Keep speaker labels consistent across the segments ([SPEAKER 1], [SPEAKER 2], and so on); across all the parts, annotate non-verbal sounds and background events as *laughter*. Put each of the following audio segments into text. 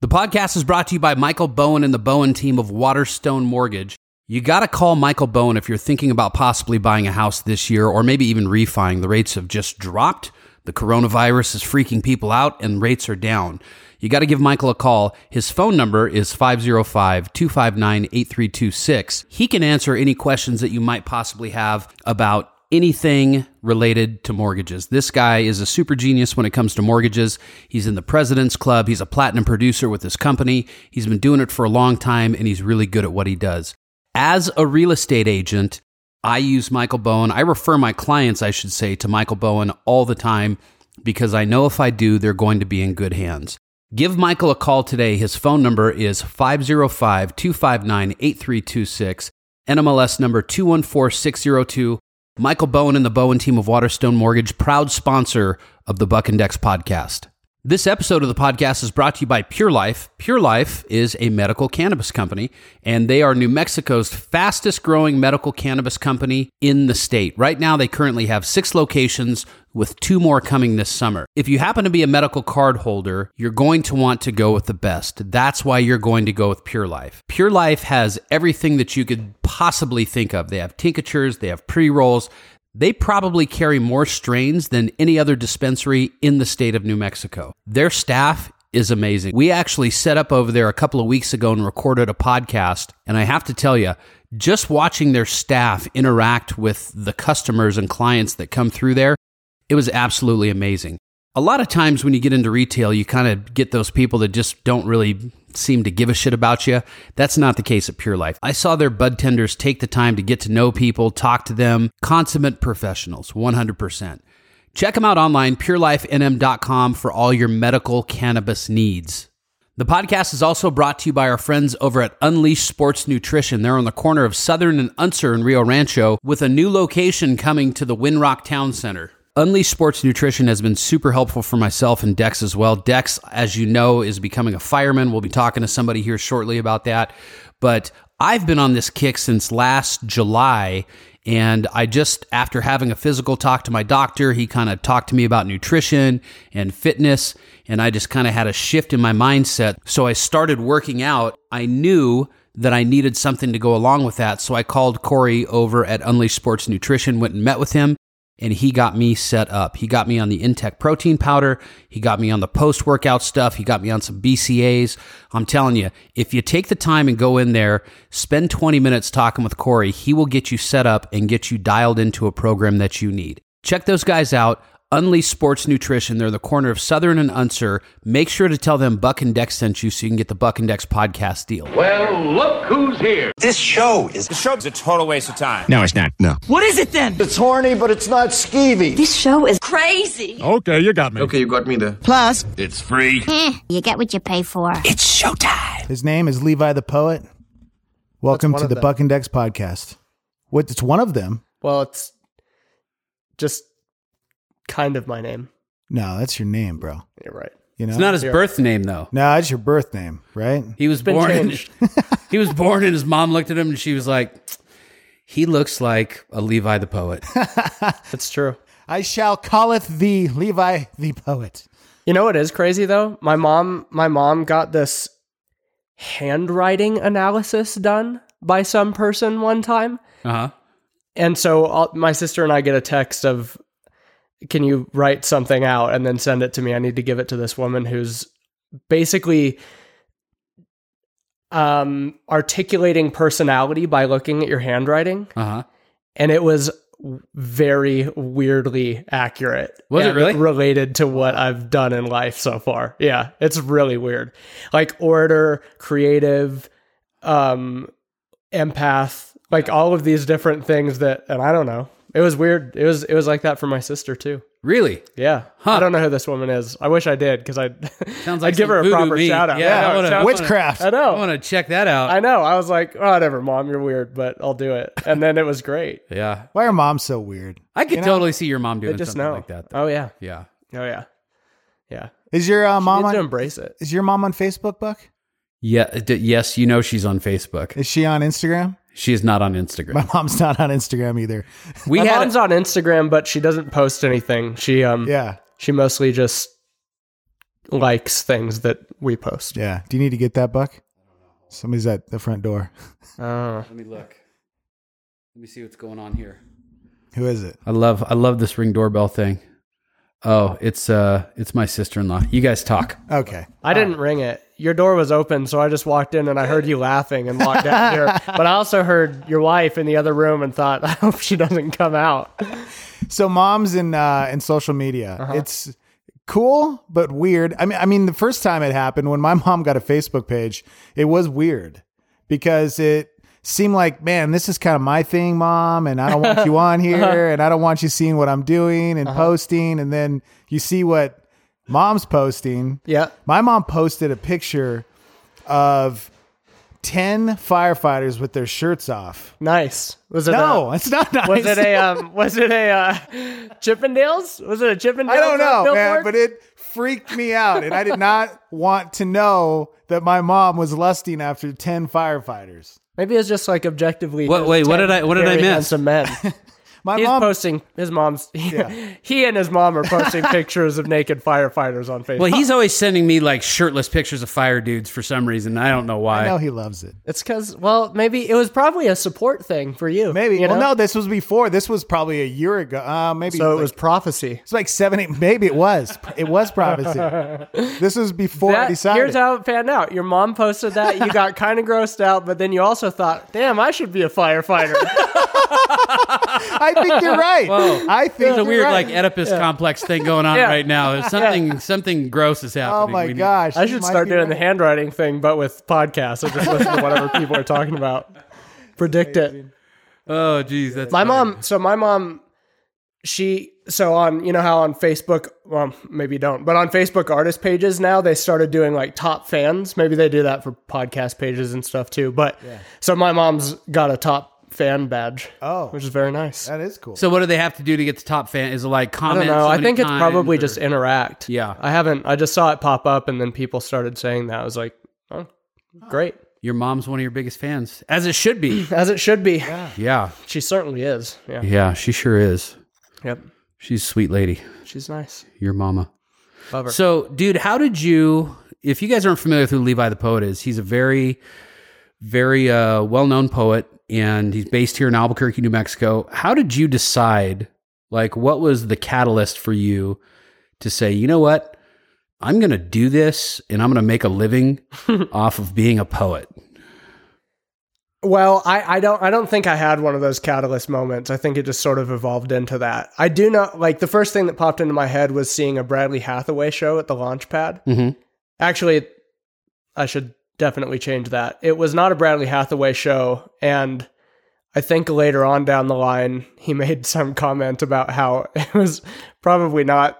[SPEAKER 1] The podcast is brought to you by Michael Bowen and the Bowen team of Waterstone Mortgage. You got to call Michael Bowen if you're thinking about possibly buying a house this year or maybe even refining. The rates have just dropped. The coronavirus is freaking people out and rates are down. You got to give Michael a call. His phone number is 505 259 8326. He can answer any questions that you might possibly have about anything related to mortgages. This guy is a super genius when it comes to mortgages. He's in the President's Club, he's a platinum producer with his company. He's been doing it for a long time and he's really good at what he does. As a real estate agent, I use Michael Bowen. I refer my clients, I should say, to Michael Bowen all the time because I know if I do, they're going to be in good hands. Give Michael a call today. His phone number is 505 259 8326, NMLS number 214602. Michael Bowen and the Bowen team of Waterstone Mortgage, proud sponsor of the Buck and Dex podcast. This episode of the podcast is brought to you by Pure Life. Pure Life is a medical cannabis company, and they are New Mexico's fastest growing medical cannabis company in the state. Right now, they currently have six locations with two more coming this summer. If you happen to be a medical card holder, you're going to want to go with the best. That's why you're going to go with Pure Life. Pure Life has everything that you could possibly think of. They have tinctures, they have pre rolls. They probably carry more strains than any other dispensary in the state of New Mexico. Their staff is amazing. We actually set up over there a couple of weeks ago and recorded a podcast. And I have to tell you, just watching their staff interact with the customers and clients that come through there, it was absolutely amazing. A lot of times when you get into retail, you kind of get those people that just don't really seem to give a shit about you. That's not the case at Pure Life. I saw their bud tenders take the time to get to know people, talk to them, consummate professionals, 100%. Check them out online, purelifenm.com for all your medical cannabis needs. The podcast is also brought to you by our friends over at Unleash Sports Nutrition. They're on the corner of Southern and Unser in Rio Rancho with a new location coming to the Windrock Town Center. Unleash Sports Nutrition has been super helpful for myself and Dex as well. Dex, as you know, is becoming a fireman. We'll be talking to somebody here shortly about that. But I've been on this kick since last July. And I just, after having a physical talk to my doctor, he kind of talked to me about nutrition and fitness. And I just kind of had a shift in my mindset. So I started working out. I knew that I needed something to go along with that. So I called Corey over at Unleash Sports Nutrition, went and met with him and he got me set up. He got me on the Intech protein powder. He got me on the post workout stuff. He got me on some BCAs. I'm telling you, if you take the time and go in there, spend 20 minutes talking with Corey, he will get you set up and get you dialed into a program that you need. Check those guys out. Unleash Sports Nutrition. They're the corner of Southern and Unser. Make sure to tell them Buck and Dex sent you so you can get the Buck and Dex podcast deal.
[SPEAKER 2] Well, look who's here.
[SPEAKER 3] This show is.
[SPEAKER 4] The show's a total waste of time.
[SPEAKER 5] No, it's not. No.
[SPEAKER 6] What is it then?
[SPEAKER 7] It's horny, but it's not skeevy.
[SPEAKER 8] This show is crazy.
[SPEAKER 5] Okay, you got me.
[SPEAKER 9] Okay, you got me there.
[SPEAKER 6] Plus,
[SPEAKER 10] it's free.
[SPEAKER 11] you get what you pay for.
[SPEAKER 12] It's showtime.
[SPEAKER 13] His name is Levi the Poet. Welcome to the them. Buck and Dex podcast. What? It's one of them.
[SPEAKER 14] Well, it's just kind of my name.
[SPEAKER 13] No, that's your name, bro.
[SPEAKER 14] You're right.
[SPEAKER 1] You know, it's not his
[SPEAKER 14] You're
[SPEAKER 1] birth right. name though.
[SPEAKER 13] No, it's your birth name, right?
[SPEAKER 1] He was
[SPEAKER 14] Been
[SPEAKER 1] born. In,
[SPEAKER 14] changed.
[SPEAKER 1] *laughs* he
[SPEAKER 14] *laughs*
[SPEAKER 1] was born, and his mom looked at him, and she was like, "He looks like a Levi the
[SPEAKER 14] *laughs*
[SPEAKER 1] poet."
[SPEAKER 14] That's true.
[SPEAKER 13] I shall calleth thee Levi the poet.
[SPEAKER 14] You know what is crazy though? My mom, my mom got this handwriting analysis done by some person one time,
[SPEAKER 1] Uh huh.
[SPEAKER 14] and so all, my sister and I get a text of can you write something out and then send it to me? I need to give it to this woman who's basically um, articulating personality by looking at your handwriting.
[SPEAKER 1] Uh huh.
[SPEAKER 14] And it was very weirdly accurate.
[SPEAKER 1] Was it
[SPEAKER 14] and
[SPEAKER 1] really?
[SPEAKER 14] Related to what I've done in life so far. Yeah, it's really weird. Like orator, creative, um, empath, like all of these different things that, and I don't know. It was weird. It was it was like that for my sister too.
[SPEAKER 1] Really?
[SPEAKER 14] Yeah, I don't know who this woman is. I wish I did because I
[SPEAKER 1] *laughs* Sounds
[SPEAKER 14] *laughs* I'd give her a
[SPEAKER 1] some voodoo
[SPEAKER 14] proper
[SPEAKER 1] me.
[SPEAKER 14] shout out.
[SPEAKER 1] Yeah,
[SPEAKER 14] I know,
[SPEAKER 1] I
[SPEAKER 14] it
[SPEAKER 1] wanna-
[SPEAKER 14] sounds-
[SPEAKER 13] Witchcraft.
[SPEAKER 14] I
[SPEAKER 1] I
[SPEAKER 14] know.
[SPEAKER 1] want to check that out.
[SPEAKER 14] I know. I was like, oh, whatever, mom, you're weird, but I'll do it. And then it was great.
[SPEAKER 1] yeah,
[SPEAKER 13] Why are moms so weird?
[SPEAKER 1] I could
[SPEAKER 13] You know,
[SPEAKER 1] totally see your mom
[SPEAKER 14] I
[SPEAKER 1] doing
[SPEAKER 14] just
[SPEAKER 1] something
[SPEAKER 14] know.
[SPEAKER 1] like that. Though.
[SPEAKER 14] oh yeah.
[SPEAKER 1] Yeah.
[SPEAKER 14] Oh yeah. Yeah.
[SPEAKER 13] Is your uh, mom
[SPEAKER 14] Mom need to
[SPEAKER 13] on? *laughs*
[SPEAKER 14] embrace it.
[SPEAKER 13] Is your mom on Facebook, Buck?
[SPEAKER 1] Yeah. uh, D- yes, you know she's on Facebook.
[SPEAKER 13] Is she on Instagram? *laughs*
[SPEAKER 1] She is not on
[SPEAKER 13] My
[SPEAKER 1] Instagram.
[SPEAKER 13] mom's not on Instagram either.
[SPEAKER 1] We
[SPEAKER 14] my
[SPEAKER 1] had
[SPEAKER 14] mom's on Instagram, but she doesn't post anything. She um
[SPEAKER 13] Yeah.
[SPEAKER 14] she mostly just likes things that we post.
[SPEAKER 13] Yeah. Do you need to get that, Buck? Somebody's at the front door. *laughs*
[SPEAKER 14] Oh.
[SPEAKER 1] Let me look. Let me see what's going on here.
[SPEAKER 13] Who is it?
[SPEAKER 1] I love I love this ring doorbell thing. Oh, it's uh it's my sister-in-law. You guys talk.
[SPEAKER 13] Okay.
[SPEAKER 14] I didn't ring it. Your door was open, so I just walked in and I heard you laughing and walked down here.
[SPEAKER 13] *laughs*
[SPEAKER 14] But I also heard your wife in the other room and thought, *laughs* I hope she doesn't come out.
[SPEAKER 13] So moms in uh, in social media. It's cool but weird. I mean, I mean, the first time it happened when my *laughs* mom got a Facebook page, it was weird because it seemed like, man, this is kind of my thing, mom, and I don't want you on here, and I don't want you seeing what I'm doing and posting, and then you see what mom's posting.
[SPEAKER 14] Yeah.
[SPEAKER 13] My mom posted a picture of. 10 firefighters with their shirts off.
[SPEAKER 14] Nice. Was it
[SPEAKER 13] No,
[SPEAKER 14] a,
[SPEAKER 13] it's not nice.
[SPEAKER 14] *laughs* was it a um was it a uh, Chippendales? Was it a
[SPEAKER 13] *laughs*
[SPEAKER 14] Chippendales?
[SPEAKER 13] I don't know, man,
[SPEAKER 14] billboard?
[SPEAKER 13] but it freaked me out. And I did not want to know that my mom was lusting after 10 firefighters.
[SPEAKER 14] maybe it's just like objectively.
[SPEAKER 1] What-
[SPEAKER 14] just
[SPEAKER 1] wait, what
[SPEAKER 14] 10
[SPEAKER 1] did I- what did I
[SPEAKER 14] very
[SPEAKER 1] miss?
[SPEAKER 14] handsome men.
[SPEAKER 13] My
[SPEAKER 14] He's
[SPEAKER 13] mom, *laughs*
[SPEAKER 14] posting his mom's. *laughs* he and his mom are posting pictures of naked firefighters on Facebook.
[SPEAKER 1] Well, he's always sending me like shirtless pictures of fire dudes for some reason. I don't know why.
[SPEAKER 13] I know he loves it.
[SPEAKER 14] It's because, well, maybe it was probably a support thing for you.
[SPEAKER 13] Maybe.
[SPEAKER 14] you
[SPEAKER 13] well,
[SPEAKER 14] know?
[SPEAKER 13] no, this was before. This was probably a year ago. Uh, maybe.
[SPEAKER 14] So it
[SPEAKER 13] like-
[SPEAKER 14] was prophecy.
[SPEAKER 13] It's like seven, eight. Maybe it was. It was
[SPEAKER 14] *laughs*
[SPEAKER 13] prophecy. this was before I
[SPEAKER 14] That,
[SPEAKER 13] decided.
[SPEAKER 14] here's how it panned out. Your mom posted that.
[SPEAKER 13] *laughs*
[SPEAKER 14] You got kind of grossed out, but then you also thought, damn, I should be
[SPEAKER 13] *laughs*
[SPEAKER 14] a firefighter.
[SPEAKER 13] I think you're
[SPEAKER 14] *laughs*
[SPEAKER 13] right.
[SPEAKER 1] Whoa.
[SPEAKER 13] I think
[SPEAKER 1] There's a
[SPEAKER 13] you're
[SPEAKER 1] weird
[SPEAKER 13] right.
[SPEAKER 1] like Oedipus complex thing going on
[SPEAKER 14] *laughs* Yeah.
[SPEAKER 1] right now. There's something something gross is
[SPEAKER 13] Oh
[SPEAKER 1] happening.
[SPEAKER 13] my
[SPEAKER 1] We need-
[SPEAKER 13] gosh.
[SPEAKER 14] I
[SPEAKER 13] you
[SPEAKER 14] should
[SPEAKER 13] might
[SPEAKER 14] start
[SPEAKER 13] be
[SPEAKER 14] doing the
[SPEAKER 13] right.
[SPEAKER 14] handwriting thing, but with podcasts. I just listen to whatever people are
[SPEAKER 13] *laughs*
[SPEAKER 14] talking about, predict it.
[SPEAKER 1] Oh geez, that's
[SPEAKER 14] My
[SPEAKER 1] funny.
[SPEAKER 14] mom, so my mom, she, so on, you know how on Facebook, well, maybe you don't, but on Facebook artist pages now, they started doing like top fans. Maybe they do that for podcast pages and stuff too. But so my mom's got a top fan badge.
[SPEAKER 13] Oh.
[SPEAKER 14] Which is very nice. I
[SPEAKER 13] That is cool.
[SPEAKER 1] So what do they have to do to get to top fan? Is it like comment?
[SPEAKER 14] don't know.
[SPEAKER 1] so
[SPEAKER 14] I
[SPEAKER 1] many
[SPEAKER 14] think it's
[SPEAKER 1] times
[SPEAKER 14] probably
[SPEAKER 1] or-
[SPEAKER 14] just interact.
[SPEAKER 1] Yeah.
[SPEAKER 14] I haven't, I just saw it pop up and then people started saying that. I was like, oh, great.
[SPEAKER 1] your mom's one of your biggest fans, as it should
[SPEAKER 14] *clears throat*
[SPEAKER 1] be.
[SPEAKER 14] As it should be.
[SPEAKER 1] yeah,
[SPEAKER 14] She certainly is. Yeah.
[SPEAKER 1] yeah, she sure is.
[SPEAKER 14] Yep.
[SPEAKER 1] She's a sweet lady.
[SPEAKER 14] She's nice.
[SPEAKER 1] Your mama.
[SPEAKER 14] Love her.
[SPEAKER 1] So, dude, how did you? If you guys aren't familiar with who Levi the poet is, he's a very, very uh, well-known poet, and he's based here in Albuquerque, New Mexico. How did you decide? Like, what was the catalyst for you to say, you know what, I'm going to do this, and I'm going to make a *laughs* living off of being a poet?
[SPEAKER 14] Well, I, I don't I don't think I had one of those catalyst moments. I think it just sort of evolved into that. I do know like the first thing that popped into my head was seeing a Bradley Hathaway show at the launch pad.
[SPEAKER 1] Mhm.
[SPEAKER 14] Actually, I should definitely change that. It was not a Bradley Hathaway show and I think later on down the line he *laughs* made some comment about how *laughs* it was probably not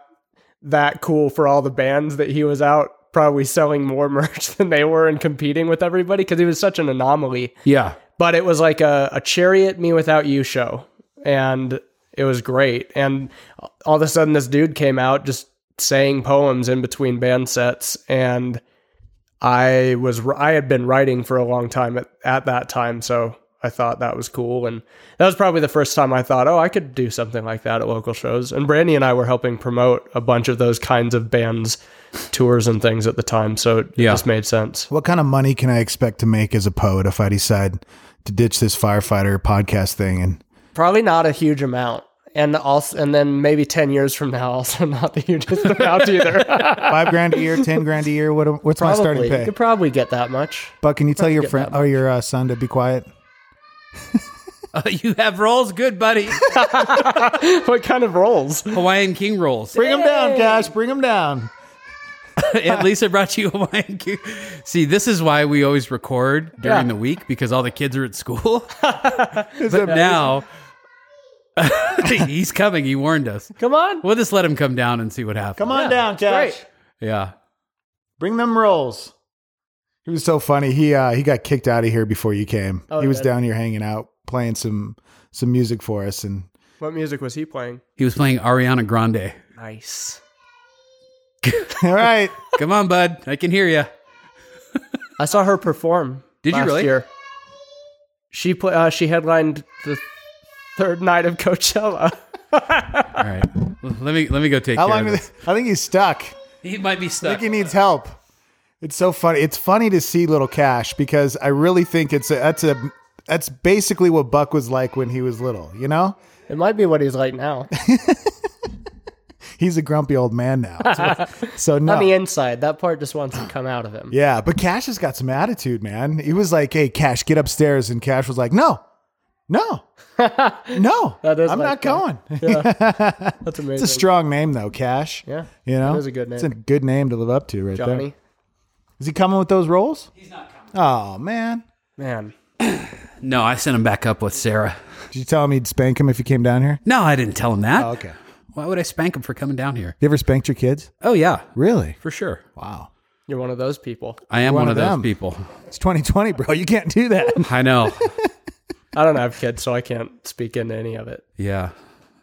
[SPEAKER 14] that cool for all the bands that he was out probably selling more *laughs* merch than they were and competing with everybody because he was such an anomaly
[SPEAKER 1] Yeah,
[SPEAKER 14] but it was like a, a chariot me without you show and it was great and all of a sudden this dude came out just saying poems in between band sets and i was i had been writing for a long time at, at that time so i thought that was cool and that was probably the first time i thought oh i could do something like that at local shows and brandy and i were helping promote a bunch of those kinds of bands tours and things at the time so it
[SPEAKER 1] Yeah.
[SPEAKER 14] just made sense
[SPEAKER 13] What kind of money can I expect to make as a poet if I decide to ditch this firefighter podcast thing?
[SPEAKER 14] *laughs*
[SPEAKER 13] And
[SPEAKER 14] Probably not a huge amount. And also, and then maybe ten years from now, *laughs* also not the hugest amount either.
[SPEAKER 13] *laughs* five grand a year, ten grand a year. What, what's my
[SPEAKER 14] probably,
[SPEAKER 13] starting
[SPEAKER 14] you
[SPEAKER 13] pay?
[SPEAKER 14] could probably get that much. *laughs*
[SPEAKER 13] But can you tell your friend or your uh, son to be quiet?
[SPEAKER 1] *laughs* you have rolls, good buddy.
[SPEAKER 14] what kind of
[SPEAKER 1] *laughs*
[SPEAKER 14] roles?
[SPEAKER 1] Hawaiian King rolls.
[SPEAKER 13] Bring him down, Cash. Bring him down.
[SPEAKER 1] At least I brought you Hawaiian Q. See, this is why we always record during
[SPEAKER 14] Yeah.
[SPEAKER 1] the week because all the kids are at
[SPEAKER 13] *laughs*
[SPEAKER 1] school. but now *laughs* he's coming. He warned us.
[SPEAKER 14] Come on,
[SPEAKER 1] We'll just let him come down and see what happens.
[SPEAKER 13] Come on down, Cash.
[SPEAKER 14] great.
[SPEAKER 1] Yeah.
[SPEAKER 13] Bring them rolls. He was so funny. He uh, he got kicked out of here before you came. he was
[SPEAKER 14] good.
[SPEAKER 13] down here hanging out, playing some some music for us, and *laughs*
[SPEAKER 14] What music was he playing?
[SPEAKER 1] He was playing Ariana Grande.
[SPEAKER 14] Nice.
[SPEAKER 13] all right.
[SPEAKER 1] Come on, bud. I can hear you.
[SPEAKER 14] I saw her perform.
[SPEAKER 1] Did you
[SPEAKER 14] last
[SPEAKER 1] really?
[SPEAKER 14] Year. She play, uh, She headlined the third night of Coachella. *laughs*
[SPEAKER 1] All right. Let me let me go take
[SPEAKER 13] How
[SPEAKER 1] care
[SPEAKER 13] long?
[SPEAKER 1] of
[SPEAKER 13] Did
[SPEAKER 1] this.
[SPEAKER 13] I think he's stuck.
[SPEAKER 1] He might be
[SPEAKER 13] I
[SPEAKER 1] stuck.
[SPEAKER 13] think he needs help. It's so funny. It's funny to see little Cash because I really think it's a, that's a that's basically what Buck was like when he was little. You know,
[SPEAKER 14] It might be what he's
[SPEAKER 13] *laughs*
[SPEAKER 14] like now.
[SPEAKER 13] he's a grumpy old man now. So,
[SPEAKER 14] *laughs*
[SPEAKER 13] so no.
[SPEAKER 14] On the inside, that part just wants to come out of him.
[SPEAKER 13] yeah, but Cash has got some attitude, man. He was like, "Hey, Cash, get upstairs," and Cash was like, "No, no,
[SPEAKER 14] *laughs*
[SPEAKER 13] no,
[SPEAKER 14] That is
[SPEAKER 13] I'm not
[SPEAKER 14] like that.
[SPEAKER 13] going."
[SPEAKER 14] That's
[SPEAKER 13] It's
[SPEAKER 14] amazing.
[SPEAKER 13] a strong name though, Cash.
[SPEAKER 14] Yeah,
[SPEAKER 13] you know,
[SPEAKER 14] that is a good
[SPEAKER 13] It's a
[SPEAKER 14] name.
[SPEAKER 13] good name to live up to, right there.
[SPEAKER 14] Johnny.
[SPEAKER 13] Is he coming with those roles? He's not coming. Oh man.
[SPEAKER 14] Man.
[SPEAKER 1] no, I sent him back up with Sarah.
[SPEAKER 13] Did you tell him you'd spank him if he came down here?
[SPEAKER 1] No, I didn't tell him that.
[SPEAKER 13] Oh, okay.
[SPEAKER 1] Why would I spank him for coming down here?
[SPEAKER 13] You ever spanked your kids?
[SPEAKER 1] Oh yeah,
[SPEAKER 13] Really?
[SPEAKER 1] for sure.
[SPEAKER 13] Wow.
[SPEAKER 14] You're one of those people.
[SPEAKER 1] I am
[SPEAKER 13] One
[SPEAKER 1] one,
[SPEAKER 13] of
[SPEAKER 1] of, those
[SPEAKER 13] them.
[SPEAKER 1] people.
[SPEAKER 13] It's 2020, bro. You can't do that.
[SPEAKER 1] I know.
[SPEAKER 14] I don't have kids, so I can't speak into any of it.
[SPEAKER 1] yeah,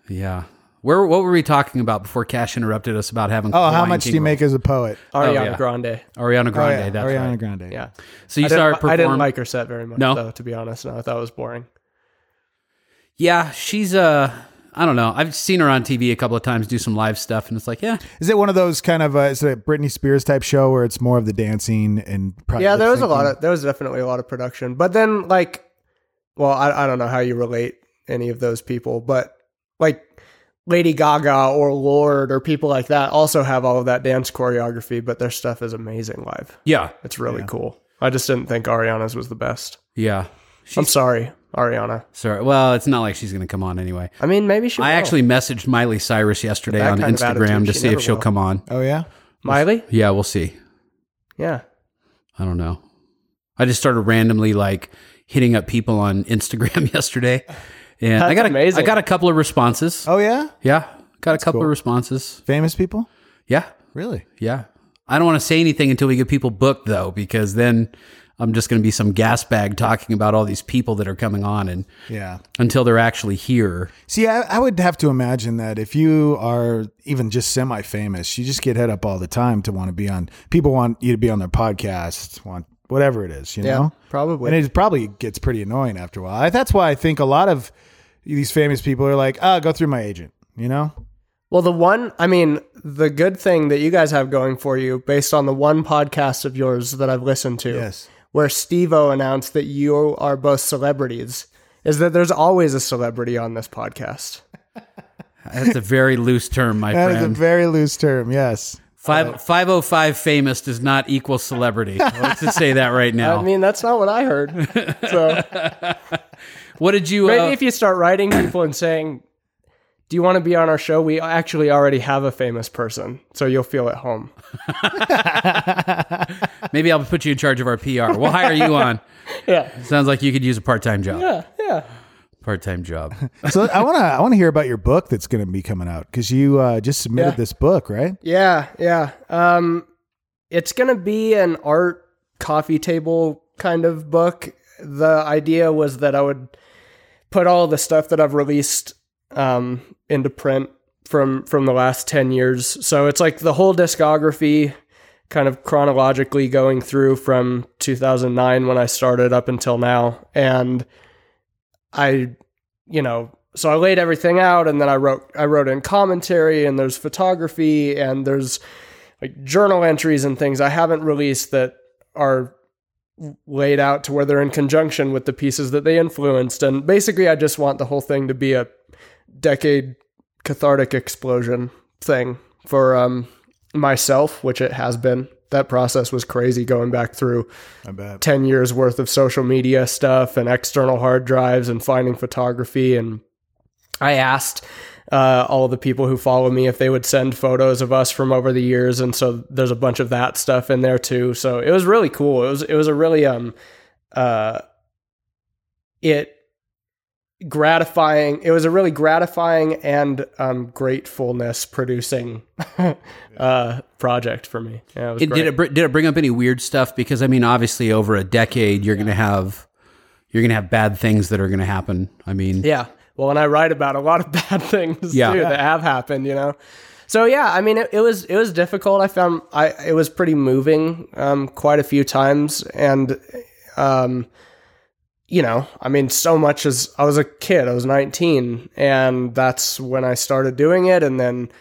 [SPEAKER 1] yeah. Where what were we talking about before Cash interrupted us about having?
[SPEAKER 13] Oh, how much do you make as a poet?
[SPEAKER 14] Ariana
[SPEAKER 1] yeah.
[SPEAKER 14] Grande.
[SPEAKER 1] Ariana
[SPEAKER 13] Oh,
[SPEAKER 1] Grande?
[SPEAKER 13] yeah,
[SPEAKER 1] That's
[SPEAKER 13] Ariana
[SPEAKER 1] right.
[SPEAKER 13] Grande.
[SPEAKER 14] Yeah.
[SPEAKER 1] So you
[SPEAKER 14] I, didn't,
[SPEAKER 1] started
[SPEAKER 14] I- I
[SPEAKER 1] performing.
[SPEAKER 14] didn't like her set very much,
[SPEAKER 1] No?
[SPEAKER 14] though, to be honest. No, I thought it was boring.
[SPEAKER 1] Yeah, she's uh I don't know. I've seen her on TV a couple of times do some live stuff and it's like, yeah.
[SPEAKER 13] Is it one of those kind of uh, is it a Britney Spears type show where it's more of the dancing and probably
[SPEAKER 14] yeah, there was a
[SPEAKER 13] lip-syncing?
[SPEAKER 14] lot of there was definitely a lot of production. But then like well, I I don't know how you relate any of those people, but like Lady Gaga or Lord or people like that also have all of that dance choreography, but their stuff is amazing live.
[SPEAKER 1] Yeah.
[SPEAKER 14] It's really cool. I just didn't think Ariana's was the best.
[SPEAKER 1] Yeah.
[SPEAKER 14] I'm sorry, Ariana.
[SPEAKER 1] Sorry. Well, it's not like she's going to come on anyway.
[SPEAKER 14] I mean, maybe she.
[SPEAKER 1] I
[SPEAKER 14] will.
[SPEAKER 1] actually messaged Miley Cyrus yesterday
[SPEAKER 14] that
[SPEAKER 1] on
[SPEAKER 14] kind of
[SPEAKER 1] Instagram
[SPEAKER 14] attitude,
[SPEAKER 1] to
[SPEAKER 14] she
[SPEAKER 1] see if
[SPEAKER 14] never
[SPEAKER 1] she'll
[SPEAKER 14] will.
[SPEAKER 1] come on.
[SPEAKER 13] Oh yeah.
[SPEAKER 14] Miley.
[SPEAKER 1] Yeah, we'll see.
[SPEAKER 14] Yeah,
[SPEAKER 1] I don't know. I just started randomly like hitting up people on Instagram *laughs* yesterday. And I
[SPEAKER 14] That's
[SPEAKER 1] got a,
[SPEAKER 14] amazing.
[SPEAKER 1] I got a couple of responses.
[SPEAKER 13] Oh yeah.
[SPEAKER 1] Yeah. Got a couple
[SPEAKER 13] cool.
[SPEAKER 1] of responses.
[SPEAKER 13] Famous people?
[SPEAKER 1] Yeah.
[SPEAKER 13] Really?
[SPEAKER 1] Yeah. I don't want to say anything until we get people booked, though, because then I'm just going to be some gas bag talking about all these people that are coming on and
[SPEAKER 13] Yeah.
[SPEAKER 1] until they're actually here.
[SPEAKER 13] See, I, I would have to imagine that if you are even just semi-famous, you just get hit up all the time to want to be on. People want you to be on their podcasts, want whatever it is, you
[SPEAKER 14] yeah,
[SPEAKER 13] know.
[SPEAKER 14] probably.
[SPEAKER 13] And it probably gets pretty annoying after a while. I, that's why I think a lot of these famous people are like, "Ah, go through my agent," you know.
[SPEAKER 14] well, the one. I mean, the good thing that you guys have going for you, based on the one podcast of yours that I've listened to,
[SPEAKER 13] Yes.
[SPEAKER 14] where Steve-O announced that you are both celebrities, is that there's always a celebrity on this podcast.
[SPEAKER 1] That's a
[SPEAKER 14] *laughs*
[SPEAKER 1] very loose term, my
[SPEAKER 13] That is a
[SPEAKER 1] friend.
[SPEAKER 13] very loose term. Yes.
[SPEAKER 14] uh,
[SPEAKER 1] Five, 505 famous does not equal
[SPEAKER 14] *laughs*
[SPEAKER 1] celebrity. Let's just say that right now.
[SPEAKER 14] I mean, that's not what I heard. So
[SPEAKER 1] what did you.
[SPEAKER 14] maybe
[SPEAKER 1] uh,
[SPEAKER 14] if you start writing people and saying. Do you want to be on our show? We actually already have a famous person, so you'll feel at home.
[SPEAKER 1] maybe I'll put you in charge of our PR. We'll hire you on.
[SPEAKER 14] *laughs* Yeah.
[SPEAKER 1] Sounds like you could use a part time job.
[SPEAKER 14] Yeah, yeah.
[SPEAKER 1] Part time job.
[SPEAKER 13] So I want to I want to hear about your book that's going to be coming out because you uh, just submitted
[SPEAKER 14] Yeah.
[SPEAKER 13] this book, right?
[SPEAKER 14] Yeah, yeah. Um, it's gonna be an art coffee table kind of book. The idea was that I would put all the stuff that I've released um, into print from from the last ten years. So it's like the whole discography, kind of chronologically going through from 2009 when I started up until now, and I, you know, so I laid everything out, and then I wrote I wrote in commentary, and there's photography, and there's like journal entries and things I haven't released that are laid out to where they're in conjunction with the pieces that they influenced. And basically, I just want the whole thing to be a decade cathartic explosion thing for um, myself, which it has been. That process was crazy going back through
[SPEAKER 13] I bet.
[SPEAKER 14] 10 years worth of social media stuff and external hard drives and finding photography and i asked uh, all the people who follow me if they would send photos of us from over the years and so there's a bunch of that stuff in there too so it was really cool it was it was a really um uh it gratifying it was a really gratifying and um gratefulness producing *laughs* uh project for me yeah it was
[SPEAKER 1] It-
[SPEAKER 14] great.
[SPEAKER 1] did it br- did it bring up any weird stuff? Because I mean, obviously, over a decade, you're gonna have you're gonna have bad things that are gonna happen. I mean,
[SPEAKER 14] *laughs* Yeah. Well, and I write about a lot of *laughs* bad things
[SPEAKER 1] Yeah.
[SPEAKER 14] too that have happened, you know. So yeah, I mean, it, it was it was difficult. I found I it was pretty moving um, quite a few times, and um, you know, I mean, so much as I was a kid, I was nineteen, and that's when I started doing it, and then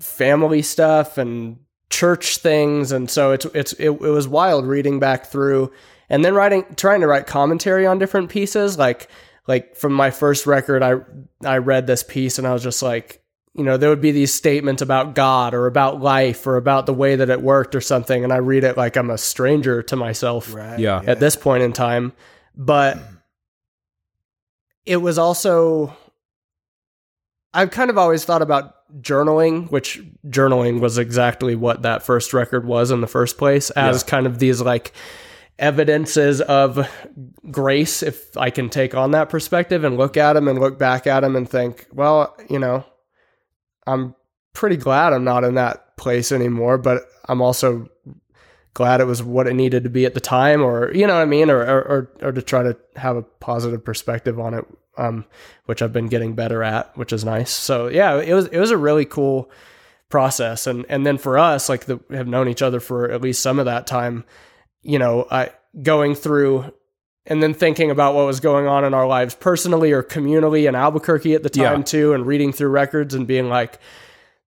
[SPEAKER 14] family stuff and church things, and so it's it's it, it was wild reading back through and then writing trying to write commentary on different pieces like like from my first record I I read this piece and I was just like you know there would be these statements about God or about life or about the way that it worked or something and I read it like I'm a stranger to myself
[SPEAKER 13] Right.
[SPEAKER 1] Yeah.
[SPEAKER 14] at this point in time but it was also I've kind of always thought about journaling, which journaling was exactly what that first record was in the first place, as kind of these like evidences of grace, if I can take on that perspective and look at them and look back at them and think, well, you know, I'm pretty glad I'm not in that place anymore, but I'm also glad it was what it needed to be at the time or you know what I mean or or or, or to try to have a positive perspective on it um which I've been getting better at which is nice. So yeah, it was it was a really cool process and and then for us like the have known each other for at least some of that time, you know, I going through and then thinking about what was going on in our lives personally or communally in Albuquerque at the time
[SPEAKER 1] Yeah.
[SPEAKER 14] too and reading through records and being like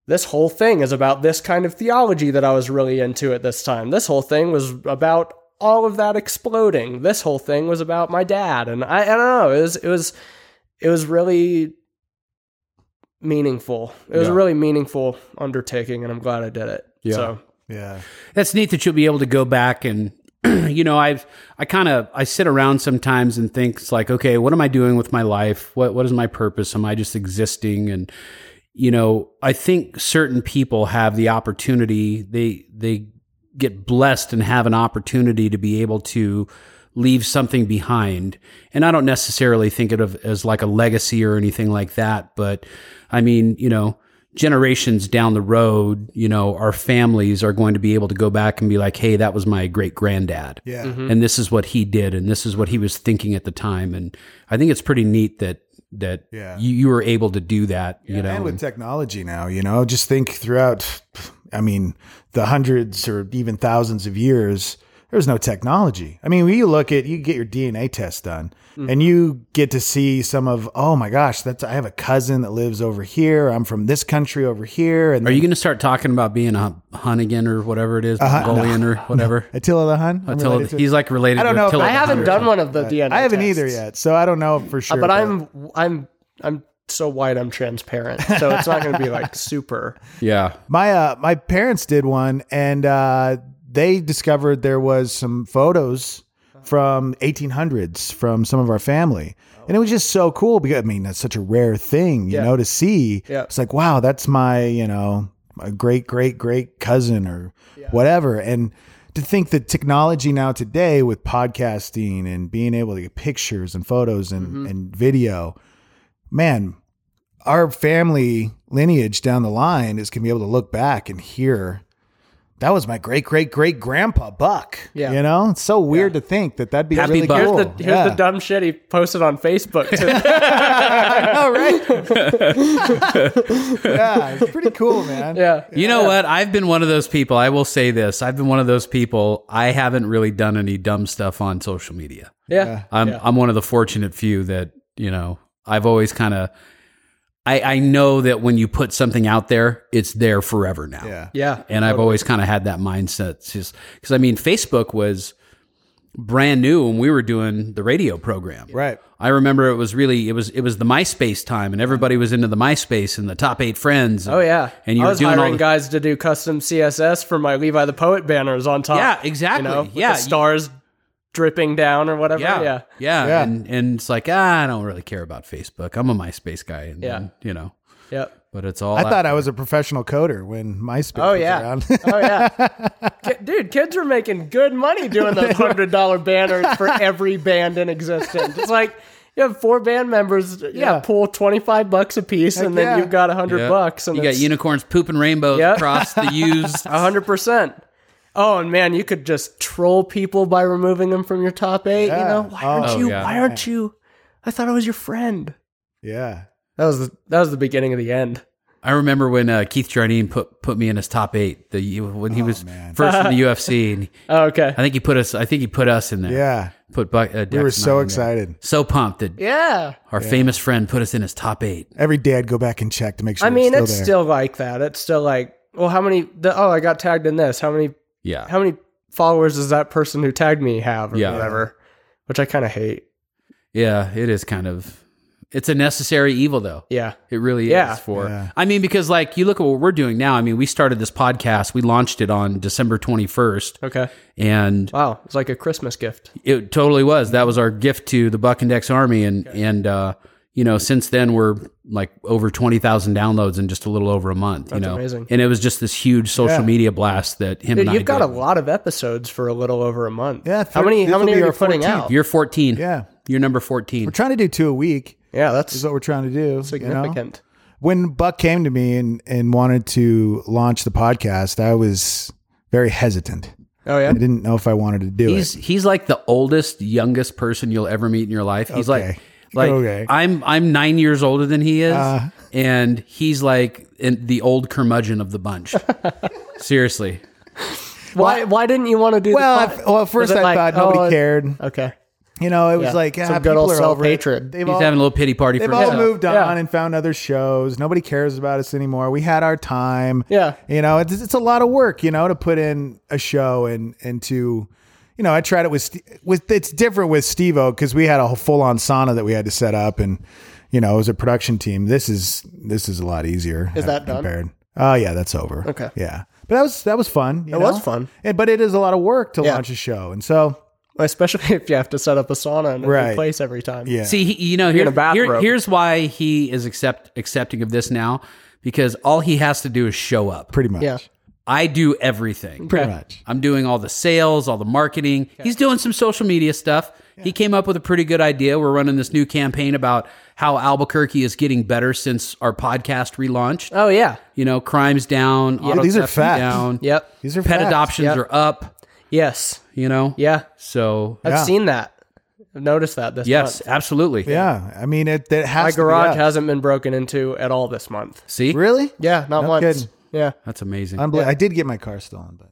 [SPEAKER 14] this whole thing is about this kind of theology that I was really into at this time. This whole thing was about all of that exploding. This whole thing was about my dad, and I, I don't know. It was it was it was really meaningful. It was a
[SPEAKER 1] Yeah.
[SPEAKER 14] really meaningful undertaking, and I'm glad I did it.
[SPEAKER 1] Yeah.
[SPEAKER 14] So
[SPEAKER 13] Yeah.
[SPEAKER 1] that's neat that you'll be able to go back and *clears throat* you know i've i kind of i sit around sometimes and think it's like okay what am i doing with my life what what is my purpose am i just existing and you know i think certain people have the opportunity they they get blessed and have an opportunity to be able to leave something behind and i don't necessarily think of it as like a legacy or anything like that but i mean you know generations down the road, you know, our families are going to be able to go back and be like, hey, that was my great granddad.
[SPEAKER 13] Yeah.
[SPEAKER 1] And this is what he did and this is what he was thinking at the time. And I think it's pretty neat that that
[SPEAKER 13] Yeah.
[SPEAKER 1] you, you were able to do that. You know.
[SPEAKER 13] and with technology now you know just think throughout i mean the hundreds or even thousands of years there was no technology i mean when you look at you get your dna test done and you get to see some of oh my gosh that's i have a cousin that lives over here i'm from this country over here and
[SPEAKER 1] are you going to start talking about being a Hunnigan or whatever it is,
[SPEAKER 13] Uh-huh.
[SPEAKER 1] Mongolian or
[SPEAKER 13] *laughs*
[SPEAKER 1] whatever?
[SPEAKER 13] attila the hun I'm
[SPEAKER 1] Attila-
[SPEAKER 13] related to-
[SPEAKER 1] he's like related.
[SPEAKER 13] I don't
[SPEAKER 1] to
[SPEAKER 13] know if
[SPEAKER 1] Attila
[SPEAKER 13] I
[SPEAKER 14] I
[SPEAKER 1] the
[SPEAKER 14] haven't
[SPEAKER 1] Hun or
[SPEAKER 14] done
[SPEAKER 1] something.
[SPEAKER 14] one of the DNA.
[SPEAKER 13] i haven't either
[SPEAKER 14] tests.
[SPEAKER 13] yet so i don't know for
[SPEAKER 14] Uh,
[SPEAKER 13] sure
[SPEAKER 14] but I'm I'm I'm so white I'm transparent, so it's not going to be
[SPEAKER 1] *laughs*
[SPEAKER 14] like super.
[SPEAKER 1] Yeah,
[SPEAKER 13] My uh, my parents did one, and uh, they discovered there was some photos from 1800s from some of our family, and it was just so cool because I mean that's such a rare thing, you
[SPEAKER 14] Yeah.
[SPEAKER 13] know, to see.
[SPEAKER 14] Yeah.
[SPEAKER 13] It's like wow, that's my you know a great great great cousin or whatever, and to think that technology now today with podcasting and being able to get pictures and photos and,
[SPEAKER 14] Mm-hmm.
[SPEAKER 13] and video, man, our family lineage down the line is going to be able to look back and hear that was my great great great grandpa Buck.
[SPEAKER 14] Yeah.
[SPEAKER 13] you know, it's so weird to think that that'd be
[SPEAKER 1] Happy
[SPEAKER 13] really
[SPEAKER 1] Buck.
[SPEAKER 13] cool.
[SPEAKER 14] Here's the here's
[SPEAKER 13] *laughs*
[SPEAKER 14] the dumb shit he posted on Facebook. too.
[SPEAKER 1] *laughs*
[SPEAKER 13] All right.
[SPEAKER 14] *laughs*
[SPEAKER 13] yeah, it's pretty cool, man.
[SPEAKER 14] yeah.
[SPEAKER 1] You know what? I've been one of those people. I will say this. I've been one of those people. I haven't really done any dumb stuff on social media.
[SPEAKER 14] Yeah.
[SPEAKER 1] I'm I'm one of the fortunate few that you know I've always kind of I I know that when you put something out there, it's there forever now.
[SPEAKER 13] Yeah.
[SPEAKER 14] Yeah.
[SPEAKER 1] And I've always kind of had that mindset. It's Just because I mean, Facebook was brand new when we were doing the radio program.
[SPEAKER 13] Right.
[SPEAKER 1] I remember it was really it was it was the MySpace time, and everybody was into the MySpace and the top eight friends. And,
[SPEAKER 14] Oh yeah.
[SPEAKER 1] and you
[SPEAKER 14] I
[SPEAKER 1] were
[SPEAKER 14] was
[SPEAKER 1] doing all
[SPEAKER 14] hiring
[SPEAKER 1] the-
[SPEAKER 14] guys to do custom CSS for my Levi the Poet banners on top.
[SPEAKER 1] Yeah, exactly.
[SPEAKER 14] You know, with the
[SPEAKER 1] Yeah, you-
[SPEAKER 14] stars dripping down or whatever. Yeah.
[SPEAKER 1] yeah, yeah,
[SPEAKER 13] Yeah.
[SPEAKER 1] And and it's like ah, I don't really care about Facebook. I'm a MySpace guy, and
[SPEAKER 14] Yeah.
[SPEAKER 1] then, you know,
[SPEAKER 14] Yep.
[SPEAKER 1] but it's all
[SPEAKER 13] I
[SPEAKER 1] out
[SPEAKER 13] thought I
[SPEAKER 1] there.
[SPEAKER 13] was a professional coder when MySpace
[SPEAKER 14] Oh
[SPEAKER 13] was
[SPEAKER 14] yeah. *laughs*
[SPEAKER 13] around. *laughs*
[SPEAKER 14] oh yeah. Ki- Dude, kids were making good money doing those hundred dollar banners for every band in existence. It's like you have four band members. Yeah, pull twenty five bucks a piece, and then
[SPEAKER 13] yeah.
[SPEAKER 14] you've got a hundred
[SPEAKER 1] Yeah.
[SPEAKER 14] bucks. And
[SPEAKER 1] you got
[SPEAKER 14] it's-
[SPEAKER 1] unicorns pooping rainbows
[SPEAKER 14] Yeah.
[SPEAKER 1] across
[SPEAKER 14] *laughs*
[SPEAKER 1] the used.
[SPEAKER 14] A hundred percent. Oh, and man, you could just troll people by removing them from your top eight. You know, why aren't
[SPEAKER 1] Oh,
[SPEAKER 14] you?
[SPEAKER 1] yeah.
[SPEAKER 14] Why aren't you? I thought I was your friend.
[SPEAKER 13] yeah.
[SPEAKER 14] That was the that was the beginning of the end.
[SPEAKER 1] I remember when uh, Keith Jardine put put me in his top eight. The when he was first
[SPEAKER 14] *laughs*
[SPEAKER 1] in the UFC, and
[SPEAKER 14] Oh, okay.
[SPEAKER 1] I think he put us. I think he put us in there.
[SPEAKER 13] Yeah.
[SPEAKER 1] put Buck, uh,
[SPEAKER 13] We were so excited.
[SPEAKER 1] so pumped that
[SPEAKER 14] yeah.
[SPEAKER 1] our famous friend put us in his top eight.
[SPEAKER 13] Every day I'd go back and check to make sure
[SPEAKER 14] I mean,
[SPEAKER 13] it's still
[SPEAKER 14] it's
[SPEAKER 13] there.
[SPEAKER 14] still like that. It's still like well, how many? The, oh, I got tagged in this. How many?
[SPEAKER 1] Yeah.
[SPEAKER 14] How many followers does that person who tagged me have, or
[SPEAKER 1] Yeah.
[SPEAKER 14] whatever? Which I kind of hate.
[SPEAKER 1] Yeah, it is kind of it's a necessary evil though.
[SPEAKER 14] Yeah.
[SPEAKER 1] It really
[SPEAKER 14] Yeah.
[SPEAKER 1] is for.
[SPEAKER 13] Yeah.
[SPEAKER 1] I mean, because like you look at what we're doing now. I mean, we started this podcast. We launched it on December twenty first,
[SPEAKER 14] Okay.
[SPEAKER 1] and
[SPEAKER 14] Wow, it's like a Christmas gift.
[SPEAKER 1] it totally was. That was our gift to the Buck and Dex Army, and and uh, you know, since then we're like over twenty thousand downloads in just a little over a month. you
[SPEAKER 14] That's
[SPEAKER 1] know,
[SPEAKER 14] amazing.
[SPEAKER 1] and it was just this huge social
[SPEAKER 13] Yeah.
[SPEAKER 1] media blast that him
[SPEAKER 14] Dude,
[SPEAKER 1] and I
[SPEAKER 14] you've got a
[SPEAKER 1] did.
[SPEAKER 14] lot of episodes for a little over a month.
[SPEAKER 13] Yeah,
[SPEAKER 14] how
[SPEAKER 13] thir-
[SPEAKER 14] many? How
[SPEAKER 13] this'll
[SPEAKER 14] many
[SPEAKER 13] be
[SPEAKER 14] are you
[SPEAKER 13] our
[SPEAKER 14] putting
[SPEAKER 13] 14th.
[SPEAKER 14] out?
[SPEAKER 1] You're fourteen.
[SPEAKER 13] Yeah.
[SPEAKER 1] you're number fourteen.
[SPEAKER 13] We're trying to do two a week.
[SPEAKER 14] Yeah,
[SPEAKER 13] Is
[SPEAKER 14] that's
[SPEAKER 13] what we're trying to do. you know?
[SPEAKER 14] significant.
[SPEAKER 13] When Buck came to me and and wanted to launch the podcast, I was very hesitant.
[SPEAKER 14] Oh yeah.
[SPEAKER 13] I didn't know if I wanted to do
[SPEAKER 1] He's
[SPEAKER 13] it.
[SPEAKER 1] he's like the oldest, youngest person you'll ever meet in your life. He's
[SPEAKER 13] Okay.
[SPEAKER 1] like like
[SPEAKER 13] Okay.
[SPEAKER 1] I'm I'm nine years older than he is,
[SPEAKER 13] Uh.
[SPEAKER 1] and he's like in, the old curmudgeon of the bunch.
[SPEAKER 13] *laughs*
[SPEAKER 1] Seriously,
[SPEAKER 14] Why? Why didn't you want to do?
[SPEAKER 13] Well,
[SPEAKER 14] the
[SPEAKER 13] I, well, at first
[SPEAKER 14] Was it
[SPEAKER 13] I
[SPEAKER 14] like,
[SPEAKER 13] thought nobody
[SPEAKER 14] oh,
[SPEAKER 13] cared.
[SPEAKER 14] Okay.
[SPEAKER 13] You know, it was
[SPEAKER 14] yeah.
[SPEAKER 13] like ah,
[SPEAKER 14] Some good
[SPEAKER 13] people
[SPEAKER 14] old
[SPEAKER 13] are over it.
[SPEAKER 14] self-hatred.
[SPEAKER 13] They've
[SPEAKER 1] he's
[SPEAKER 13] all-
[SPEAKER 1] having a little pity party
[SPEAKER 13] They've
[SPEAKER 1] for
[SPEAKER 13] all
[SPEAKER 1] himself.
[SPEAKER 13] moved on
[SPEAKER 14] Yeah.
[SPEAKER 13] and found other shows. Nobody cares about us anymore. We had our time.
[SPEAKER 14] Yeah.
[SPEAKER 13] You know, it's, it's a lot of work, you know, to put in a show and, and to, you know, I tried it with, Ste- with it's different with Steve O because we had a full on sauna that we had to set up and, you know, it was a production team. This is, this is a lot easier.
[SPEAKER 14] Is that done?
[SPEAKER 13] compared. Oh yeah, that's over.
[SPEAKER 14] Okay.
[SPEAKER 13] Yeah. But that was, that was fun.
[SPEAKER 14] It was fun.
[SPEAKER 13] And, but it is a lot of work to
[SPEAKER 14] Yeah.
[SPEAKER 13] launch a show. And so,
[SPEAKER 14] Especially *laughs* if you have to set up a sauna in a
[SPEAKER 13] Right.
[SPEAKER 14] new place every time.
[SPEAKER 13] yeah.
[SPEAKER 1] See, he, you know,
[SPEAKER 14] in
[SPEAKER 1] here,
[SPEAKER 14] a bathrobe.
[SPEAKER 1] here- here's why he is accept accepting of this now because all he has to do is show up.
[SPEAKER 13] pretty much.
[SPEAKER 14] Yeah.
[SPEAKER 1] I do everything.
[SPEAKER 13] Pretty much.
[SPEAKER 1] I'm doing all the sales, all the marketing. He's doing some social media stuff. He came up with a pretty good idea. We're running this new campaign about how Albuquerque is getting better since our podcast relaunched.
[SPEAKER 14] Oh yeah.
[SPEAKER 1] You know, crimes down, auto
[SPEAKER 13] These are
[SPEAKER 1] theft
[SPEAKER 13] facts.
[SPEAKER 1] down.
[SPEAKER 14] Yep.
[SPEAKER 13] These are
[SPEAKER 1] Pet
[SPEAKER 13] facts.
[SPEAKER 1] adoptions
[SPEAKER 14] Yep.
[SPEAKER 1] are up,
[SPEAKER 14] Yes.
[SPEAKER 1] you know?
[SPEAKER 14] Yeah.
[SPEAKER 1] So,
[SPEAKER 14] I've
[SPEAKER 13] Yeah.
[SPEAKER 14] seen that. I've noticed that this
[SPEAKER 1] yes,
[SPEAKER 14] month.
[SPEAKER 1] absolutely.
[SPEAKER 13] Yeah. I mean, it, that has
[SPEAKER 14] My
[SPEAKER 13] to be
[SPEAKER 14] garage
[SPEAKER 13] up.
[SPEAKER 14] hasn't been broken into at all this month.
[SPEAKER 1] See?
[SPEAKER 13] Really?
[SPEAKER 14] Yeah, not
[SPEAKER 13] No
[SPEAKER 14] once.
[SPEAKER 13] kidding.
[SPEAKER 14] Yeah.
[SPEAKER 1] That's amazing.
[SPEAKER 13] Unbel- I did get my car stolen, but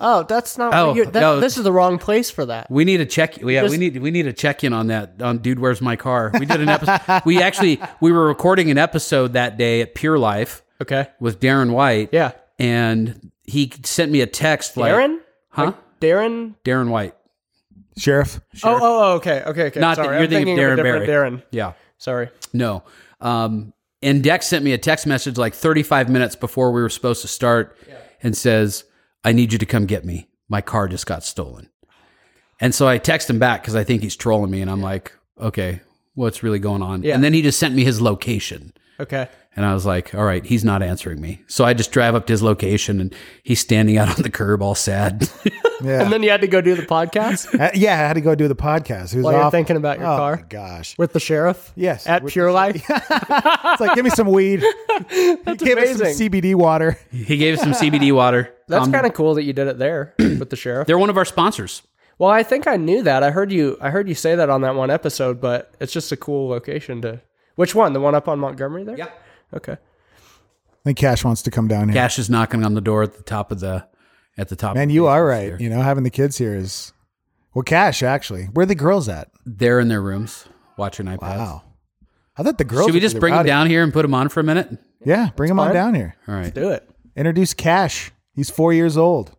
[SPEAKER 14] Oh, that's not.
[SPEAKER 1] Oh,
[SPEAKER 14] what you're, that,
[SPEAKER 1] no.
[SPEAKER 14] This is the wrong place for that.
[SPEAKER 1] We need a check. Yeah, we
[SPEAKER 14] Just-
[SPEAKER 1] need we need a check in on that. On dude, where's my car? We did an episode. we actually we were recording an episode that day at Pure Life
[SPEAKER 14] Okay.
[SPEAKER 1] with Darren White.
[SPEAKER 14] Yeah.
[SPEAKER 1] and he sent me a text like
[SPEAKER 14] Darren.
[SPEAKER 1] huh?
[SPEAKER 14] Darren.
[SPEAKER 1] Darren White.
[SPEAKER 13] sheriff.
[SPEAKER 14] Oh, oh, oh, okay, okay, okay.
[SPEAKER 1] Not that
[SPEAKER 14] Sorry,
[SPEAKER 1] you're
[SPEAKER 14] I'm
[SPEAKER 1] thinking
[SPEAKER 14] thinking,
[SPEAKER 1] of
[SPEAKER 14] of a
[SPEAKER 1] Darren
[SPEAKER 14] different Darren.
[SPEAKER 1] Yeah,
[SPEAKER 14] Sorry.
[SPEAKER 1] no. Um, and Dex sent me a text message like 35 minutes before we were supposed to start, and says, "I need you to come get me. My car just got stolen." And so I text him back because I think he's trolling me, and I'm like, "Okay, what's really going on?"
[SPEAKER 14] Yeah.
[SPEAKER 1] And then he just sent me his location.
[SPEAKER 14] Okay.
[SPEAKER 1] And I was like, all right, he's not answering me. So I just drive up to his location and he's standing out on the curb all sad. *laughs*
[SPEAKER 13] Yeah.
[SPEAKER 14] And then you had to go do the podcast *laughs*
[SPEAKER 13] Uh, yeah, I had to go do the podcast. It was
[SPEAKER 14] while you're
[SPEAKER 13] off-
[SPEAKER 14] thinking about your
[SPEAKER 13] oh, My
[SPEAKER 14] car
[SPEAKER 13] gosh.
[SPEAKER 14] with the sheriff.
[SPEAKER 13] Yes,
[SPEAKER 14] At
[SPEAKER 13] with
[SPEAKER 14] Pure Life. *laughs*
[SPEAKER 13] It's like, give me some weed. That's give me some
[SPEAKER 14] amazing.
[SPEAKER 13] CBD water.
[SPEAKER 1] he gave us some CBD water.
[SPEAKER 14] That's
[SPEAKER 1] Um,
[SPEAKER 14] kind of cool that you did
[SPEAKER 1] *clears throat*
[SPEAKER 14] it there with the sheriff.
[SPEAKER 1] They're one of our sponsors.
[SPEAKER 14] Well, I think I knew that. I heard you. I heard you say that on that one episode. But it's just a cool location to. Which one? The one up on Montgomery there?
[SPEAKER 1] Yeah.
[SPEAKER 14] Okay.
[SPEAKER 13] I think Cash wants to come down here.
[SPEAKER 1] Cash is knocking on the door at the top of the at the top.
[SPEAKER 13] Man,
[SPEAKER 1] of
[SPEAKER 13] you
[SPEAKER 1] the
[SPEAKER 13] are
[SPEAKER 1] basement
[SPEAKER 13] right.
[SPEAKER 1] stair.
[SPEAKER 13] You know, having the kids here is well, Cash actually. Where are the girls at?
[SPEAKER 1] They're in their rooms watching iPads.
[SPEAKER 13] Wow. I thought the
[SPEAKER 1] Uh,
[SPEAKER 13] girls.
[SPEAKER 1] Should we
[SPEAKER 13] would be
[SPEAKER 1] just bring them
[SPEAKER 13] rowdy.
[SPEAKER 1] down here and put them on for a minute?
[SPEAKER 13] Yeah, bring them on
[SPEAKER 14] fine.
[SPEAKER 13] down here.
[SPEAKER 1] All right.
[SPEAKER 14] Do it.
[SPEAKER 13] Introduce Cash. He's four years old.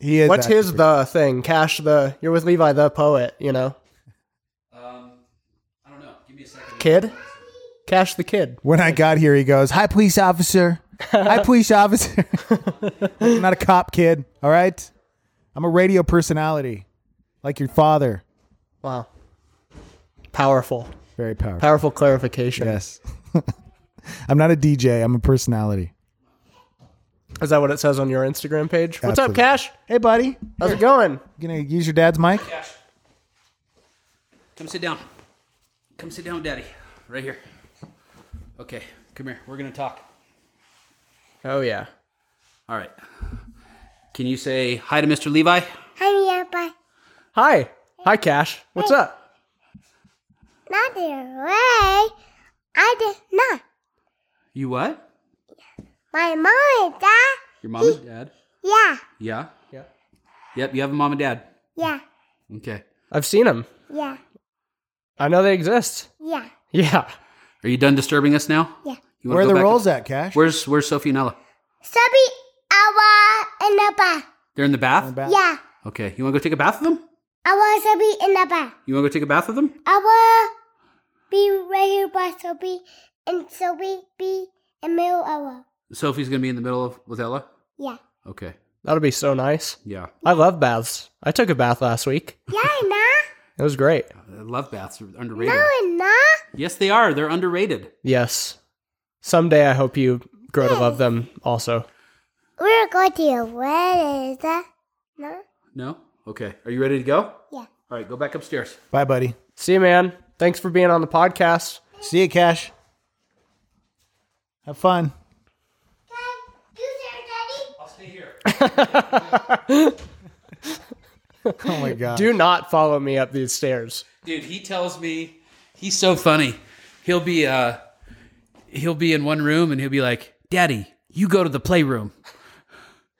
[SPEAKER 13] He is.
[SPEAKER 14] What's
[SPEAKER 13] actually
[SPEAKER 14] his the thing? Cash the. You're with Levi the poet. You know,
[SPEAKER 1] Um, I don't know. Give me a second.
[SPEAKER 14] kid. Cash the kid.
[SPEAKER 13] When I got here, he goes, "Hi, police officer.
[SPEAKER 1] *laughs*
[SPEAKER 13] Hi, police officer. I'm not a cop, kid. All right, I'm a radio personality, like your father.
[SPEAKER 14] Wow. Powerful.
[SPEAKER 13] Very powerful.
[SPEAKER 14] Powerful clarification.
[SPEAKER 13] yes. *laughs* I'm not a DJ. I'm a personality.
[SPEAKER 14] Is that what it says on your Instagram page? What's
[SPEAKER 13] Absolutely.
[SPEAKER 14] up, Cash?
[SPEAKER 13] Hey, buddy,
[SPEAKER 14] How's it going?
[SPEAKER 13] you gonna use your dad's mic?
[SPEAKER 1] Cash. Come sit down. Come sit down, Daddy. Right here. Okay. Come here. We're gonna talk.
[SPEAKER 14] Oh yeah.
[SPEAKER 1] All right. Can you say hi to Mr. Levi?
[SPEAKER 3] Hurry up, I
[SPEAKER 14] Hi. Hi, Cash. What's up?
[SPEAKER 3] not the way. I did not.
[SPEAKER 1] You what?
[SPEAKER 3] My mom and dad.
[SPEAKER 1] Your mom and dad?
[SPEAKER 3] Yeah,
[SPEAKER 1] Yeah.
[SPEAKER 14] Yeah.
[SPEAKER 1] Yep. You have a mom and dad.
[SPEAKER 3] yeah,
[SPEAKER 1] Okay.
[SPEAKER 14] I've seen him.
[SPEAKER 3] yeah,
[SPEAKER 14] I know they exist.
[SPEAKER 3] yeah.
[SPEAKER 14] Yeah.
[SPEAKER 1] Are you done disturbing us now?
[SPEAKER 3] Yeah.
[SPEAKER 1] You wanna
[SPEAKER 13] Where
[SPEAKER 1] go
[SPEAKER 13] are the
[SPEAKER 1] back
[SPEAKER 13] rolls
[SPEAKER 1] up-
[SPEAKER 13] at, Cash?
[SPEAKER 1] Where's Where's Sophie and Ella?
[SPEAKER 3] Subby, Awa, and the bath.
[SPEAKER 1] They're in the bath?
[SPEAKER 3] Yeah,
[SPEAKER 1] Okay. You want to go take a bath with them?
[SPEAKER 3] Awa, Subby, and the bath.
[SPEAKER 1] You want to go take a bath with them?
[SPEAKER 3] Awa, be right here by Subby, and Subby, be in middle Awa.
[SPEAKER 1] Sophie's going to be in the middle of with Ella?
[SPEAKER 3] Yeah.
[SPEAKER 1] Okay.
[SPEAKER 14] That'll be so nice.
[SPEAKER 1] Yeah.
[SPEAKER 14] I love baths. I took a bath last week.
[SPEAKER 3] Yeah, nah.
[SPEAKER 14] It was great.
[SPEAKER 1] Uh, Love baths are underrated.
[SPEAKER 3] No, and nah.
[SPEAKER 1] Yes, they are. They're underrated.
[SPEAKER 14] Yes. Someday I hope you grow to love them also.
[SPEAKER 3] We're going to your wedding, that? No?
[SPEAKER 1] No? Okay. Are you ready to go?
[SPEAKER 3] Yeah.
[SPEAKER 1] All right, go back upstairs.
[SPEAKER 13] Bye, buddy.
[SPEAKER 14] See you, man. Thanks for being on the podcast.
[SPEAKER 13] See you, Cash. Have fun.
[SPEAKER 3] You there, Daddy?
[SPEAKER 1] I'll stay here.
[SPEAKER 13] Oh my god.
[SPEAKER 14] Do not follow me up these stairs.
[SPEAKER 1] Dude, he tells me he's so funny. He'll be uh he'll be in one room and he'll be like, "Daddy, you go to the playroom.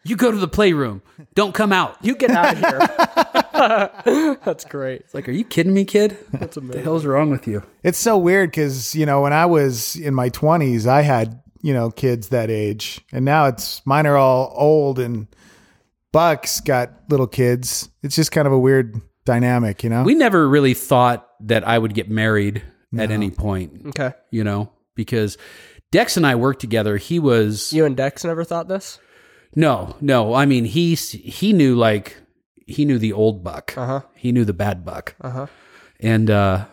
[SPEAKER 1] You go to the playroom. Don't come out."
[SPEAKER 14] You get out of here. *laughs* That's great.
[SPEAKER 1] It's like, "Are you kidding me, kid? What the hell's wrong with you?"
[SPEAKER 13] It's so weird because, you know, when I was in my 20s, I had, you know, kids that age. And now it's mine are all old and Buck's got little kids. It's just kind of a weird dynamic, you know?
[SPEAKER 1] We never really thought that I would get married at any point,
[SPEAKER 14] Okay.
[SPEAKER 1] you know, because Dex and I worked together. He was
[SPEAKER 14] You and Dex never thought this?
[SPEAKER 1] No, no. I mean, he he knew like he knew the old buck.
[SPEAKER 14] Uh-huh.
[SPEAKER 1] He knew the bad buck. And uh,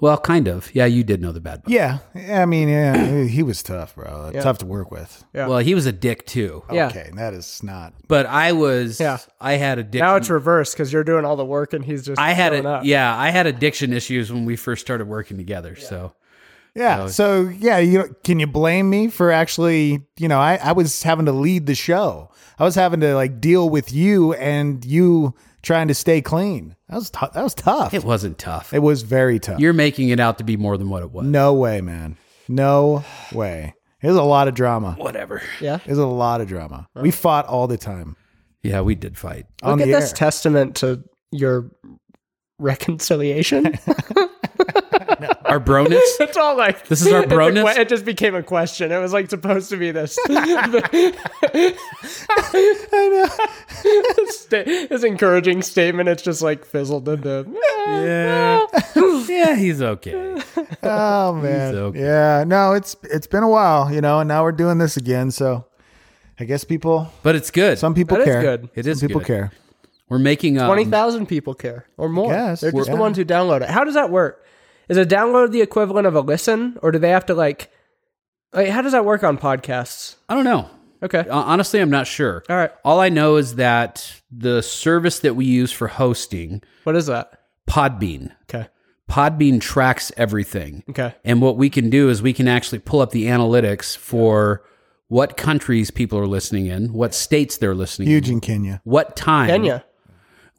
[SPEAKER 1] well, kind of. Yeah, you did know the bad buck.
[SPEAKER 13] yeah. I mean, yeah, he was tough, bro. Tough to work with.
[SPEAKER 14] Yeah.
[SPEAKER 1] Well, he was a dick too.
[SPEAKER 14] Yeah.
[SPEAKER 13] Okay. That is not.
[SPEAKER 1] But I was.
[SPEAKER 14] Yeah.
[SPEAKER 1] I had addiction.
[SPEAKER 14] Now it's reversed because you're doing all the work and he's just
[SPEAKER 1] I had
[SPEAKER 14] showing
[SPEAKER 1] a,
[SPEAKER 14] up.
[SPEAKER 1] yeah, I had addiction issues when we first started working together. So
[SPEAKER 13] Yeah. So, yeah, you can you blame me for actually, you know, I, I was having to lead the show. I was having to like deal with you and you trying to stay clean. That was tou- that was tough.
[SPEAKER 1] it wasn't tough.
[SPEAKER 13] It was very tough.
[SPEAKER 1] You're making it out to be more than what it was.
[SPEAKER 13] no way, man. No way. It was a lot of drama.
[SPEAKER 1] Whatever.
[SPEAKER 14] Yeah.
[SPEAKER 13] It was a lot of drama. We fought all the time
[SPEAKER 1] Yeah, we did fight.
[SPEAKER 13] on
[SPEAKER 14] Look
[SPEAKER 13] the
[SPEAKER 14] at
[SPEAKER 13] air.
[SPEAKER 14] this testament to your
[SPEAKER 1] *laughs*
[SPEAKER 14] reconciliation.
[SPEAKER 1] Our
[SPEAKER 14] *laughs*
[SPEAKER 1] broness.
[SPEAKER 14] it's all like
[SPEAKER 1] This is our
[SPEAKER 14] it's a
[SPEAKER 1] broness?
[SPEAKER 14] que- It just became a question. It was like supposed to be this. *laughs* Sta- this encouraging statement. It's just like fizzled into. eh.
[SPEAKER 1] yeah. yeah, he's okay.
[SPEAKER 13] oh man.
[SPEAKER 1] okay.
[SPEAKER 13] Yeah. No, it's it's been a while, you know, and now we're doing this again. So, I guess people,
[SPEAKER 1] But it's good.
[SPEAKER 13] some people
[SPEAKER 14] That is
[SPEAKER 13] care. Um,
[SPEAKER 14] good.
[SPEAKER 1] it is
[SPEAKER 13] Some people
[SPEAKER 1] good.
[SPEAKER 13] care.
[SPEAKER 1] We're making um,
[SPEAKER 14] Twenty thousand people care or more.
[SPEAKER 13] guess.
[SPEAKER 14] They're just
[SPEAKER 13] We're-
[SPEAKER 14] the ones who download it. How does that work? Is a download the equivalent of a listen, or do they have to like? Like, how does that work on podcasts?
[SPEAKER 1] I don't know.
[SPEAKER 14] Okay.
[SPEAKER 1] Hon- Honestly, I'm not sure.
[SPEAKER 14] All right.
[SPEAKER 1] All I know is that the service that we use for hosting,
[SPEAKER 14] What is that?
[SPEAKER 1] Podbean,
[SPEAKER 14] Okay.
[SPEAKER 1] Podbean tracks everything.
[SPEAKER 14] Okay.
[SPEAKER 1] And what we can do is we can actually pull up the analytics for what countries people are listening in, what states they're listening
[SPEAKER 13] Huge
[SPEAKER 1] in,
[SPEAKER 13] in Kenya.
[SPEAKER 1] what time.
[SPEAKER 14] Kenya.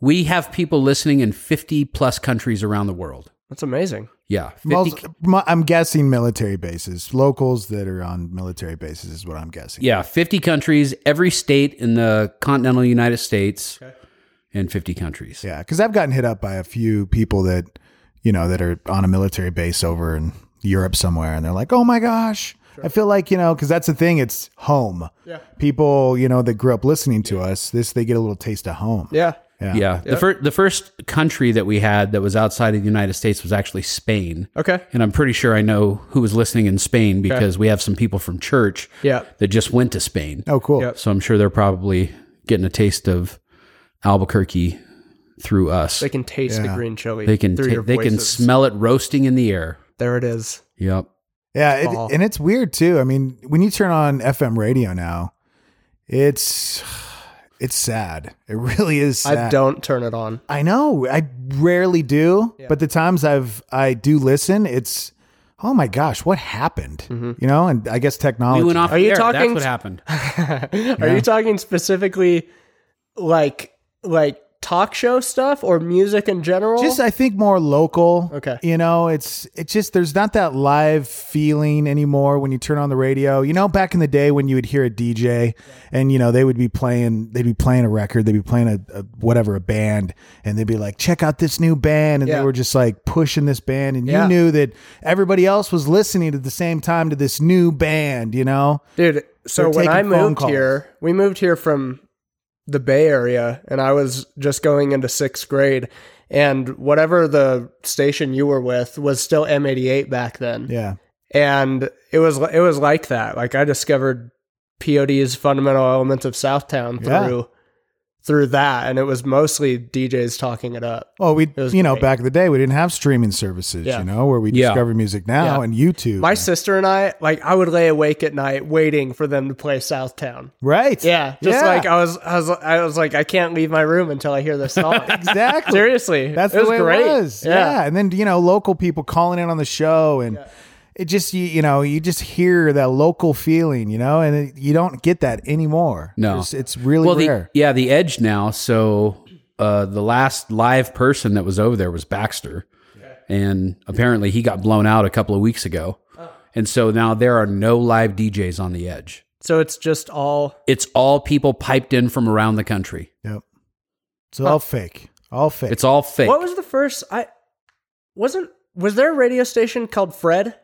[SPEAKER 1] We have people listening in 50 plus countries around the world.
[SPEAKER 14] That's amazing.
[SPEAKER 1] Yeah. 50
[SPEAKER 13] Most, my, I'm guessing military bases, locals that are on military bases is what I'm guessing.
[SPEAKER 1] yeah, 50 countries, every state in the continental United States, and 50 countries.
[SPEAKER 13] Yeah, because I've gotten hit up by a few people that you know that are on a military base over in Europe somewhere, and they're like, "Oh my gosh, I feel like you know," because that's the thing. It's home. Yeah, people you know that grew up listening to us, this they get a little taste of home.
[SPEAKER 14] Yeah.
[SPEAKER 13] yeah,
[SPEAKER 1] Yeah. The, fir- the first country that we had that was outside of the United States was actually Spain.
[SPEAKER 14] Okay.
[SPEAKER 1] And I'm pretty sure I know who was listening in Spain because we have some people from church
[SPEAKER 14] Yeah.
[SPEAKER 1] that just went to Spain.
[SPEAKER 13] Oh, cool.
[SPEAKER 14] Yep.
[SPEAKER 1] So I'm sure they're probably getting a taste of Albuquerque through us.
[SPEAKER 14] They can taste the green chili.
[SPEAKER 1] They can
[SPEAKER 14] through
[SPEAKER 1] ta-
[SPEAKER 14] your
[SPEAKER 1] they can
[SPEAKER 14] voices.
[SPEAKER 1] smell it roasting in the air.
[SPEAKER 14] There it is.
[SPEAKER 1] Yep.
[SPEAKER 13] Yeah, it,
[SPEAKER 14] Fall.
[SPEAKER 13] and it's weird too. I mean, when you turn on FM radio now, it's it's sad. It really is. Sad.
[SPEAKER 14] I don't turn it on. *laughs*
[SPEAKER 13] I know. I rarely do, but the times I've I do listen, it's oh my gosh, what happened? You know, and I guess technology.
[SPEAKER 1] We went off
[SPEAKER 14] Are you
[SPEAKER 1] the air. That's
[SPEAKER 14] talking-
[SPEAKER 1] what happened.
[SPEAKER 14] Are you talking specifically like like talk show stuff or music in general?
[SPEAKER 13] Just I think more local.
[SPEAKER 14] Okay.
[SPEAKER 13] You know, it's it's just there's not that live feeling anymore when you turn on the radio. You know, back in the day when you would hear a DJ and you know they would be playing they'd be playing a record, they'd be playing a, a whatever a band, and they'd be like, check out this new band, and
[SPEAKER 14] Yeah.
[SPEAKER 13] they were just like pushing this band, and
[SPEAKER 14] Yeah.
[SPEAKER 13] you knew that everybody else was listening at the same time to this new band. You know,
[SPEAKER 14] Dude, so
[SPEAKER 13] They're
[SPEAKER 14] when
[SPEAKER 13] taking
[SPEAKER 14] I
[SPEAKER 13] phone
[SPEAKER 14] moved
[SPEAKER 13] calls.
[SPEAKER 14] here, we moved here from the Bay Area, and I was just going into sixth grade, and whatever the station you were with was still M88 back then,
[SPEAKER 13] yeah,
[SPEAKER 14] and it was it was like that. Like I discovered POD's fundamental elements of Southtown
[SPEAKER 13] Yeah.
[SPEAKER 14] through through that, and it was mostly DJs talking it up.
[SPEAKER 13] Well, we,
[SPEAKER 14] was
[SPEAKER 13] you know,
[SPEAKER 14] great.
[SPEAKER 13] back in the day, we didn't have streaming services,
[SPEAKER 14] Yeah.
[SPEAKER 13] you know, where we
[SPEAKER 1] Yeah.
[SPEAKER 13] discover music now
[SPEAKER 14] Yeah.
[SPEAKER 13] and YouTube.
[SPEAKER 14] My sister and I, like, I would lay awake at night waiting for them to play Southtown.
[SPEAKER 13] right.
[SPEAKER 14] Yeah, just
[SPEAKER 13] Yeah.
[SPEAKER 14] like I was, I was, I was like, I can't leave my room until I hear
[SPEAKER 13] *laughs*
[SPEAKER 14] this song.
[SPEAKER 13] Exactly.
[SPEAKER 14] Seriously,
[SPEAKER 13] That's
[SPEAKER 14] it
[SPEAKER 13] the
[SPEAKER 14] was
[SPEAKER 13] way
[SPEAKER 14] great.
[SPEAKER 13] it was. Yeah. And then, you know, local people calling in on the show and it just, you, you know, you just hear that local feeling, you know, and it, you don't get that anymore.
[SPEAKER 1] No.
[SPEAKER 13] It's, it's really
[SPEAKER 1] well, the,
[SPEAKER 13] rare.
[SPEAKER 1] yeah, the edge now. So uh, the last live person that was over there was Baxter, and apparently he got blown out a couple of weeks ago,
[SPEAKER 14] Oh.
[SPEAKER 1] and so now there are no live DJs on the edge.
[SPEAKER 14] So it's just all
[SPEAKER 1] It's all people piped in from around the country.
[SPEAKER 13] yep. It's all fake. All fake.
[SPEAKER 1] It's all fake.
[SPEAKER 14] what was the first? I wasn't. Was there a radio station called Fred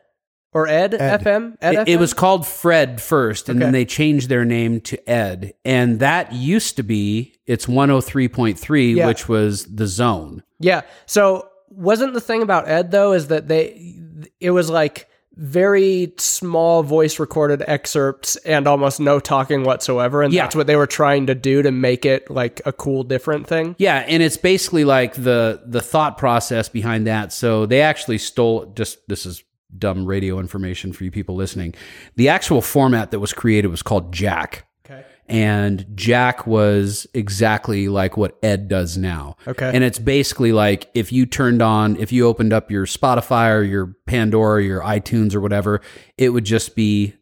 [SPEAKER 14] or Ed,
[SPEAKER 13] Ed.
[SPEAKER 14] FM? Ed
[SPEAKER 1] It,
[SPEAKER 14] FM?
[SPEAKER 1] it was called Fred first, and then
[SPEAKER 14] Okay.
[SPEAKER 1] they changed their name to Ed. And that used to be it's 103.3,
[SPEAKER 14] Yeah.
[SPEAKER 1] which was the zone.
[SPEAKER 14] Yeah. So wasn't the thing about Ed though is that they it was like very small voice recorded excerpts and almost no talking whatsoever and
[SPEAKER 1] Yeah.
[SPEAKER 14] that's what they were trying to do to make it like a cool different thing.
[SPEAKER 1] Yeah, and it's basically like the the thought process behind that. So they actually stole just this is dumb radio information for you people listening. The actual format that was created was called Jack.
[SPEAKER 14] Okay.
[SPEAKER 1] And Jack was exactly like what Ed does now.
[SPEAKER 14] Okay.
[SPEAKER 1] And it's basically like if you turned on, if you opened up your Spotify or your Pandora or your iTunes or whatever, it would just be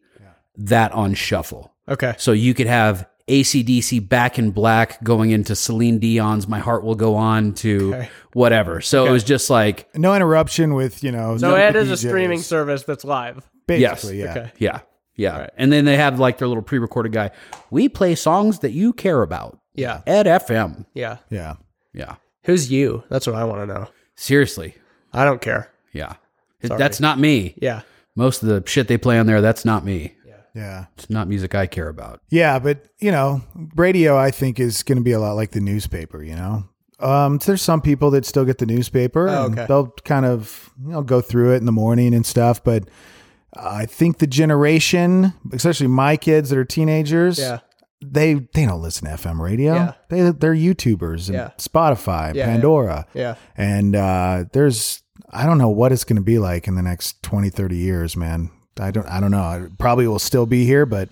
[SPEAKER 1] that on shuffle.
[SPEAKER 14] Okay.
[SPEAKER 1] So you could have ACDC back in black going into Celine Dion's My Heart Will Go On to
[SPEAKER 14] Okay.
[SPEAKER 1] whatever. So it was just like,
[SPEAKER 13] no interruption with, you know,
[SPEAKER 14] So
[SPEAKER 13] no
[SPEAKER 14] Ed is a
[SPEAKER 13] DJs.
[SPEAKER 14] streaming service that's live.
[SPEAKER 13] Basically,
[SPEAKER 1] Yes.
[SPEAKER 13] yeah.
[SPEAKER 14] Okay.
[SPEAKER 1] yeah, yeah.
[SPEAKER 14] Right.
[SPEAKER 1] And then they have like their little pre recorded guy. We play songs that you care about
[SPEAKER 14] Yeah.
[SPEAKER 1] at FM.
[SPEAKER 14] Yeah.
[SPEAKER 13] Yeah.
[SPEAKER 1] Yeah.
[SPEAKER 14] Who's you? That's what I want to know.
[SPEAKER 1] Seriously.
[SPEAKER 14] I don't care.
[SPEAKER 1] Yeah. It- That's not me.
[SPEAKER 14] Yeah.
[SPEAKER 1] Most of the shit they play on there, that's not me.
[SPEAKER 13] Yeah.
[SPEAKER 1] It's not music I care about.
[SPEAKER 13] Yeah, but you know, radio I think is going to be a lot like the newspaper. You know, um, there's some people that still get the newspaper.
[SPEAKER 14] Oh,
[SPEAKER 13] and
[SPEAKER 14] okay.
[SPEAKER 13] They'll kind of you know go through it in the morning and stuff. But I think the generation, especially my kids that are teenagers,
[SPEAKER 14] Yeah.
[SPEAKER 13] they they don't listen to FM radio.
[SPEAKER 14] Yeah.
[SPEAKER 13] They they're YouTubers and
[SPEAKER 14] Yeah.
[SPEAKER 13] Spotify,
[SPEAKER 14] Yeah, yeah.
[SPEAKER 13] Pandora,
[SPEAKER 14] Yeah.
[SPEAKER 13] and uh, there's I don't know what it's going to be like in the next 20, 30 years, man. I don't I don't know. It probably will still be here, but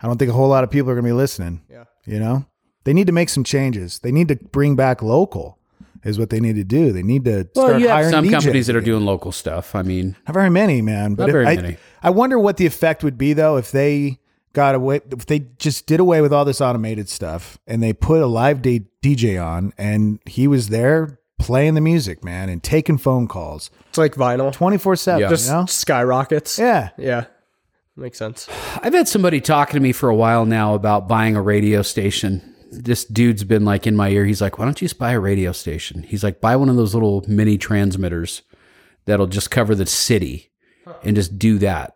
[SPEAKER 13] I don't think a whole lot of people are going to be listening.
[SPEAKER 14] Yeah.
[SPEAKER 13] You know, they need to make some changes. They need to bring back local, is what they need to do. They need to
[SPEAKER 1] Well,
[SPEAKER 13] start
[SPEAKER 1] you have
[SPEAKER 13] hiring
[SPEAKER 1] some
[SPEAKER 13] DJs
[SPEAKER 1] companies that are
[SPEAKER 13] again.
[SPEAKER 1] doing local stuff. I mean,
[SPEAKER 13] Not very many, man. But if-
[SPEAKER 1] very
[SPEAKER 13] I,
[SPEAKER 1] many.
[SPEAKER 13] I wonder what the effect would be though if they got away, if they just did away with all this automated stuff and they put a live day DJ on and he was there playing the music, man, and taking phone calls
[SPEAKER 14] It's like vinyl.
[SPEAKER 13] twenty four seven.
[SPEAKER 14] Just
[SPEAKER 13] You know,
[SPEAKER 14] skyrockets.
[SPEAKER 13] yeah.
[SPEAKER 14] Yeah. Makes sense.
[SPEAKER 1] I've had somebody talking to me for a while now about buying a radio station. This dude's been like in my ear. He's like, "Why don't you just buy a radio station?" He's like, "Buy one of those little mini transmitters that'll just cover the city and just do that."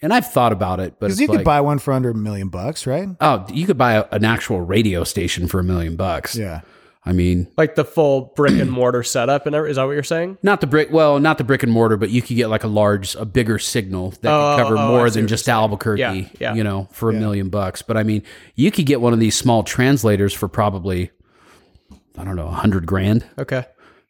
[SPEAKER 1] And I've thought about it, but
[SPEAKER 13] Because
[SPEAKER 1] it's
[SPEAKER 13] you
[SPEAKER 1] like,
[SPEAKER 13] could buy one for under a million bucks, right?
[SPEAKER 1] oh, you could buy a, an actual radio station for a million bucks.
[SPEAKER 13] Yeah.
[SPEAKER 1] I mean,
[SPEAKER 14] Like the full brick and mortar setup and every- is that what you're saying?
[SPEAKER 1] not the brick, well, not the brick and mortar, but you could get like a large, a bigger signal that
[SPEAKER 14] Oh,
[SPEAKER 1] could cover
[SPEAKER 14] oh, I
[SPEAKER 1] more
[SPEAKER 14] see
[SPEAKER 1] than
[SPEAKER 14] what
[SPEAKER 1] just
[SPEAKER 14] you're saying.
[SPEAKER 1] Albuquerque,
[SPEAKER 14] Yeah, yeah.
[SPEAKER 1] you know, for a million bucks. But I mean, you could get one of these small translators for probably, I don't know, a hundred grand,
[SPEAKER 14] Okay.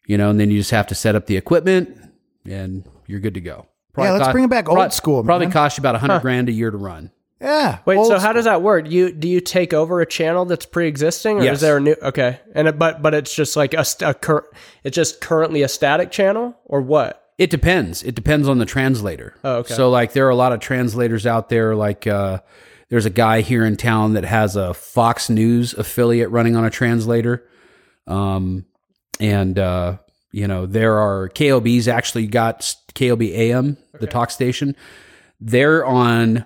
[SPEAKER 1] you know, and then you just have to set up the equipment and you're good to go.
[SPEAKER 13] Yeah, let's
[SPEAKER 1] co-
[SPEAKER 13] bring it back old school,
[SPEAKER 1] Probably
[SPEAKER 13] man.
[SPEAKER 1] cost you about a hundred grand a year to run.
[SPEAKER 13] Yeah.
[SPEAKER 14] Wait,
[SPEAKER 13] Old
[SPEAKER 14] so how does that work? You do you take over a channel that's pre-existing, or
[SPEAKER 1] Yes.
[SPEAKER 14] is there a new? Okay, and it, but but it's just like a, st- a cur, it's just currently a static channel, or what?
[SPEAKER 1] It depends. It depends on the translator.
[SPEAKER 14] Oh, okay.
[SPEAKER 1] So like there are a lot of translators out there. Like uh, there's a guy here in town that has a Fox News affiliate running on a translator. Um, and uh, you know there are KOBs actually got s- KOB AM the talk station. They're on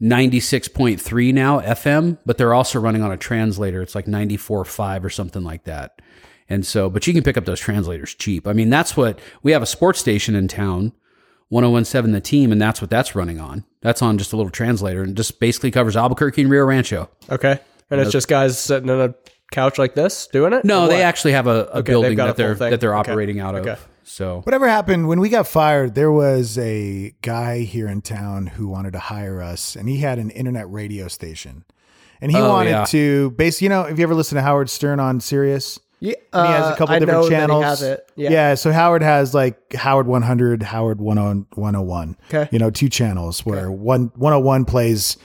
[SPEAKER 1] ninety six point three now FM, but they're also running on a translator. It's like ninety four five or something like that. And so, but you can pick up those translators cheap. I mean, that's what we have a sports station in town 1017 the team and that's what that's running on that's on just a little translator and just basically covers albuquerque and rio rancho
[SPEAKER 14] Okay. And it's just guys sitting on a couch like this doing it?
[SPEAKER 1] no
[SPEAKER 14] Or
[SPEAKER 1] they
[SPEAKER 14] what?
[SPEAKER 1] actually have a, a
[SPEAKER 14] they've
[SPEAKER 1] building
[SPEAKER 14] got a
[SPEAKER 1] that
[SPEAKER 14] full
[SPEAKER 1] they're
[SPEAKER 14] thing.
[SPEAKER 1] that they're
[SPEAKER 14] Okay.
[SPEAKER 1] operating out
[SPEAKER 14] Okay.
[SPEAKER 1] of so
[SPEAKER 13] Whatever happened when we got fired, there was a guy here in town who wanted to hire us, and he had an internet radio station, and he
[SPEAKER 1] Oh,
[SPEAKER 13] wanted
[SPEAKER 1] yeah.
[SPEAKER 13] to base. You know, if you ever listen to Howard Stern on Sirius,
[SPEAKER 14] Yeah,
[SPEAKER 13] and he has
[SPEAKER 14] uh,
[SPEAKER 13] a couple
[SPEAKER 14] I know
[SPEAKER 13] different
[SPEAKER 14] that he
[SPEAKER 13] channels.
[SPEAKER 14] has it. Yeah.
[SPEAKER 13] so Howard has like Howard 100, Howard oh, 10 101.
[SPEAKER 14] Okay.
[SPEAKER 13] You know, two channels where one 101 plays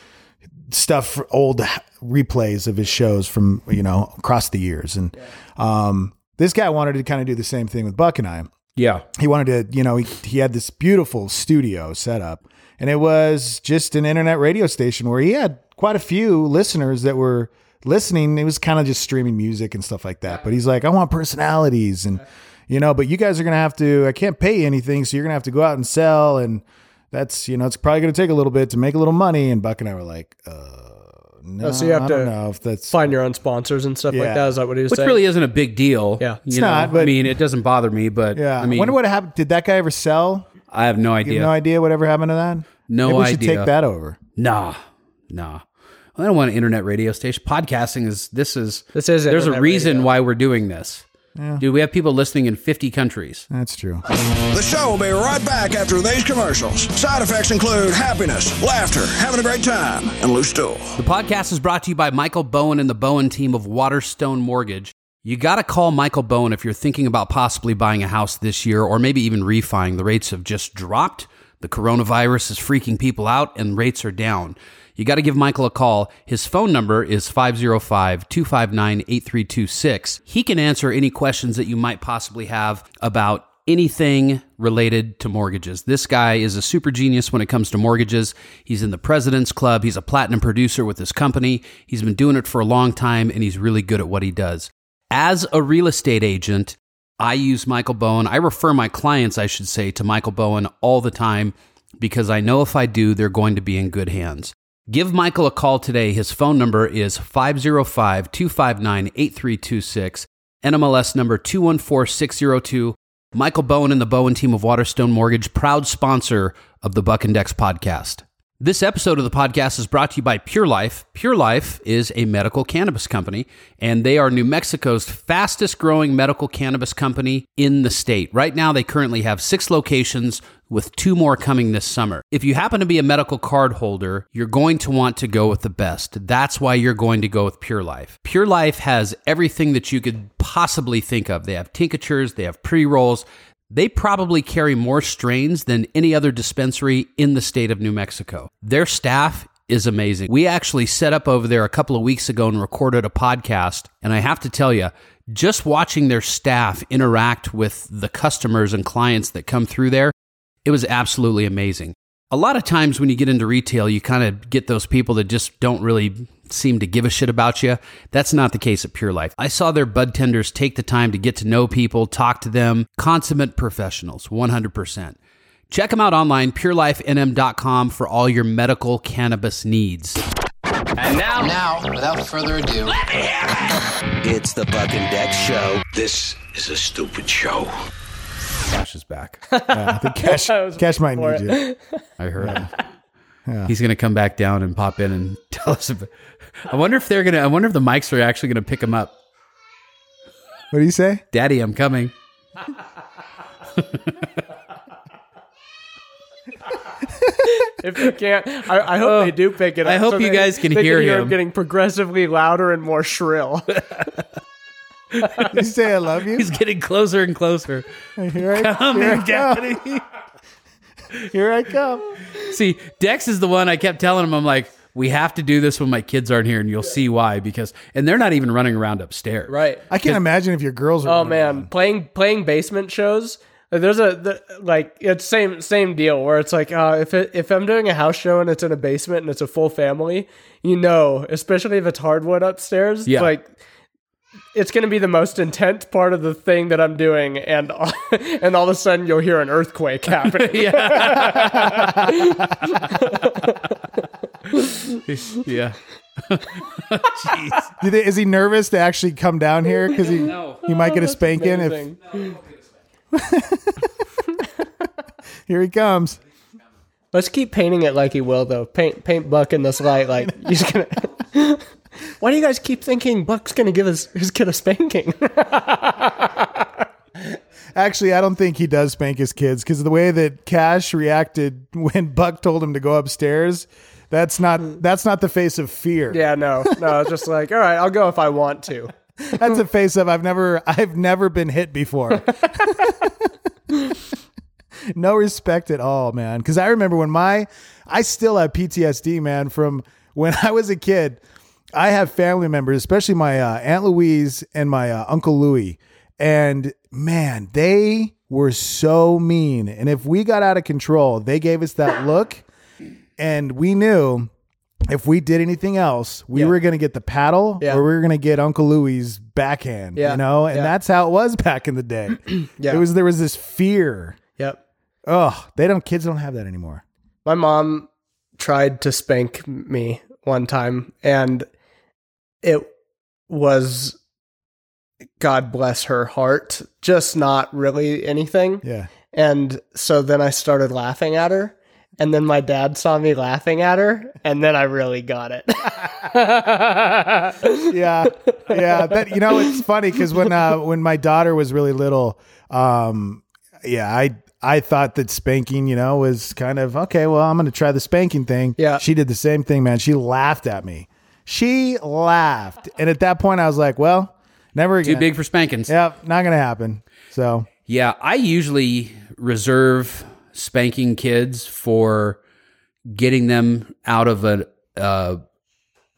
[SPEAKER 13] stuff old replays of his shows from, you know, across the years and um this guy wanted to kind of do the same thing with Buck and I
[SPEAKER 1] yeah
[SPEAKER 13] he wanted to, you know, he, he had this beautiful studio set up and it was just an internet radio station where he had quite a few listeners that were listening. It was kind of just streaming music and stuff like that. But he's like, I want personalities and, you know, but you guys are going to have to, I can't pay you anything. So you're going to have to go out and sell. And that's, you know, it's probably going to take a little bit to make a little money. And Buck and I were like, uh, no,
[SPEAKER 14] Oh, so you have
[SPEAKER 13] I don't
[SPEAKER 14] to
[SPEAKER 13] know if that's
[SPEAKER 14] Find your own sponsors and stuff
[SPEAKER 13] Yeah.
[SPEAKER 14] like that. Is that what he was
[SPEAKER 1] which
[SPEAKER 14] saying?
[SPEAKER 1] really isn't a big deal
[SPEAKER 14] Yeah.
[SPEAKER 1] it's
[SPEAKER 13] not, but-
[SPEAKER 1] i mean it doesn't bother me but
[SPEAKER 13] Yeah.
[SPEAKER 1] i mean
[SPEAKER 13] wonder what happened. Did that guy ever sell?
[SPEAKER 1] i have no
[SPEAKER 13] You
[SPEAKER 1] idea
[SPEAKER 13] have no idea whatever happened to that?
[SPEAKER 1] No
[SPEAKER 13] Maybe we should
[SPEAKER 1] idea.
[SPEAKER 13] take that over.
[SPEAKER 1] nah nah i don't want an internet radio station podcasting is this is
[SPEAKER 14] This is
[SPEAKER 1] there's a
[SPEAKER 14] internet
[SPEAKER 1] reason
[SPEAKER 14] radio.
[SPEAKER 1] why we're doing this dude we have people listening in 50 countries
[SPEAKER 13] That's
[SPEAKER 14] *laughs*
[SPEAKER 13] true.
[SPEAKER 4] The show will be right back after these commercials. Side effects include happiness, laughter, having a great time, and loose stool.
[SPEAKER 1] The podcast is brought to you by Michael Bowen and the Bowen team of Waterstone Mortgage. You got to call Michael Bowen if you're thinking about possibly buying a house this year or maybe even refining. The rates have just dropped. The coronavirus is freaking people out and rates are down. You got to give Michael a call. His phone number is 505 259 8326. He can answer any questions that you might possibly have about anything related to mortgages. This guy is a super genius when it comes to mortgages. He's in the President's Club. He's a platinum producer with his company. He's been doing it for a long time and he's really good at what he does. As a real estate agent, I use Michael Bowen. I refer my clients, I should say, to Michael Bowen all the time because I know if I do, they're going to be in good hands. Give Michael a call today. His phone number is 505 259 8326, NMLS number 214602. Michael Bowen and the Bowen team of Waterstone Mortgage, proud sponsor of the Buck and Dex podcast. This episode of the podcast is brought to you by Pure Life. Pure Life is a medical cannabis company, and they are New Mexico's fastest growing medical cannabis company in the state. Right now, they currently have six locations with two more coming this summer. If you happen to be a medical card holder, you're going to want to go with the best. That's why you're going to go with Pure Life. Pure Life has everything that you could possibly think of. They have tinctures, they have pre rolls. They probably carry more strains than any other dispensary in the state of New Mexico. Their staff is amazing. We actually set up over there a couple of weeks ago and recorded a podcast. And I have to tell you, just watching their staff interact with the customers and clients that come through there, it was absolutely amazing. A lot of times when you get into retail, you kind of get those people that just don't really seem to give a shit about you. That's not the case at Pure Life. I saw their bud tenders take the time to get to know people, talk to them, consummate professionals, 100%. Check them out online, purelifenm.com for all your medical cannabis needs.
[SPEAKER 5] Now, without further ado,
[SPEAKER 4] It's the Buck and Deck Show. This is a stupid show.
[SPEAKER 1] Cash is back.
[SPEAKER 13] Cash,
[SPEAKER 14] *laughs*
[SPEAKER 13] Cash might need you.
[SPEAKER 1] I heard him. *laughs* He's gonna come back down and pop in and *laughs* tell us. About, I wonder if they're gonna. I wonder if the mics are actually gonna pick him up.
[SPEAKER 13] What do you say?
[SPEAKER 1] Daddy, I'm coming.
[SPEAKER 14] if you can't, I, I hope they do pick it up.
[SPEAKER 1] Oh, I hope you
[SPEAKER 14] they-
[SPEAKER 1] guys can
[SPEAKER 14] they
[SPEAKER 1] hear
[SPEAKER 14] hear
[SPEAKER 1] him.
[SPEAKER 14] getting progressively louder and
[SPEAKER 1] *laughs*
[SPEAKER 14] more shrill.
[SPEAKER 13] You say I love
[SPEAKER 14] *laughs*
[SPEAKER 13] you.
[SPEAKER 1] He's getting closer and closer.
[SPEAKER 13] *laughs* Here I
[SPEAKER 1] Come
[SPEAKER 13] here
[SPEAKER 1] here,
[SPEAKER 13] I come.
[SPEAKER 1] Daddy.
[SPEAKER 13] *laughs* Here I come.
[SPEAKER 1] See, Dex is the one I kept telling him. I'm like, we have to do this when my kids aren't here, and you'll see why. Because and they're not even running around upstairs. *laughs*
[SPEAKER 14] right. *laughs*
[SPEAKER 13] I can't imagine if your girls. Were
[SPEAKER 14] Oh
[SPEAKER 13] running
[SPEAKER 14] man, playing playing basement shows. uh, There's a the, like it's same same deal where it's like uh, if it, if I'm doing a house show and it's in a basement and it's a full family, you know, especially if it's hardwood upstairs,
[SPEAKER 1] Yeah.
[SPEAKER 14] like it's going to be the most intense part of the thing that I'm doing, and and all *laughs* of a sudden you'll hear an
[SPEAKER 1] *laughs*
[SPEAKER 14] earthquake happening.
[SPEAKER 13] *laughs*
[SPEAKER 1] yeah.
[SPEAKER 13] Do they- Is he nervous to actually come down
[SPEAKER 14] *laughs*
[SPEAKER 13] here because he he might get a spanking if
[SPEAKER 14] Oh, Amazing.
[SPEAKER 13] here he comes.
[SPEAKER 14] Let's keep painting it like he will, though. Paint paint Buck in this light, like he's gonna. *laughs* Why do you guys keep thinking Buck's gonna give his his kid a spanking?
[SPEAKER 13] Actually, I don't think he does spank his kids because the way that Cash reacted *laughs* when Buck told him to go upstairs, that's not that's not the face of fear.
[SPEAKER 14] Hmm. yeah, no, no. It's just like, all right, I'll go if I want to.
[SPEAKER 13] That's a face of I've never I've never been hit
[SPEAKER 14] *laughs*
[SPEAKER 13] before. no respect at all, man. Cause I remember when my I still have PTSD, man, from when *laughs* I was a kid. I have family members, especially my uh, Aunt Louise and my uh, Uncle Louie. And man, they were so mean. And if we got out of control, they gave us that look. And we knew if we did anything else, we were going to get the paddle
[SPEAKER 14] Yeah.
[SPEAKER 13] or we were going to get Uncle Louie's backhand,
[SPEAKER 14] Yeah.
[SPEAKER 13] you know? And
[SPEAKER 14] Yeah.
[SPEAKER 13] that's how it was back in the day.
[SPEAKER 14] *clears throat* Yeah.
[SPEAKER 13] It was, there was this fear.
[SPEAKER 14] Yep.
[SPEAKER 13] Oh, they don't, kids don't have that anymore.
[SPEAKER 14] My mom tried to spank me one time, and it was, God bless her heart, just not really anything.
[SPEAKER 13] Yeah.
[SPEAKER 14] And so then I started laughing at her. And then my dad saw me laughing at her, and then I really got it.
[SPEAKER 13] *laughs* yeah, yeah. But you know, it's funny because when uh, when my daughter was really little, um, yeah, I I thought that spanking, you know, was kind of okay. Well, I'm going to try the spanking thing.
[SPEAKER 14] Yeah.
[SPEAKER 13] she did the same thing, man. She laughed at me. She laughed, and at that point, I was like, well, never again.
[SPEAKER 1] Too big for spankings.
[SPEAKER 13] Yep, not going to happen. So
[SPEAKER 1] Yeah, I usually reserve spanking kids for getting them out of a uh,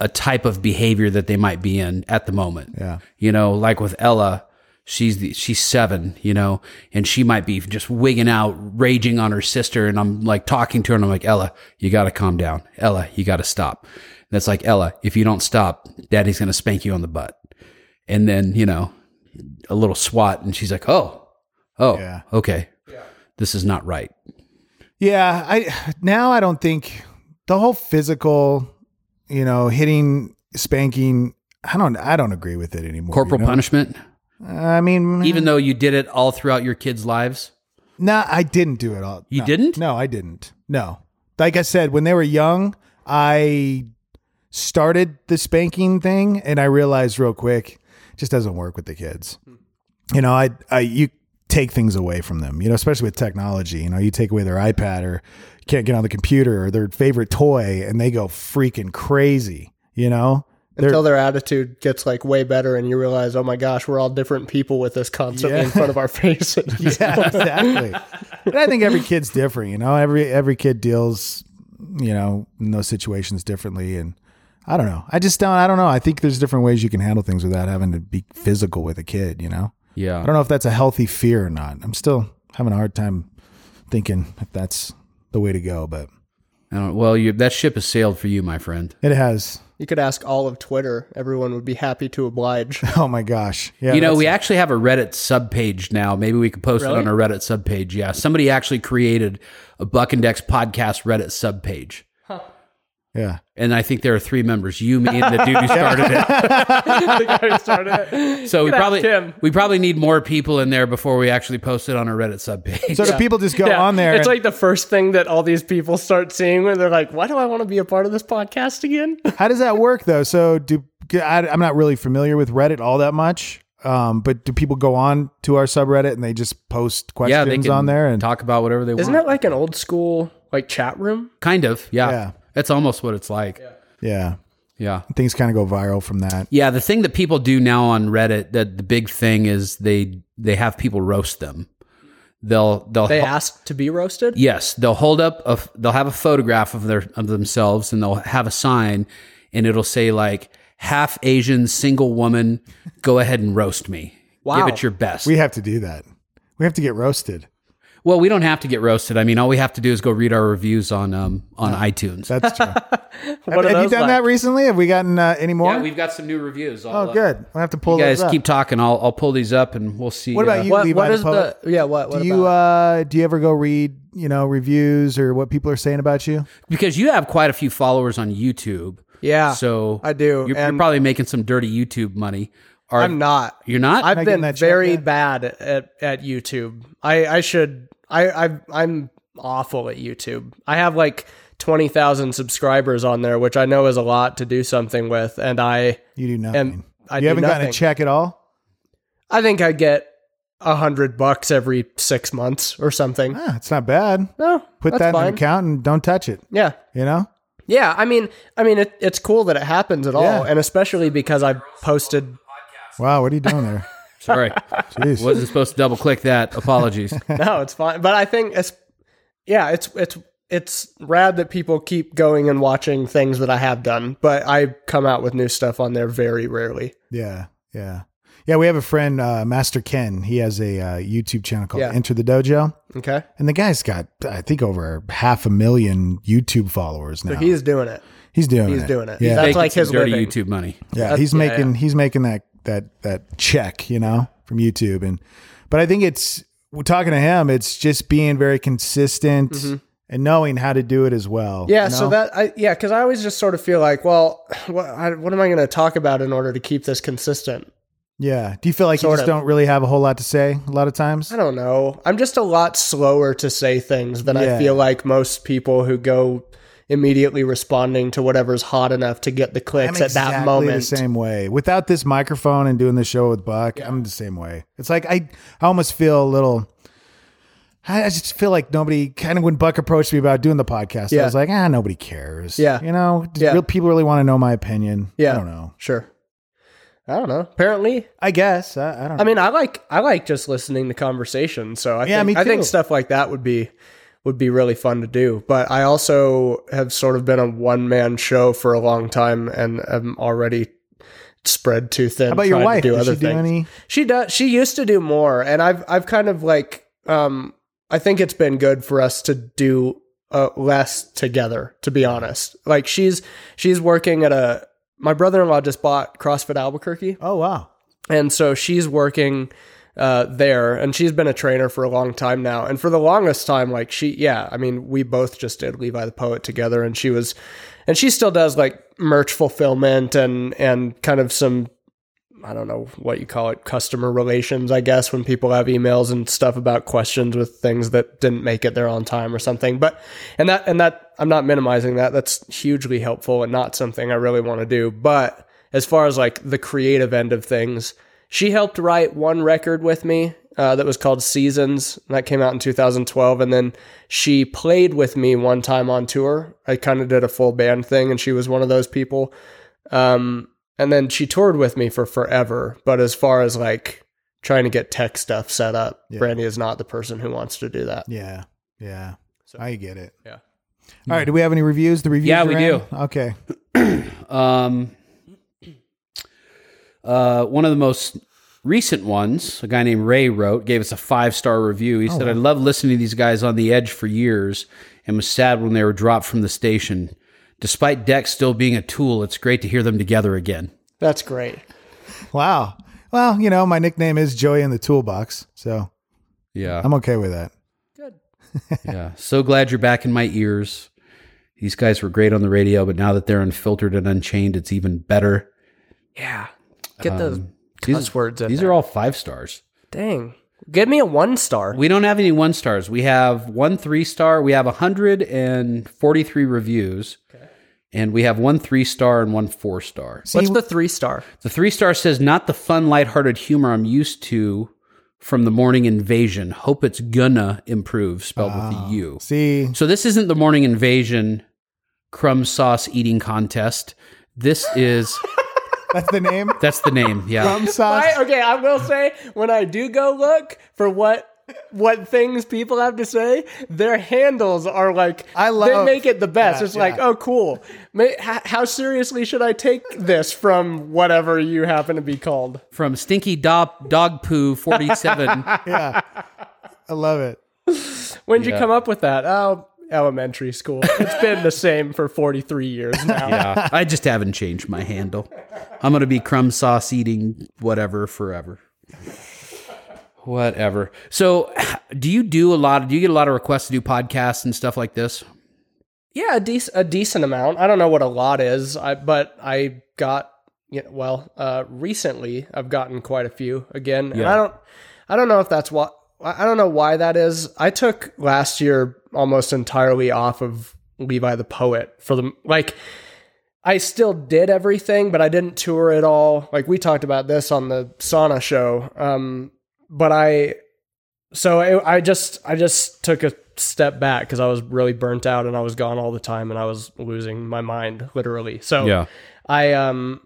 [SPEAKER 1] a type of behavior that they might be in at the moment.
[SPEAKER 13] Yeah.
[SPEAKER 1] you know, like with Ella, she's the, she's seven, you know, and she might be just wigging out, raging on her sister, and I'm like talking to her, and I'm like, Ella, you got to calm down. Ella, you got to stop. And it's like Ella, if you don't stop, Daddy's gonna spank you on the butt, and then you know. A little swat, and she's like, "Oh, oh
[SPEAKER 13] Yeah.
[SPEAKER 1] okay this is not right
[SPEAKER 13] Yeah, I *sighs* now I don't think the whole physical, you know, hitting, spanking. I don't. I don't agree with it anymore.
[SPEAKER 1] corporal
[SPEAKER 13] you know?
[SPEAKER 1] punishment
[SPEAKER 13] I mean,
[SPEAKER 14] Mm-hmm.
[SPEAKER 1] even though you did it all throughout your kids lives
[SPEAKER 13] No, I didn't do it all.
[SPEAKER 1] You
[SPEAKER 13] No.
[SPEAKER 1] didn't?
[SPEAKER 13] No, I didn't. No. Like I said, when they were young, I started the spanking thing and I realized real quick it just doesn't work with the kids. You know, I I you take things away from them, you know, especially with technology. You know, you take away their iPad or you can't get on the computer or their favorite toy and they go freaking crazy, you know?
[SPEAKER 14] Until their attitude gets like way better, and you realize, oh my gosh, we're all different people with this constantly
[SPEAKER 13] Yeah.
[SPEAKER 14] in front
[SPEAKER 13] *laughs*
[SPEAKER 14] of our faces.
[SPEAKER 13] yeah, exactly. But I think every kid's different, you know. Every every kid deals, you know, in those situations differently, and I don't know. I just don't. I don't know. I think there's different ways you can handle things without having to be physical with a kid. You know, I
[SPEAKER 1] yeah
[SPEAKER 13] don't know if that's a healthy fear or not. I'm still having a hard time thinking if that's the way to go, but
[SPEAKER 1] I don't- well you, that ship has sailed for you my friend
[SPEAKER 13] it has. *laughs*
[SPEAKER 14] You could ask all of Twitter; everyone would be happy to oblige.
[SPEAKER 13] Oh my gosh, yeah.
[SPEAKER 1] you know
[SPEAKER 13] that's-
[SPEAKER 1] we actually have a reddit subpage now maybe we could post it on our reddit subpage yeah somebody actually created a buck and dex podcast reddit subpage
[SPEAKER 13] yeah.
[SPEAKER 1] and I think there are three members: you, me, and the dude
[SPEAKER 13] *laughs*
[SPEAKER 1] who started it. So we probably
[SPEAKER 14] him.
[SPEAKER 1] we probably need more people in there before we actually post it on our Reddit subpage.
[SPEAKER 13] So do people just go
[SPEAKER 14] Yeah,
[SPEAKER 13] *laughs* on there?
[SPEAKER 14] It's
[SPEAKER 13] and-
[SPEAKER 14] like the first thing that all these people start seeing when they're like, why do I want to be a part of this podcast again? *laughs*
[SPEAKER 13] How does that work though? So do I, am not really familiar with Reddit all that much. Um, but do people go on to our subreddit and they just post
[SPEAKER 1] *laughs*
[SPEAKER 13] questions
[SPEAKER 1] yeah, they can
[SPEAKER 13] on there and
[SPEAKER 1] talk about whatever they
[SPEAKER 14] Isn't
[SPEAKER 1] want.
[SPEAKER 14] that like an old school like chat room?
[SPEAKER 1] kind of? Yeah.
[SPEAKER 13] Yeah.
[SPEAKER 1] that's almost what it's like.
[SPEAKER 13] yeah,
[SPEAKER 1] yeah.
[SPEAKER 13] things kind of go viral from that.
[SPEAKER 1] Yeah, the thing that people do now on Reddit, that the big thing is they they have people roast them. They'll they'll
[SPEAKER 14] They asked to be roasted.
[SPEAKER 1] yes, they'll hold up a f- they'll have a photograph of their of themselves and they'll have a sign and it'll say like half Asian single woman, go ahead and roast me.
[SPEAKER 14] Wow.
[SPEAKER 1] Give it your best.
[SPEAKER 13] We have to do that. We have to get roasted.
[SPEAKER 1] Well, we don't have to get roasted. I mean, all we have to do is go read our reviews on um, on iTunes.
[SPEAKER 13] That's true. have
[SPEAKER 14] What
[SPEAKER 13] have
[SPEAKER 14] are
[SPEAKER 13] you
[SPEAKER 14] those
[SPEAKER 13] done
[SPEAKER 14] like?
[SPEAKER 13] that recently? Have we gotten uh, any more?
[SPEAKER 1] yeah, we've got some new reviews. I'll,
[SPEAKER 13] oh,
[SPEAKER 1] uh,
[SPEAKER 13] good. We'll have to pull
[SPEAKER 1] You guys
[SPEAKER 13] those up.
[SPEAKER 1] keep talking. I'll I'll pull these up and we'll see.
[SPEAKER 13] What about
[SPEAKER 1] uh,
[SPEAKER 13] you,
[SPEAKER 14] What,
[SPEAKER 13] Levi
[SPEAKER 14] what
[SPEAKER 13] the
[SPEAKER 14] is the,
[SPEAKER 13] poet?
[SPEAKER 14] yeah? What, what
[SPEAKER 13] do you
[SPEAKER 14] about-
[SPEAKER 13] uh, do you ever go read you know reviews or what people are saying about you?
[SPEAKER 1] Because you have quite a few followers on YouTube.
[SPEAKER 14] yeah.
[SPEAKER 1] So
[SPEAKER 14] I do,
[SPEAKER 1] You're, you're
[SPEAKER 14] and-
[SPEAKER 1] probably making some dirty YouTube money. Are,
[SPEAKER 14] I'm not.
[SPEAKER 1] You're not.
[SPEAKER 14] I've
[SPEAKER 13] getting
[SPEAKER 14] been
[SPEAKER 13] that check
[SPEAKER 14] very
[SPEAKER 13] yet?
[SPEAKER 14] bad at, at YouTube. I, I should I I I'm awful at YouTube. I have like twenty thousand subscribers on there, which I know is a lot to do something with, and I
[SPEAKER 13] You do nothing.
[SPEAKER 14] am I
[SPEAKER 13] you
[SPEAKER 14] do
[SPEAKER 13] haven't gotten a
[SPEAKER 14] nothing.
[SPEAKER 13] check at all.
[SPEAKER 14] I think I get a hundred bucks every six months or something.
[SPEAKER 13] Ah, it's not bad.
[SPEAKER 14] No,
[SPEAKER 13] Put
[SPEAKER 14] that's
[SPEAKER 13] that in
[SPEAKER 14] fine.
[SPEAKER 13] an account and don't touch it.
[SPEAKER 14] Yeah,
[SPEAKER 13] You know.
[SPEAKER 14] yeah. I mean, I mean, it, it's cool that it happens at all,
[SPEAKER 13] Yeah.
[SPEAKER 14] and especially because I posted.
[SPEAKER 13] Wow, what are you doing
[SPEAKER 14] *laughs*
[SPEAKER 13] there?
[SPEAKER 1] Sorry,
[SPEAKER 13] Jeez.
[SPEAKER 1] wasn't supposed to double click that.
[SPEAKER 14] *laughs*
[SPEAKER 1] Apologies.
[SPEAKER 14] no, it's fine. But I think it's yeah, it's it's it's rad that people keep going and watching things that I have done, but I come out with new stuff on there very rarely.
[SPEAKER 13] Yeah, yeah, yeah. We have a friend, uh, Master Ken. He has a uh, YouTube channel called
[SPEAKER 14] Yeah.
[SPEAKER 13] Enter the Dojo,
[SPEAKER 14] Okay.
[SPEAKER 13] and the guy's got, I think, over half a million YouTube followers now.
[SPEAKER 14] So he's doing it.
[SPEAKER 13] he's doing
[SPEAKER 14] he's
[SPEAKER 13] it.
[SPEAKER 14] doing it.
[SPEAKER 13] Yeah,
[SPEAKER 14] That's
[SPEAKER 1] Making
[SPEAKER 14] like
[SPEAKER 1] some
[SPEAKER 14] his
[SPEAKER 1] dirty
[SPEAKER 14] living.
[SPEAKER 1] YouTube money.
[SPEAKER 13] yeah. He's
[SPEAKER 14] yeah,
[SPEAKER 13] making he's making that that that check, you know, from YouTube, and but I think it's we're talking to him. It's just being very consistent and knowing how to do it as well.
[SPEAKER 14] Mm-hmm. Yeah,
[SPEAKER 13] you
[SPEAKER 14] so
[SPEAKER 13] know?
[SPEAKER 14] that I yeah, cuz I always just sort of feel like, well, what I, what am I going to talk about in order to keep this consistent?
[SPEAKER 13] yeah. Do you feel like you
[SPEAKER 14] Sort
[SPEAKER 13] just
[SPEAKER 14] of.
[SPEAKER 13] don't really have a whole lot to say a lot of times?
[SPEAKER 14] I don't know. I'm just a lot slower to say things than I
[SPEAKER 13] Yeah.
[SPEAKER 14] feel like most people who go immediately responding to whatever's hot enough to get the
[SPEAKER 13] I'm
[SPEAKER 14] clicks at
[SPEAKER 13] exactly
[SPEAKER 14] that moment.
[SPEAKER 13] the same way. Without this microphone and doing the show with Buck, I'm the same way. It's like I, I almost feel a little. I I just feel like nobody kind of when Buck approached me about doing the podcast,
[SPEAKER 14] Yeah.
[SPEAKER 13] I was like, ah, nobody cares.
[SPEAKER 14] Yeah.
[SPEAKER 13] you know, do
[SPEAKER 14] Yeah.
[SPEAKER 13] real people really want to know my opinion.
[SPEAKER 14] Yeah.
[SPEAKER 13] I don't know.
[SPEAKER 14] Sure. I don't know. Apparently,
[SPEAKER 13] I guess I, I don't.
[SPEAKER 14] I mean, I like I like just listening to conversation. So I
[SPEAKER 13] Yeah,
[SPEAKER 14] think,
[SPEAKER 13] me
[SPEAKER 14] I think
[SPEAKER 13] too.
[SPEAKER 14] stuff like that would be would be really fun to do. But I also have sort of been a one man show for a long time, and am already spread too thin.
[SPEAKER 13] how about your
[SPEAKER 14] trying
[SPEAKER 13] wife?
[SPEAKER 14] To do
[SPEAKER 13] Does
[SPEAKER 14] other
[SPEAKER 13] she do
[SPEAKER 14] things.
[SPEAKER 13] any?
[SPEAKER 14] She does. She used to do more, and I've I've kind of like um I think it's been good for us to do uh, less together. To be honest, like she's she's working at a my brother in law just bought CrossFit Albuquerque,
[SPEAKER 13] Oh wow,
[SPEAKER 14] and so she's working uh there and she's been a trainer for a long time now and for the longest time like she yeah i mean we both just did levi the poet together and she was and she still does like merch fulfillment and and kind of some I don't know what you call it, customer relations, I guess, when people have emails and stuff about questions with things that didn't make it there on time or something. But and that and that I'm not minimizing that. That's hugely helpful and not something I really want to do. But as far as like the creative end of things, she helped write one record with me uh, that was called Seasons. and That came out in 2012, and then she played with me one time on tour. I kind of did a full band thing, and she was one of those people. Um, and then she toured with me for forever. But as far as like trying to get tech stuff set up,
[SPEAKER 13] Yeah.
[SPEAKER 14] Brandy is not the person who wants to do that.
[SPEAKER 13] yeah, yeah. I get it.
[SPEAKER 14] Yeah.
[SPEAKER 13] All right. Do we have any reviews? The reviews.
[SPEAKER 1] Yeah,
[SPEAKER 13] are
[SPEAKER 1] we
[SPEAKER 13] in?
[SPEAKER 1] do.
[SPEAKER 13] Okay.
[SPEAKER 1] Um, uh, one of the most recent ones, a guy named Ray wrote, gave us a five star review.
[SPEAKER 14] Oh,
[SPEAKER 1] He said, I love listening to these guys on the edge for years and was sad when they were dropped from the station. Despite Dex still being a tool, it's great to hear them together again.
[SPEAKER 14] That's great.
[SPEAKER 13] Wow. Well, you know, my nickname is Joey in the Toolbox, so
[SPEAKER 1] Yeah.
[SPEAKER 13] I'm okay with that.
[SPEAKER 1] yeah. So glad you're back in my ears. These guys were great on the radio, but now that they're unfiltered and unchained, it's even better. Um,
[SPEAKER 14] Yeah. Get those
[SPEAKER 13] Um,
[SPEAKER 1] These,
[SPEAKER 14] cuss words in
[SPEAKER 1] these
[SPEAKER 14] there.
[SPEAKER 1] are all five stars.
[SPEAKER 14] Dang. Give me a one star.
[SPEAKER 1] We don't have any one stars. We have one three star. We have 143 reviews. And we have one three star and one four star.
[SPEAKER 14] What's the three star?
[SPEAKER 1] The three star says, not the fun, lighthearted humor I'm used to from the morning invasion. Hope it's gonna improve, spelled with a
[SPEAKER 14] Ah.
[SPEAKER 1] U.
[SPEAKER 13] See,
[SPEAKER 1] So this isn't the morning invasion crumb sauce eating contest. This is,
[SPEAKER 13] that's the name.
[SPEAKER 1] that's the name. *laughs*
[SPEAKER 13] *laughs*
[SPEAKER 1] Yeah.
[SPEAKER 13] Thumb sauce.
[SPEAKER 14] I- okay, I will say when I do go look for what what things people have to say, their handles are like
[SPEAKER 13] I
[SPEAKER 14] They
[SPEAKER 13] love-
[SPEAKER 14] make it the best.
[SPEAKER 13] yeah,
[SPEAKER 14] it's like,
[SPEAKER 13] yeah.
[SPEAKER 14] oh, cool. May, how, how seriously should I take this from whatever you happen to be called?
[SPEAKER 1] From Stinky Dog, dog Poo 47.
[SPEAKER 14] *laughs*
[SPEAKER 13] I love it.
[SPEAKER 14] When'd you come up with that? Oh, elementary school. It's been the *laughs* same for 43 years now.
[SPEAKER 1] Yeah, I just haven't changed my handle. I'm gonna be crumb sauce eating whatever forever. Whatever. So, do you do a lot? Do you get a lot of requests to do podcasts and stuff like this?
[SPEAKER 14] Yeah, a, dec- a decent amount. I don't know what a lot is, I, but I got you know, well uh, recently. I've gotten quite a few again, and I don't, I don't know if that's what I I don't know why that is. I took last year almost entirely off of Levi the Poet for the like. I still did everything, but I didn't tour at all. Like we talked about this on the sauna show, um, but I so I, I just I just took a step back because I was really burnt out and I was gone all the time and I was losing my mind literally. So I um,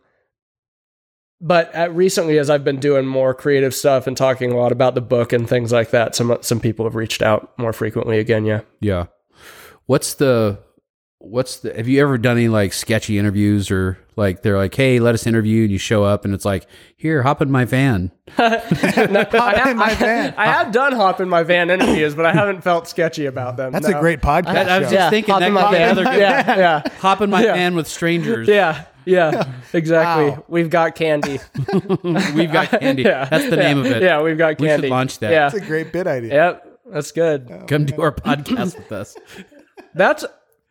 [SPEAKER 14] but uh recently as I've been doing more creative stuff and talking a lot about the book and things like that, some some people have reached out more frequently again. Yeah,
[SPEAKER 1] yeah. What's the What's the? Have you ever done any like sketchy interviews or like they're like, "Hey, let us interview," and you show up and it's like, "Here, hop in my van."
[SPEAKER 14] No, I, have,
[SPEAKER 13] in my
[SPEAKER 14] I- *laughs*
[SPEAKER 13] van.
[SPEAKER 14] I have done hop in my van interviews, but I haven't felt sketchy about them.
[SPEAKER 13] That's
[SPEAKER 14] no.
[SPEAKER 13] a
[SPEAKER 1] *laughs*
[SPEAKER 13] great podcast.
[SPEAKER 1] I was
[SPEAKER 13] show.
[SPEAKER 1] just thinking
[SPEAKER 14] hop
[SPEAKER 1] that
[SPEAKER 14] in
[SPEAKER 1] could
[SPEAKER 14] my
[SPEAKER 1] be
[SPEAKER 14] van.
[SPEAKER 1] another good-
[SPEAKER 14] yeah, yeah.
[SPEAKER 1] Hop in my
[SPEAKER 14] Yeah.
[SPEAKER 1] van with strangers.
[SPEAKER 14] Yeah,
[SPEAKER 13] *laughs*
[SPEAKER 14] yeah, exactly.
[SPEAKER 13] Wow.
[SPEAKER 14] We've got
[SPEAKER 13] *laughs*
[SPEAKER 14] candy.
[SPEAKER 1] We've
[SPEAKER 14] *laughs*
[SPEAKER 1] got candy.
[SPEAKER 14] Yeah,
[SPEAKER 1] That's the
[SPEAKER 14] yeah,
[SPEAKER 1] name of it.
[SPEAKER 14] Yeah, we've got
[SPEAKER 1] We should
[SPEAKER 14] candy.
[SPEAKER 1] launch that.
[SPEAKER 14] Yeah,
[SPEAKER 13] That's a great bit idea.
[SPEAKER 14] yep, that's good.
[SPEAKER 1] Come do our podcast with
[SPEAKER 13] *laughs*
[SPEAKER 1] us.
[SPEAKER 14] That's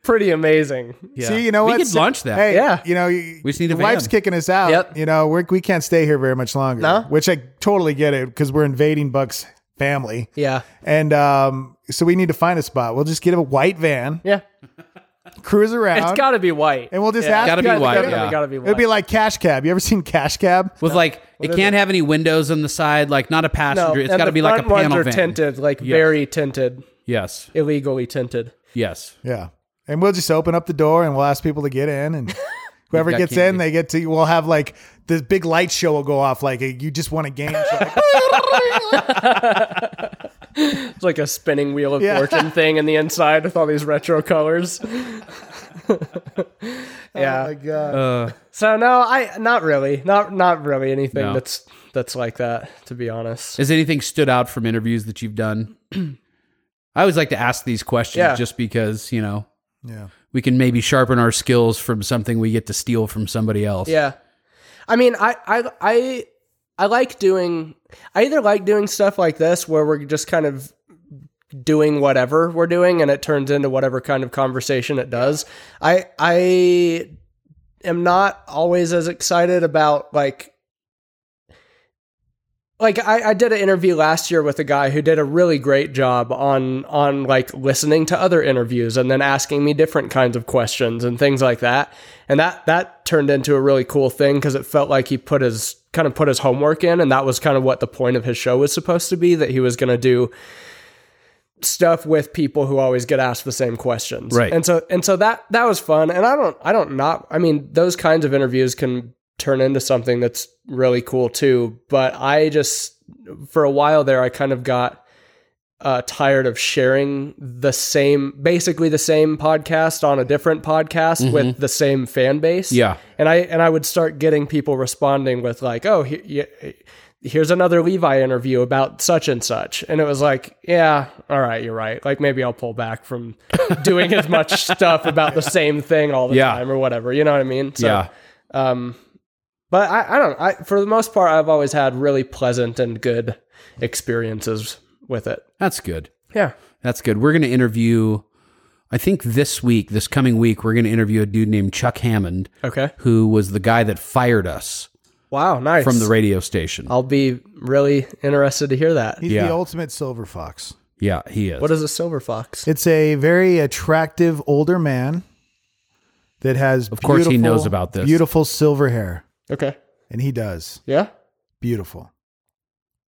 [SPEAKER 14] pretty amazing.
[SPEAKER 1] Yeah.
[SPEAKER 13] See, you know
[SPEAKER 1] we
[SPEAKER 13] what?
[SPEAKER 1] could
[SPEAKER 13] So-
[SPEAKER 1] launch that.
[SPEAKER 13] Hey,
[SPEAKER 14] Yeah.
[SPEAKER 13] you know, we
[SPEAKER 1] just need a
[SPEAKER 13] life's
[SPEAKER 1] van.
[SPEAKER 13] kicking us out.
[SPEAKER 14] Yep.
[SPEAKER 13] You know, we're, we can't stay here very much longer.
[SPEAKER 14] No.
[SPEAKER 13] Which I totally get it because we're invading Buck's family,
[SPEAKER 14] Yeah,
[SPEAKER 13] and um, so we need to find a spot. We'll just get a white van,
[SPEAKER 14] yeah.
[SPEAKER 13] cruise around.
[SPEAKER 14] It's got to be white.
[SPEAKER 13] and we'll just
[SPEAKER 14] Yeah.
[SPEAKER 13] ask.
[SPEAKER 1] Gotta be
[SPEAKER 13] people-
[SPEAKER 1] white,
[SPEAKER 14] Definitely
[SPEAKER 1] yeah.
[SPEAKER 14] gotta be
[SPEAKER 13] It'd
[SPEAKER 14] white.
[SPEAKER 13] be like Cash Cab. You ever seen Cash Cab?
[SPEAKER 1] With like, it can't have any windows on the side, like not a passenger. it's
[SPEAKER 14] and
[SPEAKER 1] got to
[SPEAKER 14] the
[SPEAKER 1] be like a
[SPEAKER 14] front ones
[SPEAKER 1] panel
[SPEAKER 14] are
[SPEAKER 1] van.
[SPEAKER 14] tinted, like very tinted,
[SPEAKER 1] Yes,
[SPEAKER 14] illegally tinted.
[SPEAKER 1] yes.
[SPEAKER 13] Yeah. And we'll just open up the door and we'll ask people to get in
[SPEAKER 14] *laughs*
[SPEAKER 13] and whoever
[SPEAKER 1] got
[SPEAKER 13] gets
[SPEAKER 1] candy.
[SPEAKER 13] in, they get to we'll have like this big light show will go off like a, you just won a
[SPEAKER 14] *laughs*
[SPEAKER 13] game show.
[SPEAKER 3] *laughs*
[SPEAKER 14] It's like a spinning wheel of
[SPEAKER 13] Yeah. *laughs*
[SPEAKER 14] fortune thing in the inside with all these retro colors. *laughs* yeah.
[SPEAKER 13] Oh my god.
[SPEAKER 14] So no, I not really, not not really anything
[SPEAKER 1] No.
[SPEAKER 14] that's that's like that. To be honest,
[SPEAKER 1] Has anything stood out from interviews that you've done? *clears throat* I always like to ask these questions
[SPEAKER 14] Yeah.
[SPEAKER 1] just because you know
[SPEAKER 13] yeah.
[SPEAKER 1] we can maybe sharpen our skills from something we get to steal from somebody else.
[SPEAKER 14] yeah. I mean, I I I I like doing. I either like doing stuff like this where we're just kind of doing whatever we're doing and it turns into whatever kind of conversation it does. I I am not always as excited about like like I, I did an interview last year with a guy who did a really great job on on like listening to other interviews and then asking me different kinds of questions and things like that and that that turned into a really cool thing because it felt like he put his kind of put his homework in and that was kind of what the point of his show was supposed to be that he was going to do stuff with people who always get asked the same questions
[SPEAKER 1] Right.
[SPEAKER 14] and so and so that that was fun and i don't i don't not i mean those kinds of interviews can turn into something that's really cool too but i just for a while there i kind of got uh, tired of sharing the same, basically the same podcast on a different podcast with the same fan base.
[SPEAKER 1] Mm-hmm. Yeah.
[SPEAKER 14] and I and I would start getting people responding with like, "Oh, he, y- here's another Levi interview about such and such," and it was like, "Yeah, all right, you're right. Like maybe I'll pull
[SPEAKER 13] *laughs*
[SPEAKER 14] back from doing as much stuff about the same thing all the
[SPEAKER 1] Yeah.
[SPEAKER 14] time or whatever." You know what I mean? So,
[SPEAKER 1] yeah.
[SPEAKER 14] Um, but I, I don't. I for the most part, I've always had really pleasant and good experiences with it.
[SPEAKER 1] That's good.
[SPEAKER 14] Yeah.
[SPEAKER 1] That's good. We're going to interview. I think this week, this coming week, we're going to interview a dude named Chuck Hammond,
[SPEAKER 14] Okay.
[SPEAKER 1] who was the guy that fired us
[SPEAKER 14] Wow, nice.
[SPEAKER 1] from the radio station.
[SPEAKER 14] I'll be really interested to hear that.
[SPEAKER 13] He's
[SPEAKER 1] Yeah.
[SPEAKER 13] the ultimate silver fox.
[SPEAKER 1] yeah, he is.
[SPEAKER 14] What is a silver fox?
[SPEAKER 13] It's a very attractive older man that has Of
[SPEAKER 1] course he knows about this.
[SPEAKER 13] Beautiful silver hair.
[SPEAKER 14] Okay.
[SPEAKER 13] And he does.
[SPEAKER 14] Yeah.
[SPEAKER 13] Beautiful.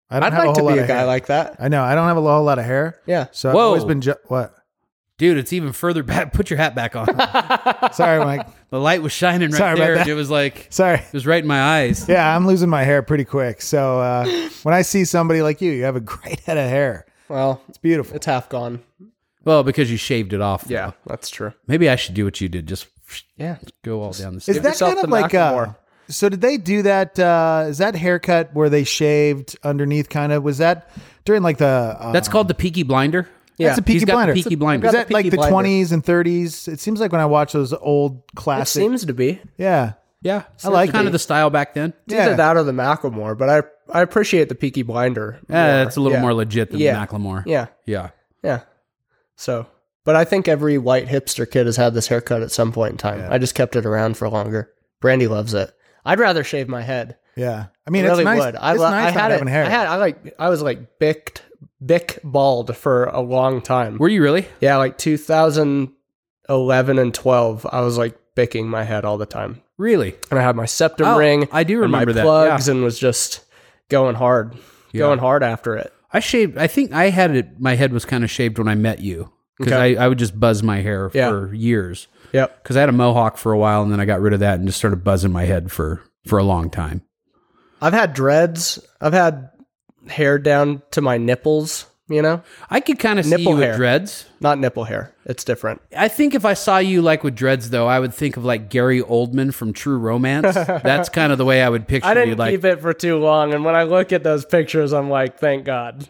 [SPEAKER 13] I
[SPEAKER 14] I'd
[SPEAKER 13] have
[SPEAKER 14] like to
[SPEAKER 13] whole
[SPEAKER 14] be
[SPEAKER 13] lot
[SPEAKER 14] a
[SPEAKER 13] of
[SPEAKER 14] guy
[SPEAKER 13] hair.
[SPEAKER 14] like that.
[SPEAKER 13] I know. I don't have a whole lot of hair.
[SPEAKER 14] Yeah.
[SPEAKER 13] So I've
[SPEAKER 1] Whoa.
[SPEAKER 13] always been ju-
[SPEAKER 14] *laughs*
[SPEAKER 13] what?
[SPEAKER 1] Dude, it's even further back. Put your hat back on.
[SPEAKER 13] Sorry, Mike.
[SPEAKER 1] the light was shining right
[SPEAKER 13] Sorry about
[SPEAKER 1] there.
[SPEAKER 13] that.
[SPEAKER 1] It was like it
[SPEAKER 13] Sorry.
[SPEAKER 1] was right in my eyes.
[SPEAKER 13] Yeah, I'm losing my hair pretty quick. So uh, when I see somebody like you, you have a great head of hair.
[SPEAKER 14] Well,
[SPEAKER 13] It's beautiful.
[SPEAKER 14] it's half gone.
[SPEAKER 1] Well, because you shaved it off.
[SPEAKER 14] Yeah, that's true.
[SPEAKER 1] Maybe I should do what you did. Just
[SPEAKER 14] Yeah.
[SPEAKER 1] go all down the
[SPEAKER 13] Is
[SPEAKER 1] side.
[SPEAKER 13] that
[SPEAKER 14] yourself
[SPEAKER 13] kind of
[SPEAKER 14] the
[SPEAKER 13] like uh,
[SPEAKER 14] Macklemore.
[SPEAKER 13] so? Did they do that? Uh, is that haircut where they shaved underneath? Kind of was that during like the uh,
[SPEAKER 1] That's called the Peaky Blinder.
[SPEAKER 14] Yeah.
[SPEAKER 13] That's a Peaky
[SPEAKER 1] He's got the
[SPEAKER 13] Blinder.
[SPEAKER 1] Peaky
[SPEAKER 13] Is
[SPEAKER 1] Blinders.
[SPEAKER 13] that
[SPEAKER 14] Peaky
[SPEAKER 13] like the
[SPEAKER 14] Blinder.
[SPEAKER 13] 20s and 30s? It seems like when I watch those old
[SPEAKER 14] It
[SPEAKER 13] classic.
[SPEAKER 14] seems to be.
[SPEAKER 13] yeah.
[SPEAKER 1] Yeah, I
[SPEAKER 13] like
[SPEAKER 1] kind
[SPEAKER 13] it.
[SPEAKER 1] of the style back then.
[SPEAKER 14] It's
[SPEAKER 13] Yeah.
[SPEAKER 14] either that or the Macklemore, but I I appreciate the Peaky Blinder.
[SPEAKER 13] Eh,
[SPEAKER 1] Yeah, Eh, it's a little
[SPEAKER 14] Yeah.
[SPEAKER 1] more legit than
[SPEAKER 14] Yeah.
[SPEAKER 1] Macklemore.
[SPEAKER 14] Yeah,
[SPEAKER 1] yeah.
[SPEAKER 14] yeah. So, but I think every white hipster kid has had this haircut at some point in time. I just kept it around for longer. Brandy loves it. I'd rather shave my head.
[SPEAKER 13] Yeah. I mean,
[SPEAKER 14] I really
[SPEAKER 13] it's nice.
[SPEAKER 14] would. I,
[SPEAKER 13] it's
[SPEAKER 14] lo-
[SPEAKER 13] nice
[SPEAKER 14] I
[SPEAKER 13] not
[SPEAKER 14] had it.
[SPEAKER 13] having hair. *laughs*
[SPEAKER 14] I had. I like. I was like bicked, bick bald for a long time.
[SPEAKER 1] Were you really?
[SPEAKER 14] yeah, like 2011 and 12. I was like bicking my head all the time,
[SPEAKER 1] Really?
[SPEAKER 14] and I had my septum
[SPEAKER 1] Oh,
[SPEAKER 14] ring.
[SPEAKER 1] I do
[SPEAKER 14] and
[SPEAKER 1] remember
[SPEAKER 14] my
[SPEAKER 1] that,
[SPEAKER 14] plugs, and was just going hard, going hard after it.
[SPEAKER 1] I shaved. I think I had it. My head was kind of shaved when I met you because
[SPEAKER 14] Okay.
[SPEAKER 1] I, I would just buzz my hair
[SPEAKER 14] Yeah.
[SPEAKER 1] for years
[SPEAKER 14] Yep.
[SPEAKER 1] because I had a mohawk for a while and then I got rid of that and just started buzzing my head for for a long time.
[SPEAKER 14] I've had dreads. I've had hair down to my nipples. You know,
[SPEAKER 1] I could kind of see
[SPEAKER 14] Nipple
[SPEAKER 1] you with
[SPEAKER 14] hair.
[SPEAKER 1] dreads.
[SPEAKER 14] not nipple hair. It's different.
[SPEAKER 1] I think if I saw you like with dreads though, I would think of like Gary Oldman from True
[SPEAKER 14] *laughs*
[SPEAKER 1] Romance. That's kind of the way I would picture
[SPEAKER 14] I
[SPEAKER 1] you.
[SPEAKER 14] didn't
[SPEAKER 1] Like,
[SPEAKER 14] keep it for too long, and when I look at those pictures, I'm like, thank God.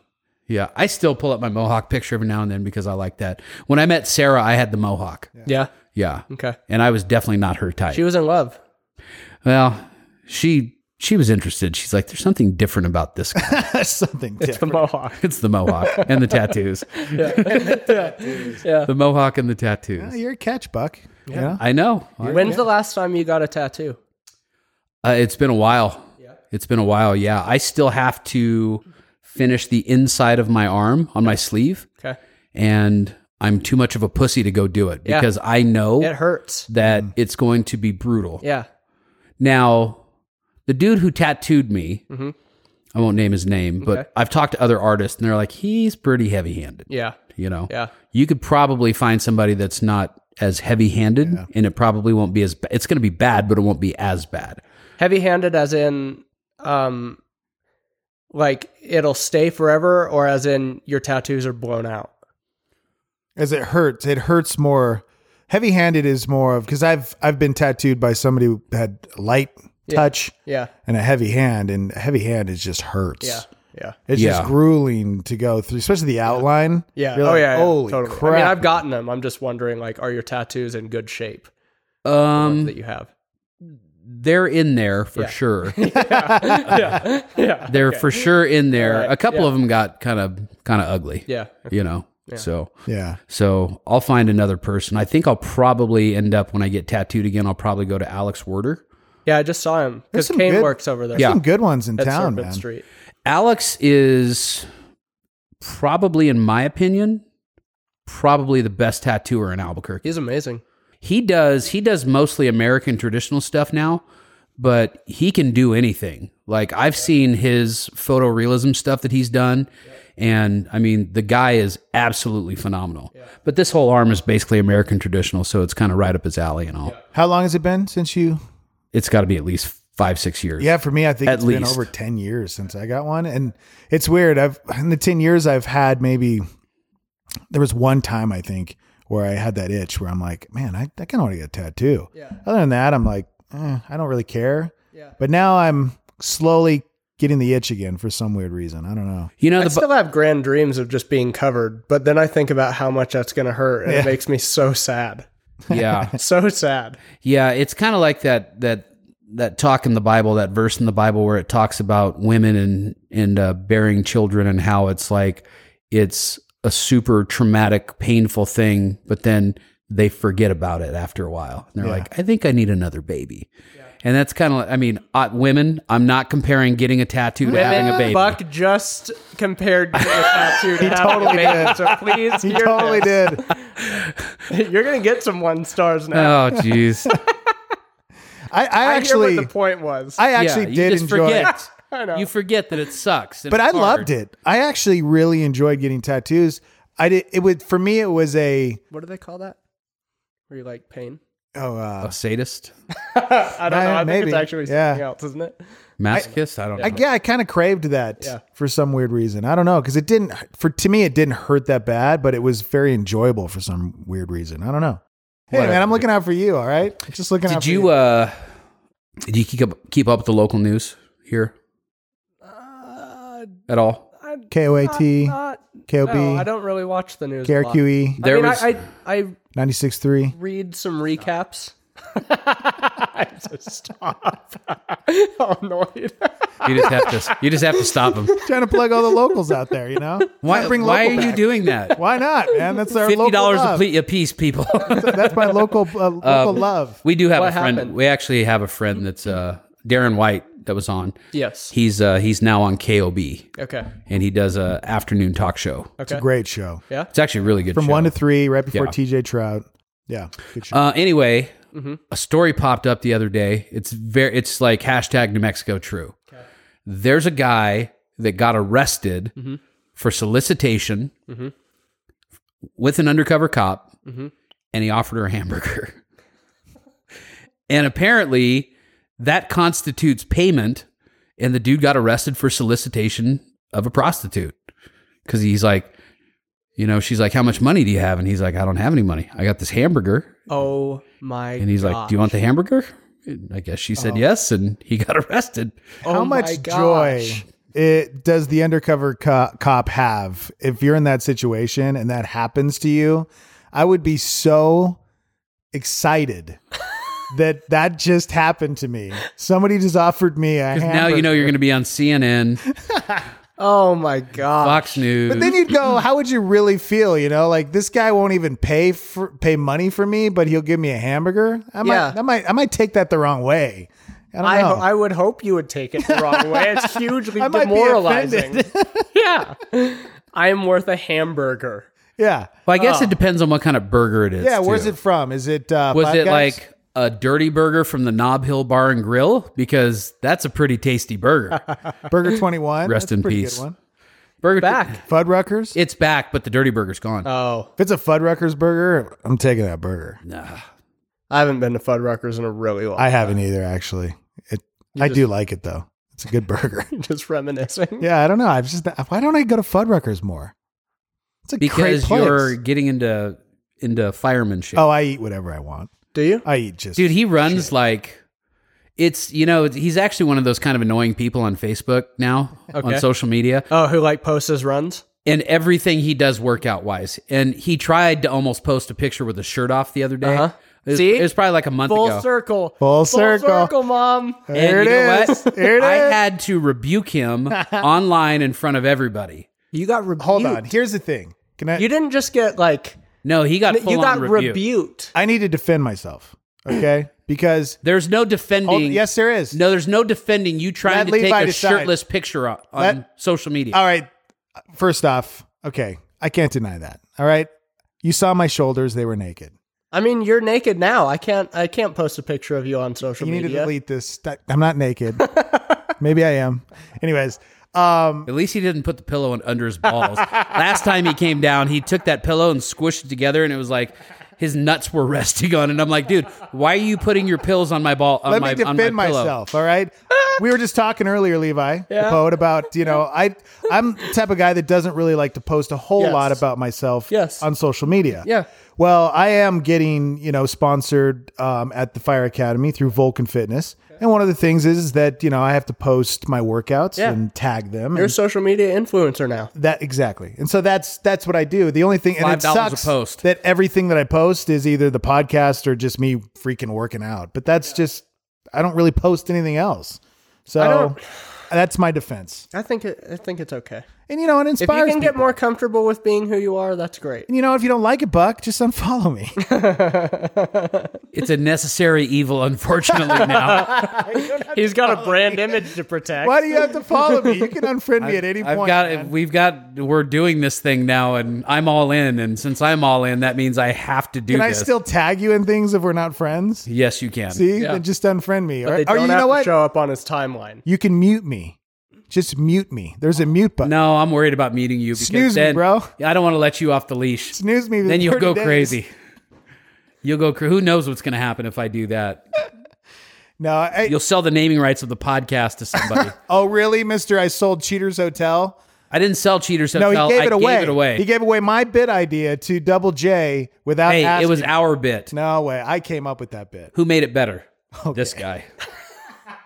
[SPEAKER 1] yeah, I still pull up my mohawk picture every now and then because I like that. When I met Sarah, I had the mohawk.
[SPEAKER 14] Yeah.
[SPEAKER 1] Yeah,
[SPEAKER 14] Okay.
[SPEAKER 1] and I was definitely not her type.
[SPEAKER 14] She was in love.
[SPEAKER 1] well, she she was interested. She's like, there's something different about this. guy.
[SPEAKER 13] That's something
[SPEAKER 14] It's the
[SPEAKER 13] different.
[SPEAKER 14] mohawk.
[SPEAKER 1] it's the mohawk and the tattoos.
[SPEAKER 14] *laughs* Yeah.
[SPEAKER 1] The mohawk and the tattoos.
[SPEAKER 13] You're a catch, Buck. You know?
[SPEAKER 1] I know. I-
[SPEAKER 14] When's the last time you got a tattoo?
[SPEAKER 1] Uh, it's been a while. It's been a while. Yeah, I still have to finish the inside of my arm on my sleeve,
[SPEAKER 14] Okay.
[SPEAKER 1] and I'm too much of a pussy to go do it
[SPEAKER 14] Yeah.
[SPEAKER 1] because I know
[SPEAKER 14] It hurts.
[SPEAKER 1] that it's going to be brutal.
[SPEAKER 14] Yeah.
[SPEAKER 1] Now, the dude who tattooed me,
[SPEAKER 14] Mhm.
[SPEAKER 1] I won't name his name, but
[SPEAKER 14] Okay.
[SPEAKER 1] I've talked to other artists, and they're like, he's pretty heavy-handed.
[SPEAKER 14] Yeah.
[SPEAKER 1] You know,
[SPEAKER 14] Yeah.
[SPEAKER 1] you could probably find somebody that's not as heavy-handed, and it probably won't be as. Ba- it's going to be bad, but it won't be as bad.
[SPEAKER 14] Heavy handed as in um like it'll stay forever or as in your tattoos are blown out.
[SPEAKER 13] as it hurts it hurts more heavy handed is more of because i've i've been tattooed by somebody who had light touch
[SPEAKER 14] Yeah.
[SPEAKER 13] and a heavy hand and a heavy hand is just hurts
[SPEAKER 14] Yeah. Yeah.
[SPEAKER 13] it's
[SPEAKER 1] Yeah.
[SPEAKER 13] just grueling to go through especially the outline
[SPEAKER 14] Yeah.
[SPEAKER 13] You're
[SPEAKER 14] oh
[SPEAKER 13] like,
[SPEAKER 14] yeah. yeah,
[SPEAKER 13] holy
[SPEAKER 14] totally.
[SPEAKER 13] crap
[SPEAKER 14] I mean, I've gotten them. I'm just wondering like are your tattoos in good shape
[SPEAKER 1] Um,
[SPEAKER 14] that you have?
[SPEAKER 1] they're in there for
[SPEAKER 14] *laughs* Yeah.
[SPEAKER 1] sure.
[SPEAKER 14] yeah. Yeah.
[SPEAKER 1] They're for sure in there.
[SPEAKER 14] Alright,
[SPEAKER 1] A couple
[SPEAKER 14] yeah.
[SPEAKER 1] of them got kind of kind of ugly.
[SPEAKER 14] Yeah.
[SPEAKER 1] you know. So
[SPEAKER 13] yeah
[SPEAKER 1] so I'll find another person. I think I'll probably end up when I get tattooed again. I'll probably go to Alex Werder.
[SPEAKER 14] Yeah, I just saw him
[SPEAKER 13] There's
[SPEAKER 14] cuz
[SPEAKER 13] some
[SPEAKER 14] Kane
[SPEAKER 13] good-
[SPEAKER 14] works over there.
[SPEAKER 1] Yeah.
[SPEAKER 13] some good ones in
[SPEAKER 14] At
[SPEAKER 13] town
[SPEAKER 14] Serpent
[SPEAKER 13] man
[SPEAKER 14] Street.
[SPEAKER 1] Alex is probably, in my opinion, probably the best tattooer in Albuquerque.
[SPEAKER 14] He's amazing.
[SPEAKER 1] He does he does mostly American traditional stuff now, but he can do anything. Like I've seen his photorealism stuff that he's done, and I mean the guy is absolutely phenomenal. But this whole arm is basically American traditional, so it's kind of right up his alley and all.
[SPEAKER 13] how long has it been since you
[SPEAKER 1] It's got to be at least five six years.
[SPEAKER 13] Yeah, for me, I think
[SPEAKER 1] At
[SPEAKER 13] it's been
[SPEAKER 1] least.
[SPEAKER 13] over ten years since I got one, and it's weird. I've in the ten years I've had maybe there was one time I think where I had that itch where I'm like, man, I, I kind of want to get a tattoo. Yeah. Other than that, I'm like, eh, I don't really care. Yeah. But now I'm slowly getting the itch again for some weird reason. I don't know.
[SPEAKER 1] You know
[SPEAKER 14] I
[SPEAKER 1] the bu-
[SPEAKER 14] still have grand dreams of just being covered, but then I think about how much that's going to hurt, and
[SPEAKER 13] Yeah.
[SPEAKER 14] it makes me so sad.
[SPEAKER 1] yeah.
[SPEAKER 14] So sad.
[SPEAKER 1] Yeah, it's kind of like that that that talk in the Bible, that verse in the Bible where it talks about women and and uh, bearing children and how it's like it's a super traumatic, painful thing, but then they forget about it after a while, and they're like, "I think I need another baby." And that's kind of, I mean, uh, women. I'm not comparing getting a tattoo to having a baby.
[SPEAKER 14] Buck just compared getting a tattoo to he
[SPEAKER 13] totally
[SPEAKER 14] totally
[SPEAKER 13] did.
[SPEAKER 14] So please,
[SPEAKER 13] He *laughs*
[SPEAKER 14] hear
[SPEAKER 13] totally
[SPEAKER 14] this.
[SPEAKER 13] did.
[SPEAKER 14] You're going to get some one stars
[SPEAKER 1] *laughs*
[SPEAKER 14] now.
[SPEAKER 1] Oh,
[SPEAKER 13] *laughs*
[SPEAKER 1] jeez.
[SPEAKER 13] I, I
[SPEAKER 14] I
[SPEAKER 13] actually,
[SPEAKER 14] hear what the point was.
[SPEAKER 13] I
[SPEAKER 1] Yeah,
[SPEAKER 13] actually
[SPEAKER 1] you
[SPEAKER 13] did
[SPEAKER 1] just
[SPEAKER 13] enjoy. it. *laughs*
[SPEAKER 1] forget.
[SPEAKER 14] I know.
[SPEAKER 1] You forget that it sucks, and
[SPEAKER 13] but I
[SPEAKER 1] it's hard.
[SPEAKER 13] loved it. I actually really enjoyed getting tattoos. I did. It would for me. It was a
[SPEAKER 14] what do they call that? Where you like *laughs* pain?
[SPEAKER 13] oh. Uh,
[SPEAKER 1] A sadist,
[SPEAKER 14] I don't know.
[SPEAKER 13] Yeah,
[SPEAKER 14] I think
[SPEAKER 13] maybe.
[SPEAKER 14] it's actually something
[SPEAKER 13] Yeah.
[SPEAKER 14] else, isn't it?
[SPEAKER 1] masochist. I, don't. know.
[SPEAKER 13] I, yeah, I kind of craved that
[SPEAKER 14] Yeah.
[SPEAKER 13] for some weird reason. I don't know because it didn't for to me it didn't hurt that bad, but it was very enjoyable for some weird reason. I don't know. Hey man, I'm looking out for you. All right, just looking out.
[SPEAKER 1] Did
[SPEAKER 13] for
[SPEAKER 1] you uh did you keep up keep up with the local news here? At all?
[SPEAKER 14] I,
[SPEAKER 13] KOAT, KOB,
[SPEAKER 14] No, I don't really watch the news. a lot.
[SPEAKER 13] KRQE,
[SPEAKER 14] I
[SPEAKER 1] There
[SPEAKER 14] mean,
[SPEAKER 1] was-
[SPEAKER 14] I, I, I
[SPEAKER 13] 96.3.
[SPEAKER 14] read some recaps. *laughs* I just stop. *laughs* How annoyed.
[SPEAKER 1] You just have to. You just have to stop
[SPEAKER 13] *laughs*
[SPEAKER 1] him.
[SPEAKER 13] *laughs* Trying to plug all the locals out there, you know?
[SPEAKER 1] Why,
[SPEAKER 13] Gotta bring
[SPEAKER 1] why are
[SPEAKER 13] local
[SPEAKER 1] you
[SPEAKER 13] back.
[SPEAKER 1] doing that?
[SPEAKER 13] Why not, man? That's our
[SPEAKER 1] Fifty dollars
[SPEAKER 13] local
[SPEAKER 1] a Um,
[SPEAKER 13] love.
[SPEAKER 1] ple- a piece, people. *laughs*
[SPEAKER 13] That's my local uh, local love.
[SPEAKER 1] we do have
[SPEAKER 14] What
[SPEAKER 1] a friend.
[SPEAKER 14] happened?
[SPEAKER 1] We actually have a friend that's uh, Darren White that was on.
[SPEAKER 14] Yes.
[SPEAKER 1] He's uh, he's now on KOB
[SPEAKER 14] Okay.
[SPEAKER 1] and he does a afternoon talk show.
[SPEAKER 14] Okay.
[SPEAKER 13] Great show.
[SPEAKER 1] It's actually a really good.
[SPEAKER 13] From
[SPEAKER 1] show.
[SPEAKER 13] one to three, right before
[SPEAKER 1] Yeah.
[SPEAKER 13] TJ Trout. Yeah, good show.
[SPEAKER 1] Uh, anyway, a story popped up the other day. It's very, it's like hashtag New Mexico true. There's a guy that got arrested for solicitation with an undercover cop, and he offered her a hamburger. *laughs* and apparently, that constitutes payment. And the dude got arrested for solicitation of a prostitute because he's like, you know, she's like, "How much money do you have?" And he's like, "I don't have any money. I got this hamburger."
[SPEAKER 14] Oh my.
[SPEAKER 1] And he's like,
[SPEAKER 14] gosh.
[SPEAKER 1] "Do you want the hamburger?" And I guess she said
[SPEAKER 13] Oh.
[SPEAKER 1] yes, and he *laughs* got arrested.
[SPEAKER 14] Oh
[SPEAKER 13] How
[SPEAKER 14] my
[SPEAKER 13] much joy
[SPEAKER 14] gosh.
[SPEAKER 13] it does the undercover co- cop have if you're in that situation and that happens to you? I would be so
[SPEAKER 1] *laughs*
[SPEAKER 13] excited that that just happened to me. Somebody just offered me a hamburger.
[SPEAKER 1] Now you know you're going to be on CNN,
[SPEAKER 14] Oh my god.
[SPEAKER 1] Fox News.
[SPEAKER 13] But then you'd
[SPEAKER 1] *laughs*
[SPEAKER 13] go, how would you really feel? You know, like this guy won't even pay for pay money for me, but he'll give me a hamburger. I
[SPEAKER 14] Yeah.
[SPEAKER 13] might, I might, I might take that the wrong way. I don't
[SPEAKER 14] I,
[SPEAKER 13] know.
[SPEAKER 14] I would hope you would take it the wrong way.
[SPEAKER 13] *laughs*
[SPEAKER 14] It's hugely
[SPEAKER 13] I might be
[SPEAKER 14] demoralizing. *laughs* yeah. I'm worth a hamburger.
[SPEAKER 13] yeah,
[SPEAKER 1] well, I guess it depends on what kind of burger it is.
[SPEAKER 13] Oh. yeah. Where's
[SPEAKER 1] too.
[SPEAKER 13] it from? Is it uh,
[SPEAKER 1] Was
[SPEAKER 13] Five
[SPEAKER 1] it
[SPEAKER 13] Guys?
[SPEAKER 1] like a dirty burger from the Knob Hill Bar and Grill? Because that's a pretty tasty
[SPEAKER 13] *laughs*
[SPEAKER 1] burger.
[SPEAKER 13] Burger Twenty One?
[SPEAKER 1] Rest in peace.
[SPEAKER 13] Good one.
[SPEAKER 1] burger
[SPEAKER 14] Back.
[SPEAKER 1] *laughs*
[SPEAKER 13] Fuddruckers.
[SPEAKER 1] It's back, but the dirty burger's
[SPEAKER 13] Uh,
[SPEAKER 1] gone.
[SPEAKER 14] Oh,
[SPEAKER 13] if it's a Fuddruckers burger, I'm taking that burger.
[SPEAKER 14] I haven't been to Fuddruckers in a really long.
[SPEAKER 13] I haven't either, actually. It, I do like it though. It's a good burger.
[SPEAKER 14] *laughs* Just reminiscing.
[SPEAKER 13] yeah, I don't know. I've just why don't I go to Fuddruckers more? It's a great
[SPEAKER 1] because
[SPEAKER 13] place.
[SPEAKER 1] you're getting into into fireman shit.
[SPEAKER 13] oh, I eat whatever I want.
[SPEAKER 14] Do you?
[SPEAKER 13] I eat just
[SPEAKER 1] Dude, he runs like it's you know he's actually one of those kind of annoying people on Facebook now on
[SPEAKER 14] Okay.
[SPEAKER 1] social media,
[SPEAKER 14] Oh, who like posts his runs?
[SPEAKER 1] and everything he does workout wise. And he tried to almost post a picture with a shirt off the other day.
[SPEAKER 14] Uh-huh.
[SPEAKER 1] It was,
[SPEAKER 14] See?
[SPEAKER 1] it was probably like a month
[SPEAKER 14] Full
[SPEAKER 1] ago.
[SPEAKER 14] circle.
[SPEAKER 13] Full circle.
[SPEAKER 14] mom.
[SPEAKER 1] And
[SPEAKER 13] There
[SPEAKER 1] you know
[SPEAKER 13] it is.
[SPEAKER 1] what?
[SPEAKER 13] There it
[SPEAKER 1] I
[SPEAKER 13] is.
[SPEAKER 1] had to rebuke
[SPEAKER 13] *laughs*
[SPEAKER 1] him online in front of everybody.
[SPEAKER 14] You got rebuked.
[SPEAKER 13] Hold on. Here's the thing. Can I?
[SPEAKER 14] You didn't just get like
[SPEAKER 1] No, he got full
[SPEAKER 14] you got
[SPEAKER 1] on rebuke.
[SPEAKER 14] rebuked.
[SPEAKER 13] I need to defend myself.
[SPEAKER 1] *coughs*
[SPEAKER 13] Okay, because
[SPEAKER 1] There's no
[SPEAKER 13] oh,
[SPEAKER 1] defending.
[SPEAKER 13] yes, there is.
[SPEAKER 1] No, there's no defending you trying
[SPEAKER 13] Let
[SPEAKER 1] to take
[SPEAKER 13] Levi
[SPEAKER 1] a
[SPEAKER 13] decide.
[SPEAKER 1] shirtless picture on, on
[SPEAKER 13] Let-
[SPEAKER 1] social media.
[SPEAKER 13] All right. First off, okay, I can't deny that. All right, you saw my shoulders; they were naked.
[SPEAKER 14] I mean, you're naked now. I can't. I can't post a picture of you on social
[SPEAKER 13] You need to
[SPEAKER 14] media.
[SPEAKER 13] delete this. That- I'm not
[SPEAKER 14] *laughs*
[SPEAKER 13] naked. Maybe I am. Anyways, um,
[SPEAKER 1] At least he didn't put the pillow in- under his balls. Last time he came down, he took that pillow and squished it together, and it was like his nuts were *laughs* resting on. it. And I'm like, dude, why are you putting your pills on my ball? On
[SPEAKER 13] let
[SPEAKER 1] my,
[SPEAKER 13] me
[SPEAKER 1] on
[SPEAKER 13] defend
[SPEAKER 1] my pillow?
[SPEAKER 13] myself. All right. We were just talking earlier, Levi, the poet, about you know I I'm the type of guy that doesn't really like to post a whole
[SPEAKER 14] Yes.
[SPEAKER 13] lot about myself
[SPEAKER 14] Yes.
[SPEAKER 13] on social media.
[SPEAKER 14] Yeah.
[SPEAKER 13] Well, I am getting, you know, sponsored um, at the Fire Academy through Vulcan Fitness. And one of the things is that, you know, I have to post my workouts
[SPEAKER 14] Yeah.
[SPEAKER 13] and tag them.
[SPEAKER 14] You're a
[SPEAKER 13] and
[SPEAKER 14] social media influencer now.
[SPEAKER 13] that exactly. And so that's that's what I do. The only thing and it
[SPEAKER 1] $5 a
[SPEAKER 13] sucks
[SPEAKER 1] post.
[SPEAKER 13] that everything that I post is either the podcast or just me freaking working out. But that's just I don't really post anything else. So
[SPEAKER 14] don't-
[SPEAKER 13] that's my defense.
[SPEAKER 14] I think. It, I think it's okay.
[SPEAKER 13] And you know, it
[SPEAKER 14] If you
[SPEAKER 13] inspires
[SPEAKER 14] can get
[SPEAKER 13] people.
[SPEAKER 14] more comfortable with being who you are, that's great.
[SPEAKER 13] And you know, if you don't like it, Buck, just unfollow me. *laughs*
[SPEAKER 1] It's a necessary evil, unfortunately. Now
[SPEAKER 14] *laughs* He's got a brand image to protect.
[SPEAKER 13] Why do you have to follow me? You can unfriend me *laughs* at any
[SPEAKER 1] I've
[SPEAKER 13] point.
[SPEAKER 1] got,
[SPEAKER 13] man.
[SPEAKER 1] we've got, we're doing this thing now, and I'm all in. And since I'm all in, that means I have to do
[SPEAKER 13] Can I
[SPEAKER 1] this.
[SPEAKER 13] still tag you in things if we're not friends?
[SPEAKER 1] yes, you can.
[SPEAKER 13] See, then just unfriend me. Or,
[SPEAKER 14] They
[SPEAKER 13] or
[SPEAKER 14] don't
[SPEAKER 13] you
[SPEAKER 14] have
[SPEAKER 13] know
[SPEAKER 14] to
[SPEAKER 13] what?
[SPEAKER 14] show up on his timeline.
[SPEAKER 13] You can mute me. Just mute me. There's a mute button.
[SPEAKER 1] No, I'm worried about meeting you because
[SPEAKER 13] Snooze me,
[SPEAKER 1] then,
[SPEAKER 13] bro.
[SPEAKER 1] I don't want to let you off the leash.
[SPEAKER 13] Snooze me. for
[SPEAKER 1] then you'll
[SPEAKER 13] 30
[SPEAKER 1] go
[SPEAKER 13] days.
[SPEAKER 1] crazy. You'll go. cra- Who knows what's going to happen if I do that?
[SPEAKER 13] No. I,
[SPEAKER 1] You'll sell the naming rights of the podcast to
[SPEAKER 13] *laughs*
[SPEAKER 1] somebody.
[SPEAKER 13] oh, really, Mister? I sold Cheaters Hotel.
[SPEAKER 1] I didn't sell Cheaters
[SPEAKER 13] No,
[SPEAKER 1] Hotel.
[SPEAKER 13] he gave
[SPEAKER 1] I
[SPEAKER 13] it away.
[SPEAKER 1] Gave it away.
[SPEAKER 13] He gave away my bid idea to Double J without
[SPEAKER 1] hey,
[SPEAKER 13] asking.
[SPEAKER 1] it was our bit.
[SPEAKER 13] no way. I came up with that bit.
[SPEAKER 1] Who made it better? This guy.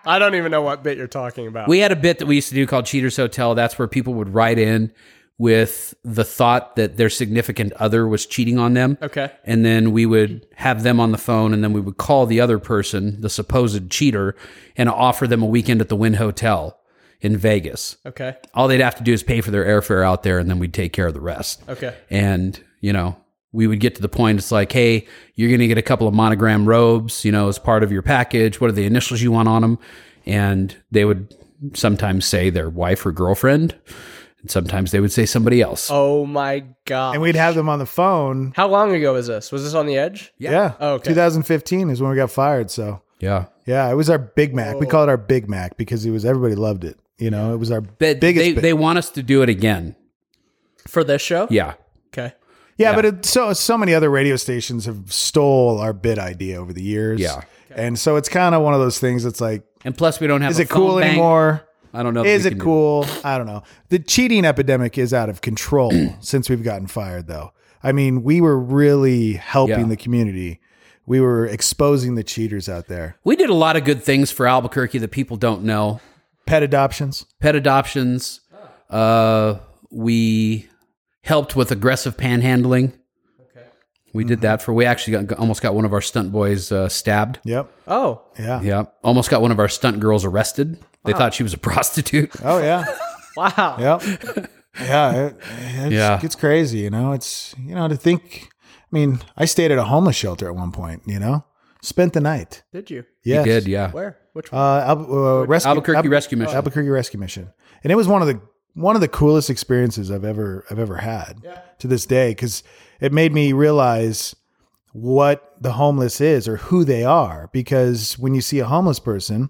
[SPEAKER 14] I don't even know what bit you're talking about.
[SPEAKER 1] We had a bit that we used to do called Cheaters Hotel. That's where people would write in with the thought that their significant other was cheating on them.
[SPEAKER 14] okay.
[SPEAKER 1] And then we would have them on the phone and then we would call the other person, the supposed cheater, and offer them a weekend at the Wynn Hotel in Vegas.
[SPEAKER 14] Okay.
[SPEAKER 1] All they'd have to do is pay for their airfare out there and then we'd take care of the rest.
[SPEAKER 14] Okay.
[SPEAKER 1] And, you know, we would get to the point it's like, hey, you're going to get a couple of monogram robes, you know, as part of your package. What are the initials you want on them? And they would sometimes say their wife or girlfriend. And sometimes they would say somebody else.
[SPEAKER 14] Oh my god.
[SPEAKER 13] And we'd have them on the phone.
[SPEAKER 14] How long ago was this? Was this on the edge?
[SPEAKER 13] Yeah.
[SPEAKER 14] Oh, okay.
[SPEAKER 13] 2015 is when we got fired. So
[SPEAKER 1] Yeah.
[SPEAKER 13] yeah, it was our Big Mac. We call it our Big Mac because it was everybody loved it. You know, it was our
[SPEAKER 1] But
[SPEAKER 13] biggest.
[SPEAKER 1] they,
[SPEAKER 13] bit-
[SPEAKER 1] they want us to do it again.
[SPEAKER 14] For this show?
[SPEAKER 1] Yeah.
[SPEAKER 14] Okay.
[SPEAKER 13] yeah, but it, so so many other radio stations have stole our bid idea over the years.
[SPEAKER 1] Yeah.
[SPEAKER 13] and so it's kind of one of those things. that's like,
[SPEAKER 1] And plus, we don't have
[SPEAKER 13] is
[SPEAKER 1] a
[SPEAKER 13] it
[SPEAKER 1] phone
[SPEAKER 13] cool
[SPEAKER 1] bank.
[SPEAKER 13] anymore?
[SPEAKER 1] I don't know. that
[SPEAKER 13] Is
[SPEAKER 1] we
[SPEAKER 13] it
[SPEAKER 1] can do-
[SPEAKER 13] cool? I don't know. The cheating epidemic is out of control
[SPEAKER 1] *clears throat*
[SPEAKER 13] since we've gotten fired, though. I mean, we were really helping
[SPEAKER 1] Yeah.
[SPEAKER 13] the community. We were exposing the cheaters out there.
[SPEAKER 1] We did a lot of good things for Albuquerque that people don't know.
[SPEAKER 13] Pet adoptions.
[SPEAKER 1] Pet adoptions. Uh, we helped with aggressive panhandling. Okay. We did that for. We actually got, almost got one of our stunt boys uh, stabbed.
[SPEAKER 13] Yep.
[SPEAKER 14] Oh.
[SPEAKER 13] Yeah.
[SPEAKER 1] Yeah, almost got one of our stunt girls arrested. They thought she was a *laughs* prostitute.
[SPEAKER 13] Oh yeah.
[SPEAKER 14] Wow.
[SPEAKER 13] Yep. yeah. It, it
[SPEAKER 1] Yeah.
[SPEAKER 13] It's crazy. You know. It's you know to think. I mean, I stayed at a homeless shelter at one point. You know, spent the night.
[SPEAKER 14] Did you?
[SPEAKER 13] Yes.
[SPEAKER 1] Did yeah.
[SPEAKER 14] Where? Which one?
[SPEAKER 13] Uh, Al- uh, rescue,
[SPEAKER 1] Albuquerque Rescue Mission.
[SPEAKER 13] Albuquerque Rescue Mission, and it was one of the one of the coolest experiences I've ever I've ever had to this day because it made me realize what the homeless is or who they are. Because when you see a homeless person,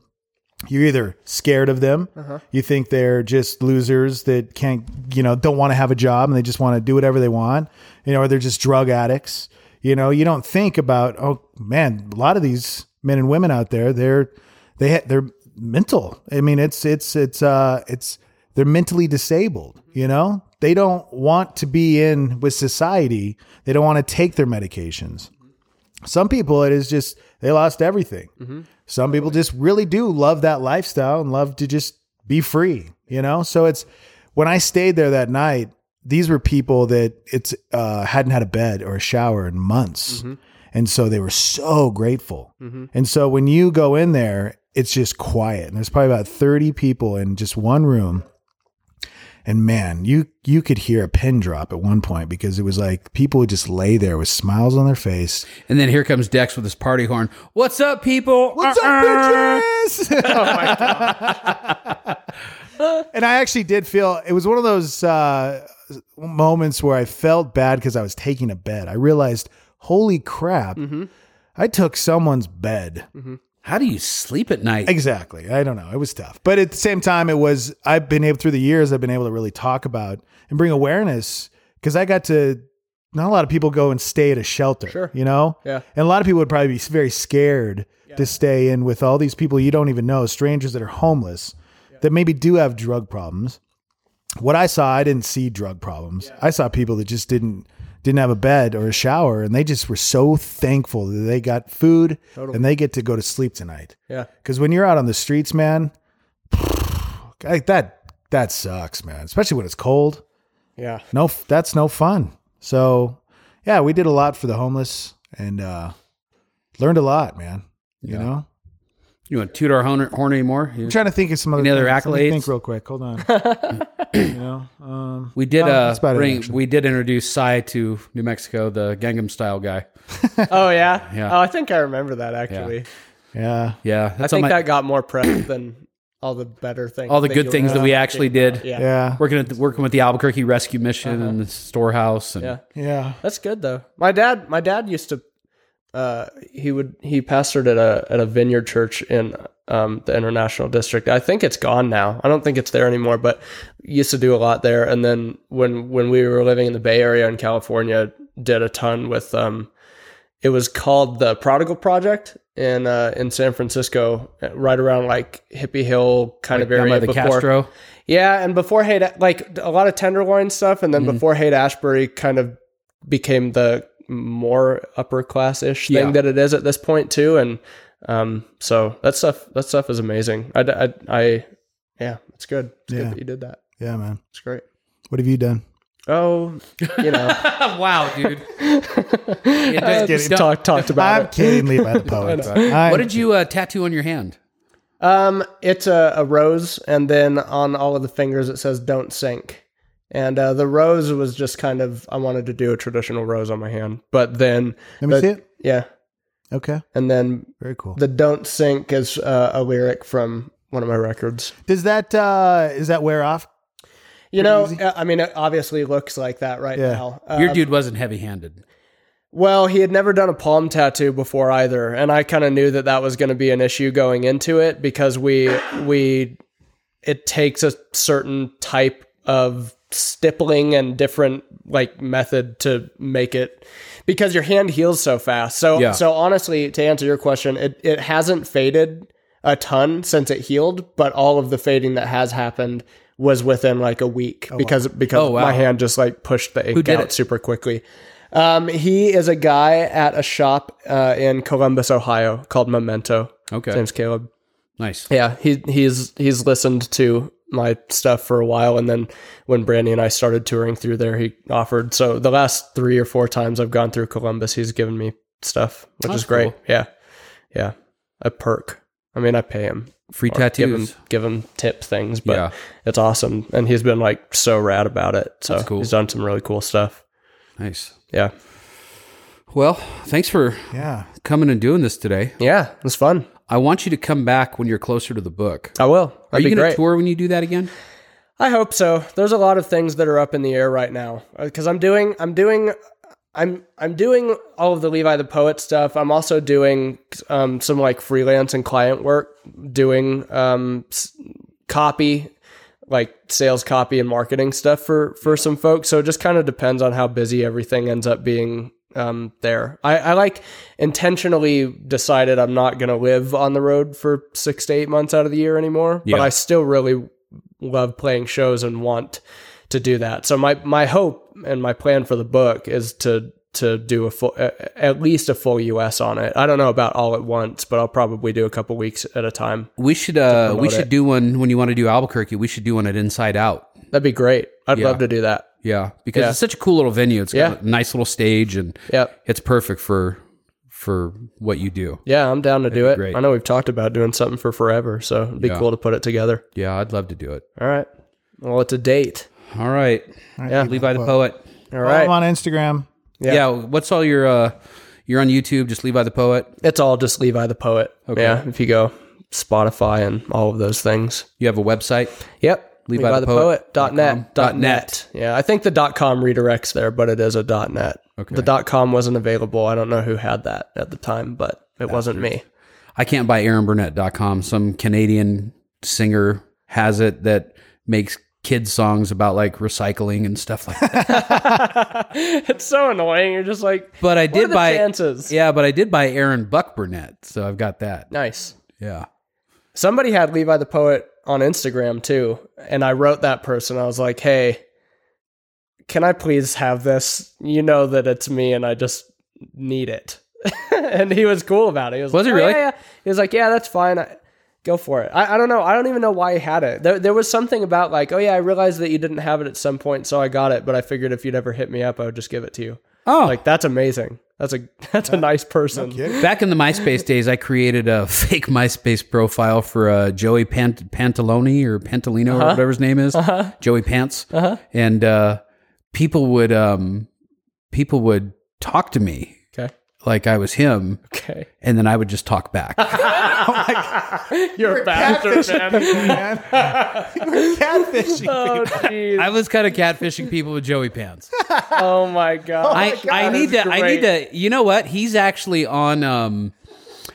[SPEAKER 13] you're either scared of them, you think they're just losers that can't, you know, don't want to have a job and they just want to do whatever they want, you know, or they're just drug addicts. You know, you don't think about, oh man, a lot of these men and women out there, they're they ha- they're mental. I mean, it's it's it's uh it's they're mentally disabled, you know? They don't want to be in with society. They don't want to take their medications. Some people it is just they lost everything. Some people just really do love that lifestyle and love to just be free, you know? So it's when I stayed there that night, these were people that it's uh, hadn't had a bed or a shower in months. And so they were so grateful. And so when you go in there, it's just quiet. And there's probably about 30 people in just one room. And man, you you could hear a pin drop at one point because it was like people would just lay there with smiles on their face.
[SPEAKER 1] And then here comes Dex with his party horn. What's up, people?
[SPEAKER 13] What's up, bitches? *laughs* oh my god! *laughs* and I actually did feel it was one of those uh, moments where I felt bad because I was taking a bed. I realized, holy crap, I took someone's bed.
[SPEAKER 1] How do you sleep at night?
[SPEAKER 13] Exactly. I don't know. It was tough. But at the same time, it was, I've been able, through the years, I've been able to really talk about and bring awareness because I got to, not a lot of people go and stay at a shelter,
[SPEAKER 14] Sure.
[SPEAKER 13] you know?
[SPEAKER 14] Yeah.
[SPEAKER 13] And a lot of people would probably be very scared to stay in with all these people you don't even know, strangers that are homeless, that maybe do have drug problems what I saw, I didn't see drug problems. I saw people that just didn't didn't have a bed or a shower, and they just were so thankful that they got food and they get to go to sleep tonight.
[SPEAKER 14] Yeah.
[SPEAKER 13] because when you're out on the streets, man, *sighs* like that that sucks, man. Especially when it's cold.
[SPEAKER 14] yeah.
[SPEAKER 13] No, f- that's no fun. So, yeah, we did a lot for the homeless and uh, learned a lot, man. You know,
[SPEAKER 1] You want to toot our horn, horn anymore?
[SPEAKER 13] I'm trying to think of some other
[SPEAKER 1] Any other
[SPEAKER 13] things. Let me
[SPEAKER 1] accolades?
[SPEAKER 13] Think real quick. Hold on. you know, um,
[SPEAKER 1] We did
[SPEAKER 13] No,
[SPEAKER 1] uh,
[SPEAKER 13] that's about it,
[SPEAKER 1] bring,
[SPEAKER 13] actually.
[SPEAKER 1] we did introduce Psy to New Mexico, the Gangnam Style guy.
[SPEAKER 14] Oh yeah.
[SPEAKER 1] Yeah.
[SPEAKER 14] Oh, I think I remember that actually.
[SPEAKER 13] yeah.
[SPEAKER 1] Yeah,
[SPEAKER 14] I
[SPEAKER 1] that's all
[SPEAKER 14] think
[SPEAKER 1] my-
[SPEAKER 14] that got more press than all the better things.
[SPEAKER 1] all the
[SPEAKER 14] that
[SPEAKER 1] good
[SPEAKER 14] you
[SPEAKER 1] things
[SPEAKER 14] were
[SPEAKER 1] that we actually
[SPEAKER 14] thinking
[SPEAKER 1] did.
[SPEAKER 14] about. Yeah.
[SPEAKER 13] Yeah.
[SPEAKER 1] Working at the, working with the Albuquerque Rescue Mission and the storehouse, and
[SPEAKER 14] Yeah.
[SPEAKER 13] Yeah.
[SPEAKER 14] That's good though. My dad, my dad used to, uh, he would he pastored at a at a vineyard church in um, the International District. I think it's gone now. I don't think it's there anymore. But used to do a lot there. And then when when we were living in the Bay Area in California, did a ton with um, it was called the Prodigal Project in uh, in San Francisco, right around like Hippie Hill kind of
[SPEAKER 1] down
[SPEAKER 14] area
[SPEAKER 1] by the
[SPEAKER 14] before.
[SPEAKER 1] Castro.
[SPEAKER 14] Yeah, and before Haight, like a lot of Tenderloin stuff, and then
[SPEAKER 13] Mm-hmm.
[SPEAKER 14] before Haight Ashbury kind of became the more upper class ish thing
[SPEAKER 1] Yeah.
[SPEAKER 14] that it is at this point too, and Um, so that stuff, that stuff is amazing. I, I, I yeah, it's good. It's
[SPEAKER 13] Yeah.
[SPEAKER 14] good that you did that.
[SPEAKER 13] Yeah, man.
[SPEAKER 14] It's great.
[SPEAKER 13] What have you done?
[SPEAKER 14] Oh, you know,
[SPEAKER 1] *laughs* wow,
[SPEAKER 14] *laughs*
[SPEAKER 1] dude.
[SPEAKER 14] I
[SPEAKER 1] kidding.
[SPEAKER 14] just talk, talked about
[SPEAKER 13] I'm
[SPEAKER 14] it.
[SPEAKER 13] kidding, Levi the poet.
[SPEAKER 1] What did you uh, tattoo on your hand?
[SPEAKER 14] Um, it's a, a rose, and then on all of the fingers it says "Don't sink." And uh, the rose was just kind of I wanted to do a traditional rose on my hand, but then
[SPEAKER 13] Let me
[SPEAKER 14] the-
[SPEAKER 13] see it.
[SPEAKER 14] Yeah,
[SPEAKER 13] Okay,
[SPEAKER 14] and then
[SPEAKER 13] very cool.
[SPEAKER 14] the "Don't sink" is uh, a lyric from one of my records.
[SPEAKER 13] Does that uh is that wear off?
[SPEAKER 14] You know, uh, I mean, it obviously looks like that right
[SPEAKER 13] Yeah.
[SPEAKER 14] now. Uh,
[SPEAKER 1] Your dude wasn't heavy-handed.
[SPEAKER 14] Well, he had never done a palm tattoo before either, and I kind of knew that that was going to be an issue going into it because we we it takes a certain type of stippling and different like method to make it because your hand heals so fast. So
[SPEAKER 1] Yeah.
[SPEAKER 14] so honestly, to answer your question, it it hasn't faded a ton since it healed, but all of the fading that has happened was within like a week because because
[SPEAKER 1] Oh, wow.
[SPEAKER 14] my hand just like pushed the ink
[SPEAKER 1] did
[SPEAKER 14] out
[SPEAKER 1] it?
[SPEAKER 14] super quickly. Um, he is a guy at a shop uh, in Columbus, Ohio, called Memento.
[SPEAKER 1] Okay.
[SPEAKER 14] His name's Caleb.
[SPEAKER 1] Nice.
[SPEAKER 14] Yeah, he he's he's listened to my stuff for a while, and then when Brandy and I started touring through there, he offered. So the last three or four times I've gone through Columbus, he's given me stuff, which
[SPEAKER 1] That's
[SPEAKER 14] is great.
[SPEAKER 1] cool.
[SPEAKER 14] Yeah, yeah, a perk. I mean, I pay him
[SPEAKER 1] Free
[SPEAKER 14] or Give him,
[SPEAKER 1] tattoos.
[SPEAKER 14] give him tip things, but
[SPEAKER 1] Yeah.
[SPEAKER 14] it's awesome, and he's been like so rad about it. So
[SPEAKER 1] That's cool.
[SPEAKER 14] he's done some really cool stuff.
[SPEAKER 1] Nice.
[SPEAKER 14] Yeah,
[SPEAKER 1] Well, thanks for
[SPEAKER 13] Yeah.
[SPEAKER 1] coming and doing this today.
[SPEAKER 14] yeah, it was fun.
[SPEAKER 1] I want you to come back when you're closer to the book.
[SPEAKER 14] I will. That'd
[SPEAKER 1] Are you
[SPEAKER 14] be
[SPEAKER 1] going
[SPEAKER 14] great.
[SPEAKER 1] to tour when you do that again?
[SPEAKER 14] I hope so. There's a lot of things that are up in the air right now because I'm doing I'm doing I'm I'm doing all of the Levi the Poet stuff. I'm also doing um, some like freelance and client work, doing um, s- copy, like sales copy and marketing stuff for for some folks. So it just kind of depends on how busy everything ends up being um, there. I, I like intentionally decided I'm not gonna live on the road for six to eight months out of the year anymore.
[SPEAKER 1] Yeah.
[SPEAKER 14] But I still really love playing shows and want to do that. So my my hope and my plan for the book is to to do a full a- at least a full US on it. I don't know about all at once, but I'll probably do a couple weeks at a time.
[SPEAKER 1] We should uh we
[SPEAKER 14] promote
[SPEAKER 1] should
[SPEAKER 14] it.
[SPEAKER 1] do one when you want to do Albuquerque, we should do one at Inside Out.
[SPEAKER 14] That'd be great. I'd love to do that.
[SPEAKER 1] Yeah, because
[SPEAKER 14] Yeah.
[SPEAKER 1] it's such a cool little venue. It's got
[SPEAKER 14] Yeah.
[SPEAKER 1] a nice little stage and
[SPEAKER 14] Yep.
[SPEAKER 1] it's perfect for for what you do.
[SPEAKER 14] Yeah, I'm down to do
[SPEAKER 1] be
[SPEAKER 14] it.
[SPEAKER 1] great.
[SPEAKER 14] I know we've talked about doing something for forever, so it'd be
[SPEAKER 1] Yeah.
[SPEAKER 14] cool to put it together.
[SPEAKER 1] Yeah, I'd love to do it.
[SPEAKER 14] All right. Well, it's a date.
[SPEAKER 1] All right.
[SPEAKER 14] Yeah.
[SPEAKER 1] Levi the poet.
[SPEAKER 14] All
[SPEAKER 13] Follow
[SPEAKER 14] right.
[SPEAKER 13] him on Instagram.
[SPEAKER 1] Yeah. what's all your uh you're on YouTube, just Levi the poet.
[SPEAKER 14] It's all just Levi the Poet.
[SPEAKER 1] Okay.
[SPEAKER 14] Yeah. If you go Spotify and all of those things.
[SPEAKER 1] You have a website.
[SPEAKER 14] Yep.
[SPEAKER 1] Levi the Poet
[SPEAKER 14] dot
[SPEAKER 1] dot
[SPEAKER 14] net, dot
[SPEAKER 1] net.
[SPEAKER 14] net. Yeah. I think the dot com redirects there, but it is a dot net.
[SPEAKER 1] Okay.
[SPEAKER 14] The dot com wasn't available. I don't know who had that at the time, but it wasn't me.
[SPEAKER 1] I can't buy AaronBurnett.com. Some Canadian singer has it that makes kids songs about like recycling and stuff like *laughs* that.
[SPEAKER 14] it's so annoying. You're just like,
[SPEAKER 1] But I
[SPEAKER 14] what
[SPEAKER 1] did
[SPEAKER 14] are the
[SPEAKER 1] buy
[SPEAKER 14] chances.
[SPEAKER 1] Yeah, but I did buy Aaron Buck Burnett, so I've got that.
[SPEAKER 14] Nice.
[SPEAKER 1] Yeah.
[SPEAKER 14] somebody had Levi the Poet on Instagram too, and I wrote that person. I was like, "Hey, can I please have this? You know that it's me, and I just need it." *laughs* and he was cool about it. He was,
[SPEAKER 1] Was
[SPEAKER 14] like,
[SPEAKER 1] he
[SPEAKER 14] "Oh,
[SPEAKER 1] really?"
[SPEAKER 14] Yeah, yeah." He was like, "Yeah, that's fine. I, go for it." I, I don't know. I don't even know why he had it. There, there was something about like, "Oh yeah, I realized that you didn't have it at some point, so I got it." But I figured if you'd ever hit me up, I would just give it to you.
[SPEAKER 1] Oh,
[SPEAKER 14] Like that's amazing. That's a *laughs* that's a nice person.
[SPEAKER 1] Back in the MySpace days, I created a *laughs* fake MySpace profile for uh, Joey Pant- Pantalone or Pantalino or whatever his name is, Joey Pants, and uh, people would um, people would talk to me
[SPEAKER 14] okay.
[SPEAKER 1] like I was him,
[SPEAKER 14] Okay. *laughs*
[SPEAKER 1] and then I would just talk back.
[SPEAKER 14] You're a bastard, man.
[SPEAKER 13] *laughs* Catfishing.
[SPEAKER 14] oh, jeez.
[SPEAKER 1] I was kind of catfishing people with Joey Pants.
[SPEAKER 14] *laughs* Oh my god.
[SPEAKER 1] I, I need to
[SPEAKER 14] that's
[SPEAKER 1] I need
[SPEAKER 14] great.
[SPEAKER 1] to you know what he's actually on um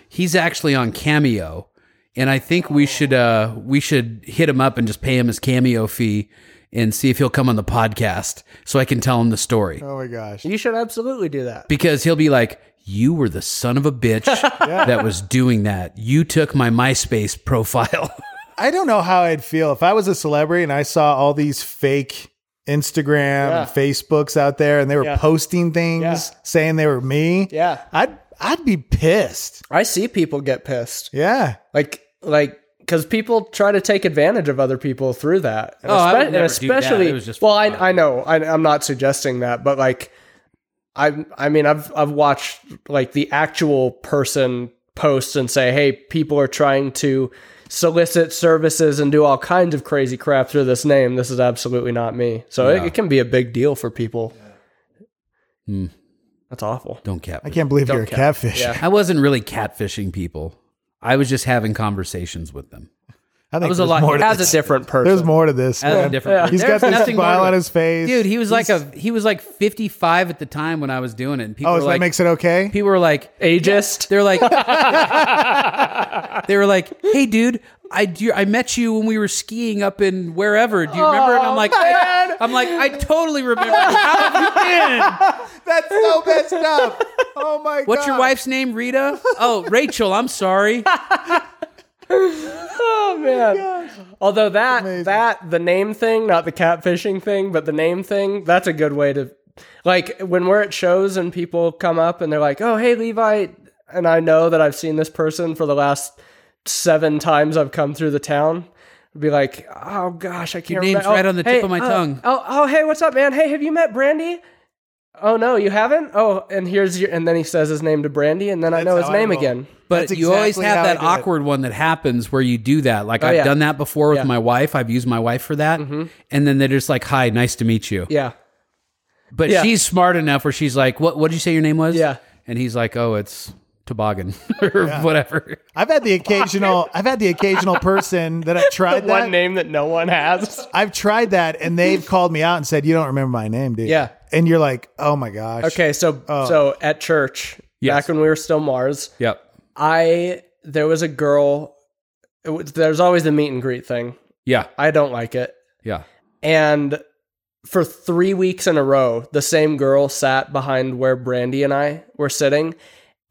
[SPEAKER 1] he's actually on Cameo and I think we should uh we should hit him up and just pay him his Cameo fee and see if he'll come on the podcast so I can tell him the story
[SPEAKER 13] Oh my gosh.
[SPEAKER 14] you should absolutely do that.
[SPEAKER 1] because he'll be like you were the son of a
[SPEAKER 14] *laughs*
[SPEAKER 1] bitch that was doing that you took my MySpace profile *laughs*
[SPEAKER 13] I don't know how I'd feel if I was a celebrity and I saw all these fake Instagram and Facebooks out there and they were
[SPEAKER 14] Yeah.
[SPEAKER 13] posting things
[SPEAKER 14] Yeah.
[SPEAKER 13] saying they were me.
[SPEAKER 14] Yeah.
[SPEAKER 13] I'd I'd be pissed.
[SPEAKER 14] I see people get pissed.
[SPEAKER 13] Yeah.
[SPEAKER 14] like like because people try to take advantage of other people through that. And
[SPEAKER 1] Oh, I would
[SPEAKER 14] and
[SPEAKER 1] never do that.
[SPEAKER 14] especially
[SPEAKER 1] It was just
[SPEAKER 14] well, I
[SPEAKER 1] fun.
[SPEAKER 14] I know I, I'm not suggesting that, but like I I mean I've I've watched like the actual person post and say, hey, people are trying to solicit services and do all kinds of crazy crap through this name. This is absolutely not me. So
[SPEAKER 1] Yeah.
[SPEAKER 14] it, it can be a big deal for people. That's awful.
[SPEAKER 1] Don't cat.
[SPEAKER 13] I can't believe
[SPEAKER 14] Don't
[SPEAKER 13] you're a
[SPEAKER 14] care.
[SPEAKER 13] catfish.
[SPEAKER 14] Yeah.
[SPEAKER 1] I wasn't really catfishing people. I was just having conversations with them.
[SPEAKER 13] I think
[SPEAKER 1] was a
[SPEAKER 13] there's
[SPEAKER 1] lot-
[SPEAKER 13] more to
[SPEAKER 14] As
[SPEAKER 13] this.
[SPEAKER 14] a different person,
[SPEAKER 13] There's more to this.
[SPEAKER 1] As a
[SPEAKER 13] man.
[SPEAKER 1] different person.
[SPEAKER 13] He's
[SPEAKER 1] There's
[SPEAKER 13] got this
[SPEAKER 1] nothing more
[SPEAKER 13] smile
[SPEAKER 1] to
[SPEAKER 13] on
[SPEAKER 1] it.
[SPEAKER 13] his face.
[SPEAKER 1] Dude, he was like a he was like 55 at the time when I was doing it. And people
[SPEAKER 13] Oh,
[SPEAKER 1] were
[SPEAKER 13] so
[SPEAKER 1] like
[SPEAKER 13] that makes it okay?
[SPEAKER 1] people were like
[SPEAKER 14] ageist.
[SPEAKER 1] They're
[SPEAKER 13] *laughs*
[SPEAKER 1] like, they were like, hey, dude, I do, I met you when we were skiing up in wherever. Do you remember?
[SPEAKER 13] Oh,
[SPEAKER 1] And I'm like, I, am like, I totally
[SPEAKER 13] *laughs*
[SPEAKER 1] remember. How have you been?
[SPEAKER 13] That's so messed up. Oh my god.
[SPEAKER 1] What's your wife's name, Rita? Oh, Rachel. I'm sorry.
[SPEAKER 14] Oh man! Although that
[SPEAKER 13] Amazing.
[SPEAKER 14] that the name thing, not the catfishing thing, but the name thing, that's a good way to like when we're at shows and people come up and they're like, "Oh, hey, Levi," and I know that I've seen this person for the last seven times I've come through the town. I'd be like, "Oh gosh, I can't."
[SPEAKER 1] Your name's
[SPEAKER 14] remember. Oh,
[SPEAKER 1] right on the tip
[SPEAKER 14] hey,
[SPEAKER 1] of my
[SPEAKER 14] oh,
[SPEAKER 1] tongue.
[SPEAKER 14] Oh, oh, hey, what's up, man? Hey, have you met Brandy? Oh no, you haven't. Oh, and here's your. And then he says his name to Brandy, and then I
[SPEAKER 13] That's
[SPEAKER 14] know his
[SPEAKER 13] how I
[SPEAKER 14] name
[SPEAKER 13] roll.
[SPEAKER 14] again.
[SPEAKER 1] But
[SPEAKER 13] That's
[SPEAKER 1] you always
[SPEAKER 13] exactly
[SPEAKER 1] have
[SPEAKER 13] how
[SPEAKER 1] that
[SPEAKER 13] I do it.
[SPEAKER 1] awkward one that happens where you do that. Like I've
[SPEAKER 14] Oh, yeah.
[SPEAKER 1] done that before with
[SPEAKER 14] Yeah. Mm-hmm.
[SPEAKER 1] my wife. I've used my wife for that, and then they're just like, "Hi, nice to meet you."
[SPEAKER 14] Yeah.
[SPEAKER 1] But
[SPEAKER 14] Yeah.
[SPEAKER 1] she's smart enough where she's like, "What? What did you say your name was?"
[SPEAKER 14] Yeah.
[SPEAKER 1] and he's like, "Oh, it's Toboggan *laughs* or whatever." *laughs*
[SPEAKER 13] I've had the occasional I've had the occasional person that I tried that.
[SPEAKER 14] One name that no one has.
[SPEAKER 13] I've tried that and
[SPEAKER 14] *laughs*
[SPEAKER 13] they've called me out and said, You don't remember my name, dude.
[SPEAKER 14] Yeah.
[SPEAKER 13] And you're like, Oh my gosh.
[SPEAKER 14] Okay, so so at church
[SPEAKER 1] Yes.
[SPEAKER 14] back when we were still Mars,
[SPEAKER 1] Yep.
[SPEAKER 14] I there was a girl. it was- There's always the meet and greet thing.
[SPEAKER 1] Yeah.
[SPEAKER 14] I don't like it,
[SPEAKER 1] Yeah.
[SPEAKER 14] and for three weeks in a row, the same girl sat behind where Brandy and I were sitting,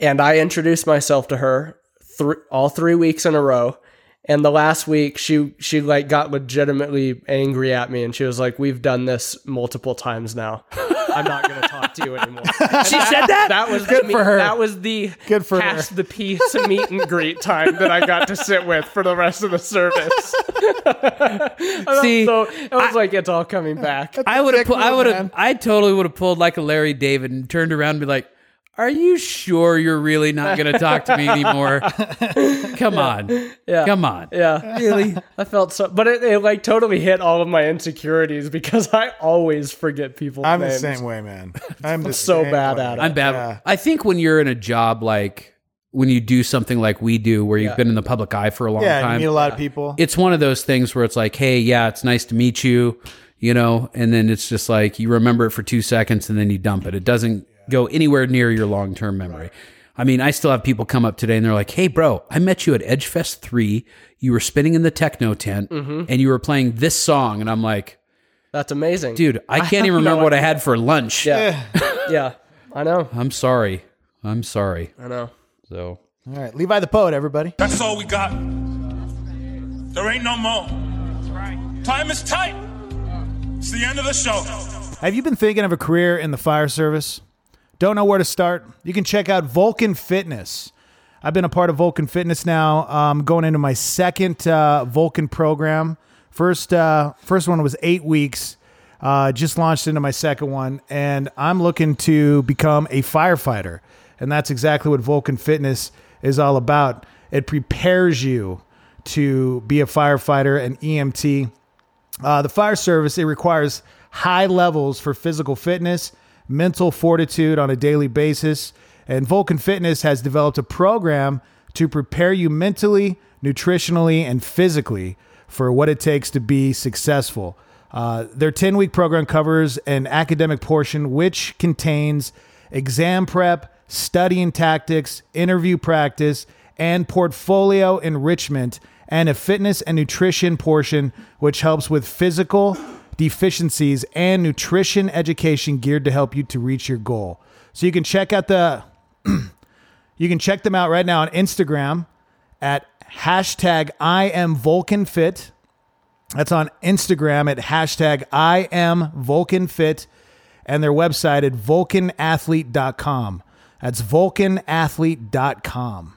[SPEAKER 14] and I introduced myself to her thr all three weeks in a row. And the last week, she she like got legitimately angry at me, and she was like, "We've done this multiple times now. I'm not going to talk to you anymore."
[SPEAKER 1] She said that?
[SPEAKER 14] That was
[SPEAKER 1] Good
[SPEAKER 14] the,
[SPEAKER 1] for her.
[SPEAKER 14] That was the
[SPEAKER 13] Good for her.
[SPEAKER 14] pass the piece meet and greet time that I got to sit with for the rest of the *laughs* service.
[SPEAKER 1] See,
[SPEAKER 14] so I was like, it's all coming back.
[SPEAKER 1] I would have.
[SPEAKER 13] Dick
[SPEAKER 1] Pu- I
[SPEAKER 13] move,
[SPEAKER 1] would have.
[SPEAKER 13] man.
[SPEAKER 1] I totally would have pulled like a Larry David and turned around and be like, "Are you sure you're really not going to talk to me
[SPEAKER 14] *laughs*
[SPEAKER 1] anymore? Come on,
[SPEAKER 14] Yeah.
[SPEAKER 1] come on."
[SPEAKER 14] Yeah, really. I felt so, but it, it like totally hit all of my insecurities because I always forget people's
[SPEAKER 13] I'm the
[SPEAKER 14] names.
[SPEAKER 13] same way, man.
[SPEAKER 14] *laughs*
[SPEAKER 13] I'm the
[SPEAKER 14] so
[SPEAKER 13] same
[SPEAKER 14] bad
[SPEAKER 13] way.
[SPEAKER 14] at it.
[SPEAKER 1] I'm bad.
[SPEAKER 13] Yeah.
[SPEAKER 1] I think when you're in a job like when you do something like we do, where you've
[SPEAKER 14] Yeah.
[SPEAKER 1] been in the public eye for a long
[SPEAKER 13] Yeah, and
[SPEAKER 1] time,
[SPEAKER 13] you meet a lot of people.
[SPEAKER 1] it's one of those things where it's like, hey, yeah, it's nice to meet you, you know, and then it's just like you remember it for two seconds and then you dump it. It doesn't go anywhere near your long term memory. I mean, I still have people come up today and they're like, hey, bro, I met you at Edgefest 3. You were spinning in the techno tent and you were playing this song. And I'm like,
[SPEAKER 14] That's amazing,
[SPEAKER 1] dude, I can't even remember what I had for lunch.
[SPEAKER 14] Yeah, yeah. I know.
[SPEAKER 1] I'm sorry. I'm sorry.
[SPEAKER 14] I know.
[SPEAKER 1] So.
[SPEAKER 13] All right. Levi the poet, everybody.
[SPEAKER 6] That's all we got. There ain't no more. Time is tight. It's the end of the show.
[SPEAKER 13] Have you been thinking of a career in the fire service? Don't know where to start? You can check out Vulcan Fitness. I've been a part of Vulcan Fitness now. Um, going into my second uh, Vulcan program. First, uh, first one was eight weeks. Uh, just launched into my second one, and I'm looking to become a firefighter, and that's exactly what Vulcan Fitness is all about. It prepares you to be a firefighter, E an EMT. Uh, the fire service it requires high levels for physical fitness, mental fortitude on a daily basis, and Vulcan Fitness has developed a program to prepare you mentally, nutritionally, and physically for what it takes to be successful. Uh, their 10 week program covers an academic portion which contains exam prep, studying tactics, interview practice, and portfolio enrichment, and a fitness and nutrition portion which helps with physical deficiencies and nutrition education geared to help you to reach your goal. So you can check out the *clears throat* you can check them out right now on Instagram at hashtag I am Vulcan Fit. That's on Instagram at hashtag I am Vulcan Fit and their website at vulcanathlete.com. That's vulcanathlete.com.